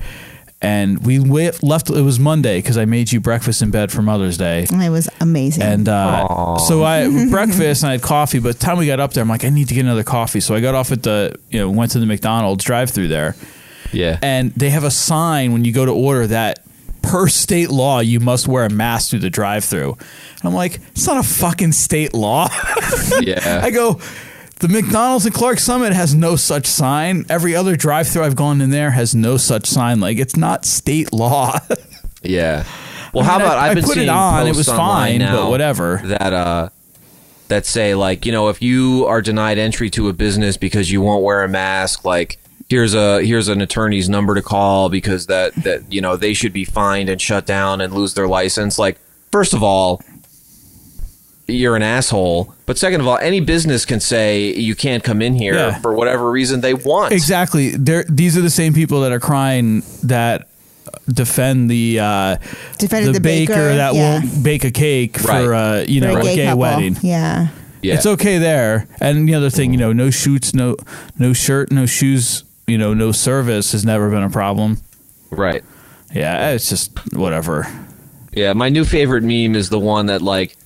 Speaker 1: and we wa- left. It was Monday because I made you breakfast in bed for Mother's Day.
Speaker 5: And It was amazing.
Speaker 1: And uh, so I breakfast and I had coffee, but the time we got up there, I'm like, I need to get another coffee. So I got off at the, you know, went to the McDonald's drive through there
Speaker 7: yeah.
Speaker 1: and they have a sign when you go to order that per state law you must wear a mask through the drive-through. And I'm like, it's not a fucking state law.
Speaker 7: yeah.
Speaker 1: I go, the McDonald's in Clark Summit has no such sign. Every other drive-through I've gone in there has no such sign. Like it's not state law.
Speaker 7: Yeah. Well,
Speaker 1: I
Speaker 7: how
Speaker 1: mean,
Speaker 7: about
Speaker 1: I-
Speaker 7: I've
Speaker 1: I
Speaker 7: been
Speaker 1: put it
Speaker 7: seeing
Speaker 1: on, it
Speaker 7: posts
Speaker 1: was
Speaker 7: online
Speaker 1: fine,
Speaker 7: now
Speaker 1: but whatever.
Speaker 7: That uh, that say like you know if you are denied entry to a business because you won't wear a mask, like here's a here's an attorney's number to call because that that you know they should be fined and shut down and lose their license. Like first of all. You're an asshole. But second of all, any business can say you can't come in here
Speaker 1: Yeah.
Speaker 7: for whatever reason they want.
Speaker 1: exactly. They're, these are the same people that are crying that defend the uh,
Speaker 5: Defended the
Speaker 1: baker,
Speaker 5: baker,
Speaker 1: that
Speaker 5: yeah.
Speaker 1: won't bake a cake for
Speaker 7: Right.
Speaker 1: uh, you know
Speaker 5: For
Speaker 1: a gay,
Speaker 5: couple.
Speaker 1: wedding.
Speaker 5: Yeah.
Speaker 7: Yeah.
Speaker 1: It's okay there. And the other thing, you know, no shoots, no no shirt, no shoes, you know, no service has never been a problem.
Speaker 7: Right.
Speaker 1: Yeah, it's just whatever.
Speaker 7: Yeah, my new favorite meme is the one that like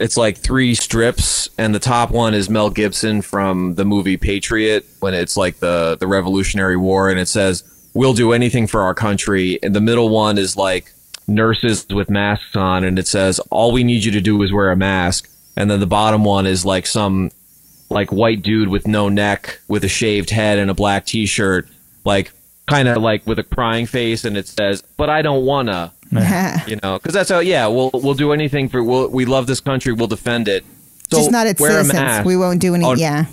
Speaker 7: it's like three strips and the top one is Mel Gibson from the movie Patriot when it's like the the Revolutionary War and it says we'll do anything for our country and the middle one is like nurses with masks on and it says all we need you to do is wear a mask and then the bottom one is like some like white dude with no neck with a shaved head and a black t-shirt like kind of like with a crying face and it says but I don't wanna you know, because that's how. Yeah, we'll we'll do anything for. We'll, we love this country. We'll defend it. So
Speaker 5: Just not its
Speaker 7: wear a
Speaker 5: citizens.
Speaker 7: mask.
Speaker 5: We won't do any.
Speaker 7: on-
Speaker 5: yeah,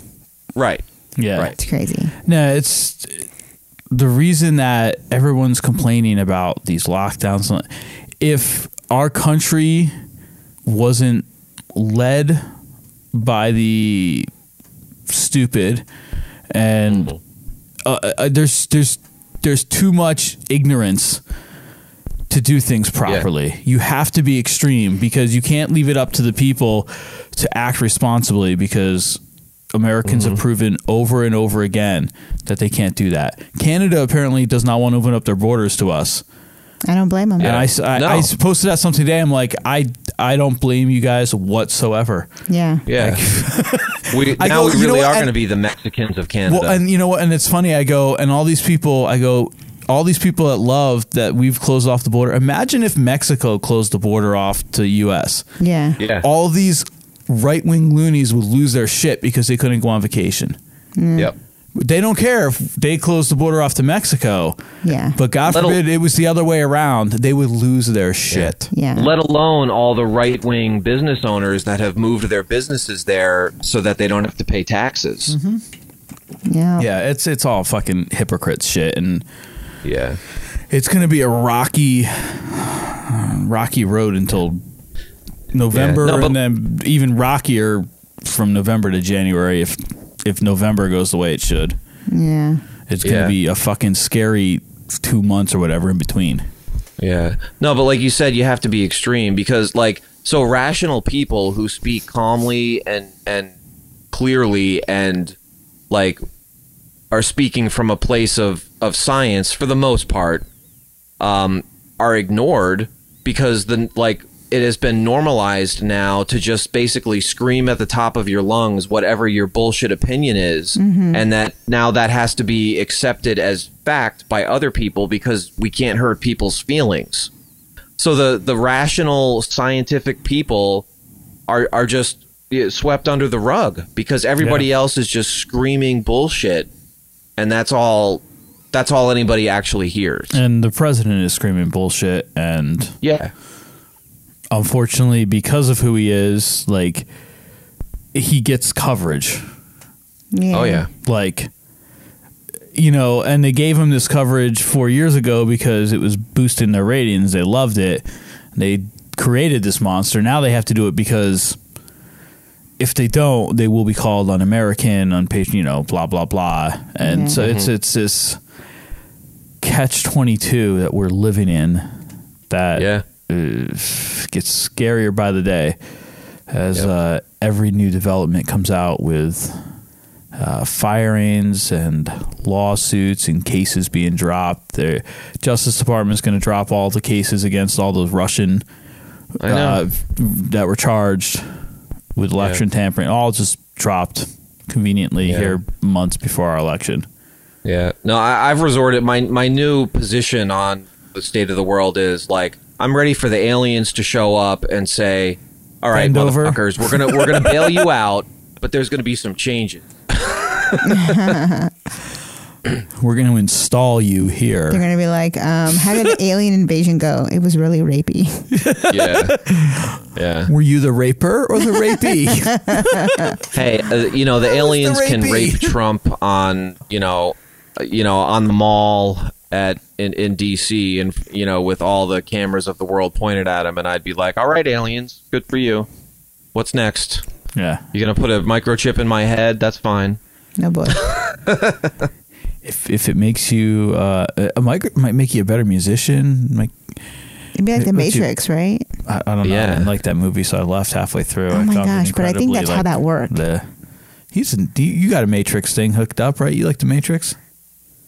Speaker 7: right.
Speaker 1: Yeah.
Speaker 5: it's crazy.
Speaker 1: No, it's the reason that everyone's complaining about these lockdowns. If our country wasn't led by the stupid and uh, uh, there's there's there's too much ignorance to do things properly. You have to be extreme because you can't leave it up to the people to act responsibly because Americans
Speaker 7: Mm-hmm.
Speaker 1: have proven over and over again that they can't do that. Canada apparently does not want to open up their borders to us.
Speaker 5: I don't blame them.
Speaker 1: And I, s- I-
Speaker 7: No.
Speaker 1: I s- posted that something today. I'm like, I, I don't blame you guys whatsoever.
Speaker 5: yeah.
Speaker 7: Yeah. we
Speaker 1: I
Speaker 7: now
Speaker 1: go,
Speaker 7: we
Speaker 1: you know what,
Speaker 7: really are
Speaker 1: and-
Speaker 7: going to be the Mexicans of Canada.
Speaker 1: Well, and you know what? And it's funny. I go, and all these people, I go, all these people that love that we've closed off the border. Imagine if Mexico closed the border off to U.S.
Speaker 5: Yeah.
Speaker 7: yeah.
Speaker 1: All these right wing loonies would lose their shit because they couldn't go on vacation.
Speaker 7: Yep.
Speaker 1: They don't care if they close the border off to Mexico,
Speaker 5: Yeah.
Speaker 1: but God
Speaker 7: Let al-
Speaker 1: forbid it was the other way around. They would lose their shit.
Speaker 5: yeah.
Speaker 7: Let alone all the right wing business owners that have moved their businesses there so that they don't have to pay taxes.
Speaker 5: yeah.
Speaker 1: Yeah, it's it's all fucking hypocrite shit, and Mm-hmm.
Speaker 7: Yeah.
Speaker 1: it's gonna be a rocky, rocky road until November,
Speaker 7: Yeah. No, but-
Speaker 1: and then even rockier from November to January if if November goes the way it should.
Speaker 5: Yeah.
Speaker 1: It's gonna
Speaker 7: Yeah.
Speaker 1: be a fucking scary two months or whatever in between.
Speaker 7: Yeah. No, but like you said, you have to be extreme because like so rational people who speak calmly and and clearly and like are speaking from a place of of science for the most part um are ignored because the like it has been normalized now to just basically scream at the top of your lungs whatever your bullshit opinion is and that now that has to be accepted as fact by other people because we can't hurt people's feelings so the the rational scientific people are are just yeah, swept under the rug because everybody else is just screaming bullshit and that's all that's all anybody actually hears
Speaker 1: And the president is screaming bullshit and
Speaker 7: yeah
Speaker 1: unfortunately, because of who he is, like he gets coverage.
Speaker 5: Yeah.
Speaker 7: Oh,
Speaker 1: Like you know, and they gave him this coverage four years ago because it was boosting their ratings. They loved it. They created this monster. Now they have to do it because if they don't, they will be called un-American, unpatient, you know, blah blah blah. And
Speaker 5: Yeah.
Speaker 1: so it's it's this catch twenty two that we're living in. That
Speaker 7: Yeah.
Speaker 1: uh, gets scarier by the day as uh, every new development comes out with uh, firings and lawsuits and cases being dropped. The Justice Department's going to drop all the cases against all those Russian
Speaker 7: I know.
Speaker 1: Uh, that were charged with election tampering. All just dropped conveniently
Speaker 7: Yeah.
Speaker 1: here months before our election.
Speaker 7: Yeah. No, I, I've resorted. My my new position on the state of the world is like I'm ready for the aliens to show up and say, "All right,
Speaker 1: Bend over."
Speaker 7: motherfuckers, we're gonna we're gonna bail you out, but there's gonna be some changes."
Speaker 1: We're going to install you
Speaker 5: They're
Speaker 1: here.
Speaker 5: gonna be like, um, how did the alien invasion go? It was really rapey.
Speaker 7: Yeah. Yeah.
Speaker 1: Were you the raper or the rapee?
Speaker 7: Hey, uh, you know the aliens can
Speaker 1: rapey.
Speaker 7: rape Trump on you know, uh, you know on the mall at in in D.C. and you know with all the cameras of the world pointed at him, and I'd be like, "All right, aliens, good for you. What's next?"
Speaker 1: yeah.
Speaker 7: You're gonna put a microchip in my head? That's fine.
Speaker 5: No boy.
Speaker 1: if if it makes you uh, a mic might make you a better musician. Like
Speaker 5: It'd be like the
Speaker 1: What you-
Speaker 5: Matrix, right?
Speaker 1: I, I don't know. I
Speaker 7: Yeah.
Speaker 1: didn't like that movie, so I left halfway through.
Speaker 5: Oh
Speaker 1: I
Speaker 5: my
Speaker 1: found it
Speaker 5: gosh, but I think
Speaker 1: incredibly,
Speaker 5: that's how
Speaker 1: like,
Speaker 5: that worked.
Speaker 1: The he's in, do you, you got a Matrix thing hooked up, right? You like the Matrix?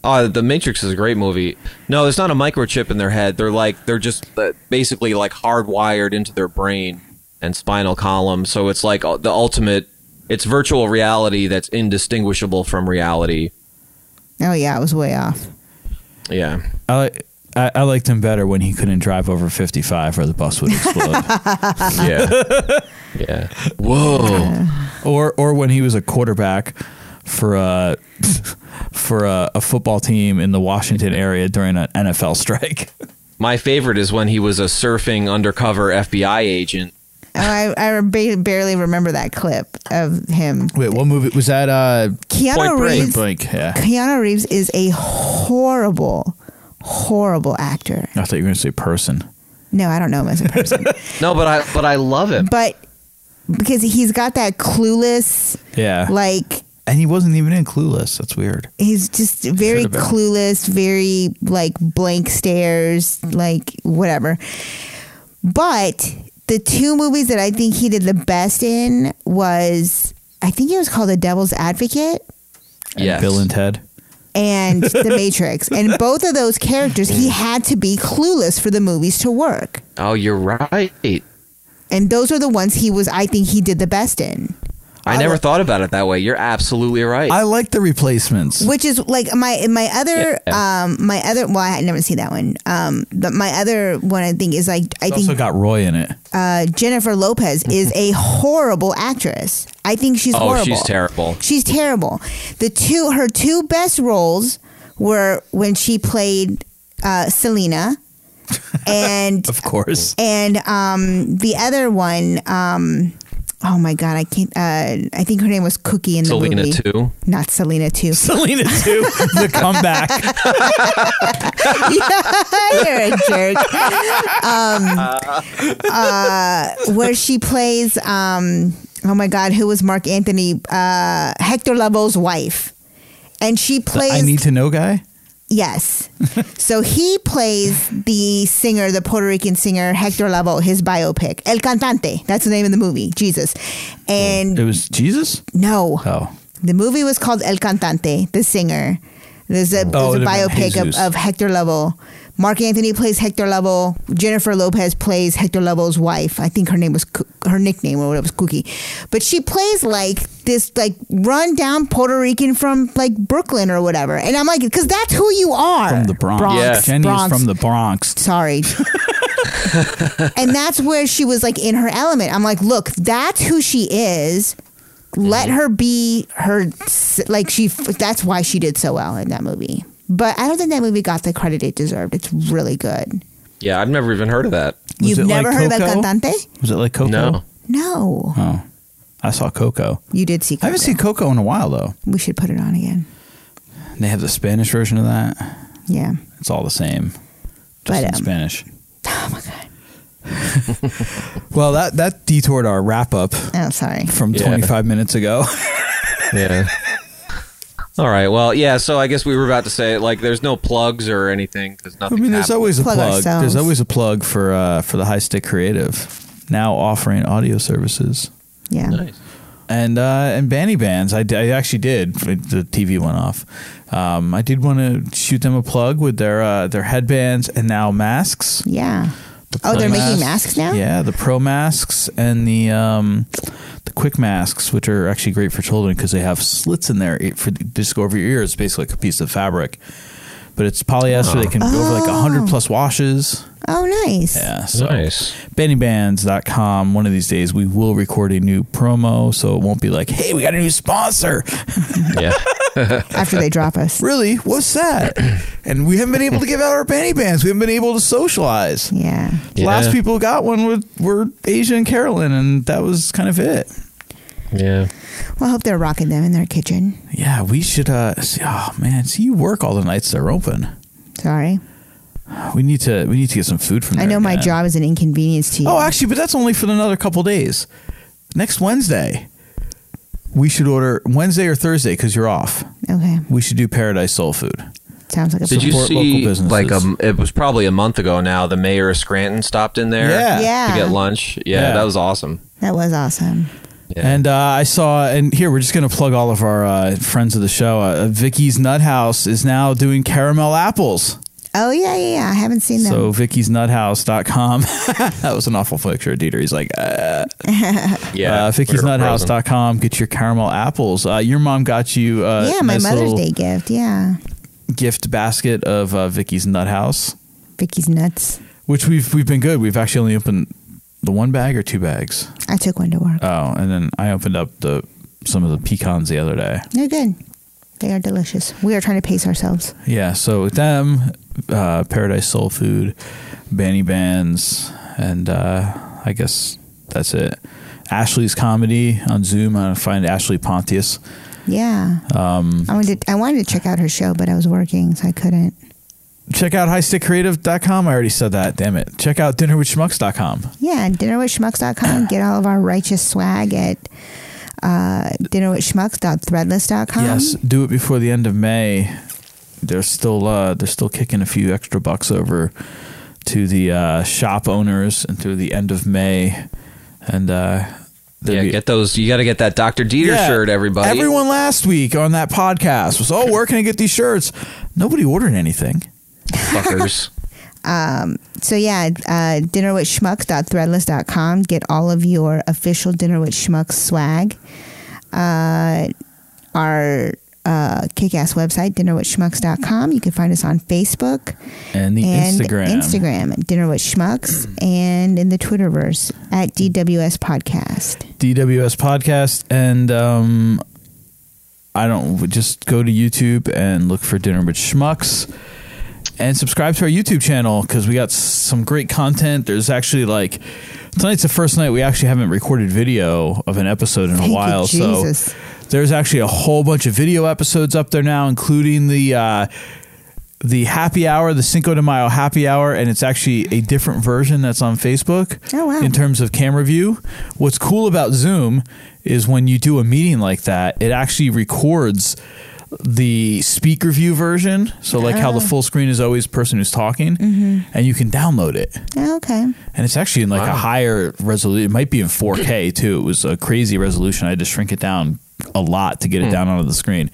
Speaker 7: Oh, The Matrix is a great movie. No, there's not a microchip in their head. They're like they're just uh, basically like hardwired into their brain and spinal column. So it's like uh, the ultimate. It's virtual reality that's indistinguishable from reality.
Speaker 5: Oh yeah, I was way off.
Speaker 7: Yeah.
Speaker 1: I like. I, I liked him better when he couldn't drive over 55 or the bus would explode.
Speaker 7: Yeah. yeah. Whoa.
Speaker 1: or or when he was a quarterback for a for a, a football team in the Washington area during an NFL strike.
Speaker 7: My favorite is when he was a surfing undercover FBI agent.
Speaker 5: Oh, I I ba- barely remember that clip of him.
Speaker 1: Wait, what movie was that? Uh,
Speaker 5: Keanu
Speaker 7: Point Break.
Speaker 5: Reeves.
Speaker 1: Blink. Yeah,
Speaker 5: Keanu Reeves is a horrible, horrible actor.
Speaker 1: I thought you were going to say person.
Speaker 5: No, I don't know him as a person,
Speaker 7: No, but I but I love him.
Speaker 5: but because he's got that clueless,
Speaker 1: Yeah,
Speaker 5: like
Speaker 1: and he wasn't even in Clueless. That's weird.
Speaker 5: he's just very
Speaker 1: Should've been.
Speaker 5: clueless, very like blank stares, like whatever. But the two movies that I think he did the best in was I think it was called The Devil's Advocate
Speaker 7: Yes.
Speaker 1: Bill and Ted.
Speaker 5: and The Matrix. And both of those characters he had to be clueless for the movies to work.
Speaker 7: Oh, you're right.
Speaker 5: And those are the ones he was I think he did the best in.
Speaker 7: I never thought about it that way. You're absolutely right.
Speaker 1: I like the replacements.
Speaker 5: which is like my my other
Speaker 7: Yeah.
Speaker 5: um my other well I had never seen that one um but my other one I think is like I
Speaker 1: It's also
Speaker 5: think
Speaker 1: got Roy in it.
Speaker 5: uh, Jennifer Lopez is a horrible actress I think she's
Speaker 7: Mm-hmm. oh,
Speaker 5: horrible
Speaker 7: she's terrible.
Speaker 5: she's terrible the two her two best roles were when she played uh, Selena and
Speaker 1: Of course.
Speaker 5: and um the other one um oh my god I can't uh, I think her name was Cookie in the
Speaker 7: Selena
Speaker 5: movie
Speaker 7: too.
Speaker 5: not Selena too
Speaker 1: Selena too. the comeback.
Speaker 5: You're a jerk. Um, uh, where she plays, um, oh my God, who was Mark Anthony? Uh, Hector Lavoe's wife. And she plays,
Speaker 1: I need to know guy.
Speaker 5: yes. so he plays the singer, the Puerto Rican singer, Hector Lavoe, his biopic. El Cantante. That's the name of the movie, Jesus.
Speaker 1: It
Speaker 5: And
Speaker 1: was Jesus.
Speaker 5: no,
Speaker 1: Oh,
Speaker 5: the movie was called El Cantante, the singer. There's a,
Speaker 1: Oh,
Speaker 5: there's
Speaker 1: it
Speaker 5: a
Speaker 1: would've been
Speaker 5: biopic of,
Speaker 1: Jesus.
Speaker 5: of Hector Lavoe. Mark Anthony plays Hector Lavoe. Jennifer Lopez plays Hector Lavoe's wife. I think her name was Coo- her nickname or whatever was Cookie, but she plays like this like run down Puerto Rican from like Brooklyn or whatever. And I'm like, because that's who you are
Speaker 1: from the Bronx.
Speaker 7: Yeah.
Speaker 1: Jenny
Speaker 5: Bronx.
Speaker 1: is from the Bronx.
Speaker 5: Sorry. and that's where she was like in her element. I'm like, look, that's who she is. Let her be her. Like she. That's why she did so well in that movie. But I don't think that movie got the credit it deserved. It's really good.
Speaker 7: Yeah, I've never even heard of that.
Speaker 1: Was
Speaker 5: You've
Speaker 1: it like
Speaker 5: never heard
Speaker 1: Coco?
Speaker 5: about Cantante?
Speaker 1: Was it like Coco?
Speaker 7: No.
Speaker 5: No,
Speaker 1: Oh, I saw Coco.
Speaker 5: you did see.
Speaker 1: I haven't
Speaker 5: Coco.
Speaker 1: seen Coco in a while though.
Speaker 5: We should put it on again.
Speaker 1: They have the Spanish version of that.
Speaker 5: Yeah.
Speaker 1: It's all the same, just
Speaker 5: But,
Speaker 1: in
Speaker 5: um,
Speaker 1: Spanish.
Speaker 5: Oh my god.
Speaker 1: Well, that that detoured our wrap up
Speaker 5: Oh, sorry.
Speaker 1: from
Speaker 7: Yeah.
Speaker 1: 25 minutes ago.
Speaker 7: Yeah. All right. Well, yeah. So I guess we were about to say like, there's no plugs or anything because
Speaker 1: I
Speaker 7: nothing.
Speaker 1: mean, there's always a
Speaker 5: Plug
Speaker 1: plug.
Speaker 5: ourselves.
Speaker 1: There's always a plug for uh, for the High Stick Creative, now offering audio services
Speaker 5: Yeah.
Speaker 1: and uh, and Banny bands. I, d- I actually did. The TV went off. Um, I did want to shoot them a plug with their uh, their headbands and now masks.
Speaker 5: Yeah.
Speaker 1: The
Speaker 5: Oh, they're
Speaker 1: pro
Speaker 5: making masks now?
Speaker 1: Yeah, the pro masks and the um, the quick masks, which are actually great for children because they have slits in there it- for just go over your ears, basically like a piece of fabric. But it's polyester; they can go over like hundred plus washes.
Speaker 5: Oh, nice.
Speaker 1: Yeah, so
Speaker 7: nice.
Speaker 1: bennybands.com. One of these days, we will record a new promo, so it won't be like, "Hey, we got a new sponsor."
Speaker 7: Yeah.
Speaker 5: After they drop us.
Speaker 1: really, what's that? and we haven't been able to give out our Benny bands. We haven't been able to socialize.
Speaker 5: Yeah.
Speaker 1: The Last
Speaker 7: Yeah.
Speaker 1: people who got one were, were Asia and Carolyn, and that was kind of it.
Speaker 7: Yeah.
Speaker 5: Well, I hope they're rocking them in their kitchen.
Speaker 1: Yeah, we should. Uh, see, oh man, see you work all the nights they're open.
Speaker 5: Sorry.
Speaker 1: We need to. We need to get some food from.
Speaker 5: I
Speaker 1: there
Speaker 5: know my
Speaker 1: again.
Speaker 5: job is an inconvenience to you.
Speaker 1: Oh, actually, but that's only for another couple days. Next Wednesday, we should order Wednesday or Thursday because you're off.
Speaker 5: okay.
Speaker 1: We should do Paradise Soul Food.
Speaker 5: Sounds like a
Speaker 7: Did you
Speaker 1: Support local
Speaker 7: see
Speaker 1: businesses.
Speaker 7: like um? It was probably a month ago now. The mayor of Scranton stopped in there
Speaker 1: Yeah.
Speaker 5: Yeah.
Speaker 7: to get lunch. Yeah,
Speaker 1: Yeah.
Speaker 7: that was awesome.
Speaker 5: That was awesome.
Speaker 1: And uh, I saw, and here we're just going to plug all of our uh, friends of the show. Uh, Vicky's Nut House is now doing caramel apples.
Speaker 5: Oh yeah, yeah, yeah. I haven't seen them.
Speaker 1: So Vicky's Nuthouse.com. that was an awful picture, Dieter. He's like, uh,
Speaker 7: Yeah,
Speaker 1: uh, Vicky's
Speaker 7: we were
Speaker 1: Nuthouse
Speaker 7: frozen.
Speaker 1: dot com. Get your caramel apples. Uh, your mom got you uh,
Speaker 5: yeah, my
Speaker 1: nice
Speaker 5: Mother's
Speaker 1: little
Speaker 5: Day gift. Yeah,
Speaker 1: gift basket of uh, Vicky's Nut House,
Speaker 5: Vicky's nuts.
Speaker 1: which we've we've been good. We've actually only opened the one bag or two bags.
Speaker 5: I took one to work.
Speaker 1: Oh, and then I opened up the some of the pecans the other day.
Speaker 5: They're good. They are delicious. We are trying to pace ourselves.
Speaker 1: Yeah, so with them, uh, Paradise Soul Food, Banny Bands, and uh, I guess that's it. Ashley's comedy on Zoom. I find Ashley Pontius.
Speaker 5: Yeah. Um, I wanted I wanted to check out her show, but I was working, so I couldn't.
Speaker 1: Check out highstickcreative.com. I already said that. Damn it. Check out dinnerwithschmucks.com.
Speaker 5: Yeah, dinnerwithschmucks.com. Get all of our righteous swag at uh, dinnerwithschmucks.threadless.com.
Speaker 1: Yes, do it before the end of May. They're still uh, they're still kicking a few extra bucks over to the uh, shop owners and through the end of May. And uh,
Speaker 7: Yeah,
Speaker 1: there'll be-
Speaker 7: get those. You got to get that Dr. Dieter
Speaker 1: Yeah.
Speaker 7: shirt, everybody.
Speaker 1: Everyone last week on that podcast was, oh, where can I get these shirts? Nobody ordered anything.
Speaker 7: fuckers.
Speaker 5: So yeah, uh, dinnerwithschmucks.threadless.com. Get all of your official Dinner with Schmucks swag. Uh, our uh, kick-ass website, dinnerwithschmucks.com. You can find us on Facebook
Speaker 1: And the
Speaker 5: and
Speaker 1: Instagram.
Speaker 5: Instagram, at Dinner with Schmucks, and in the Twitterverse at DWS Podcast.
Speaker 1: DWS podcast. And um, I don't, just go to YouTube and look for Dinner with Schmucks and subscribe to our YouTube channel because we got s- some great content. There's actually like, tonight's the first night we actually haven't recorded video of an episode in a
Speaker 5: Thank you,
Speaker 1: while. So.
Speaker 5: Jesus.
Speaker 1: There's actually a whole bunch of video episodes up there now, including the uh, the happy hour, the Cinco de Mayo happy hour, and it's actually a different version that's on Facebook.
Speaker 5: Oh, wow.
Speaker 1: In terms of camera view, what's cool about Zoom is when you do a meeting like that, it actually records the speaker view version. So like how the
Speaker 5: Oh.
Speaker 1: full screen is always person who's talking,
Speaker 5: Mm-hmm.
Speaker 1: and you can download it
Speaker 5: Okay.
Speaker 1: and it's actually in like a higher resolution. It might be in 4K too. It was a crazy resolution. I had to shrink it down a lot to get it down onto the screen.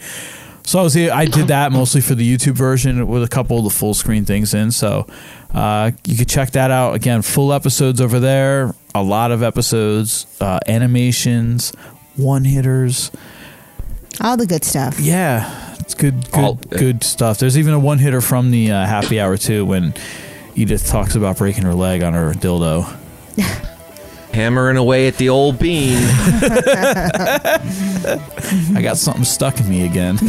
Speaker 1: So I was I did that mostly for the YouTube version with a couple of the full screen things in. So uh, you could check that out again. Full episodes over there. A lot of episodes, uh, animations, one hitters.
Speaker 5: All the good stuff.
Speaker 1: Yeah, it's good, good,
Speaker 7: All-
Speaker 1: good stuff. There's even a one hitter from the uh, happy hour too when Edith talks about breaking her leg on her dildo.
Speaker 7: Hammering away at the old bean.
Speaker 1: I got something stuck in me again.
Speaker 5: Oh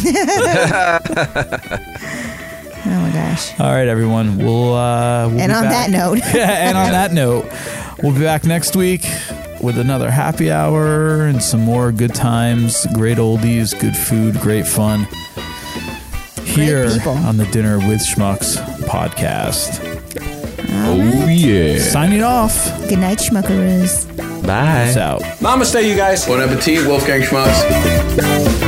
Speaker 5: my gosh.
Speaker 1: All right, everyone. We'll, uh, we'll
Speaker 5: And
Speaker 1: be
Speaker 5: on
Speaker 1: back-
Speaker 5: that note.
Speaker 1: and on that note, we'll be back next week with another happy hour and some more good times, great oldies, good food, great fun. Here
Speaker 5: people.
Speaker 1: on the Dinner with Schmucks podcast.
Speaker 4: Oh, yeah.
Speaker 1: Signing off.
Speaker 5: Good night, schmuckaroos.
Speaker 7: Bye.
Speaker 1: It's
Speaker 4: Eh?
Speaker 1: out.
Speaker 2: Namaste, you guys.
Speaker 4: Bon appetit, Wolfgang Schmucks.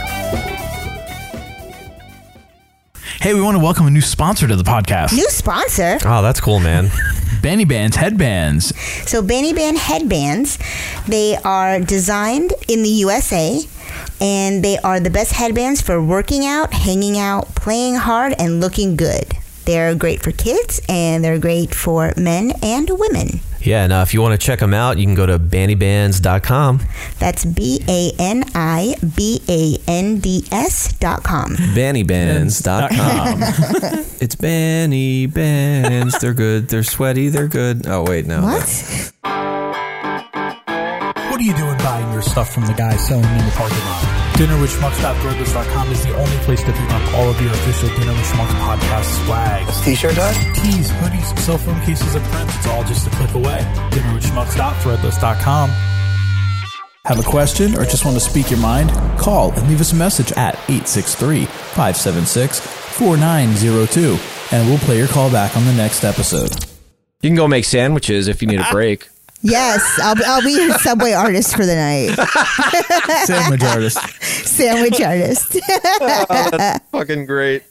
Speaker 1: Hey, we want to welcome a new sponsor to the podcast
Speaker 5: New sponsor.
Speaker 6: Oh, that's cool, man.
Speaker 1: Benny Bands Headbands.
Speaker 5: So Banny Band headbands, they are designed in the USA and they are the best headbands for working out, hanging out, playing hard and looking good. They're great for kids and they're great for men and women.
Speaker 6: Yeah, and uh, if you want to check them out, you can go to bannybands.com.
Speaker 5: That's B A N I B A N D S dot com.
Speaker 6: Bannybands.com. it's Banny Bands. They're good. They're sweaty. They're good. Oh, wait, no.
Speaker 5: What?
Speaker 8: What are you doing buying your stuff from the guy selling in the parking lot? DinnerWithSchmucks.threadless.com is the only place to pick up all of your official Dinner with Schmucks podcast swags.
Speaker 4: T-shirt does?
Speaker 8: Keys, hoodies, cell phone cases, and prints. It's all just a click away. DinnerWithSchmucks.threadless.com.
Speaker 1: Have a question or just want to speak your mind? Call and leave us a message at 863 576 4902 and we'll play your call back on the next episode.
Speaker 7: You can go make sandwiches if you need a break.
Speaker 5: Yes, I'll be, I'll be your subway artist for the night.
Speaker 1: Sandwich artist.
Speaker 5: Sandwich artist.
Speaker 7: Fucking great.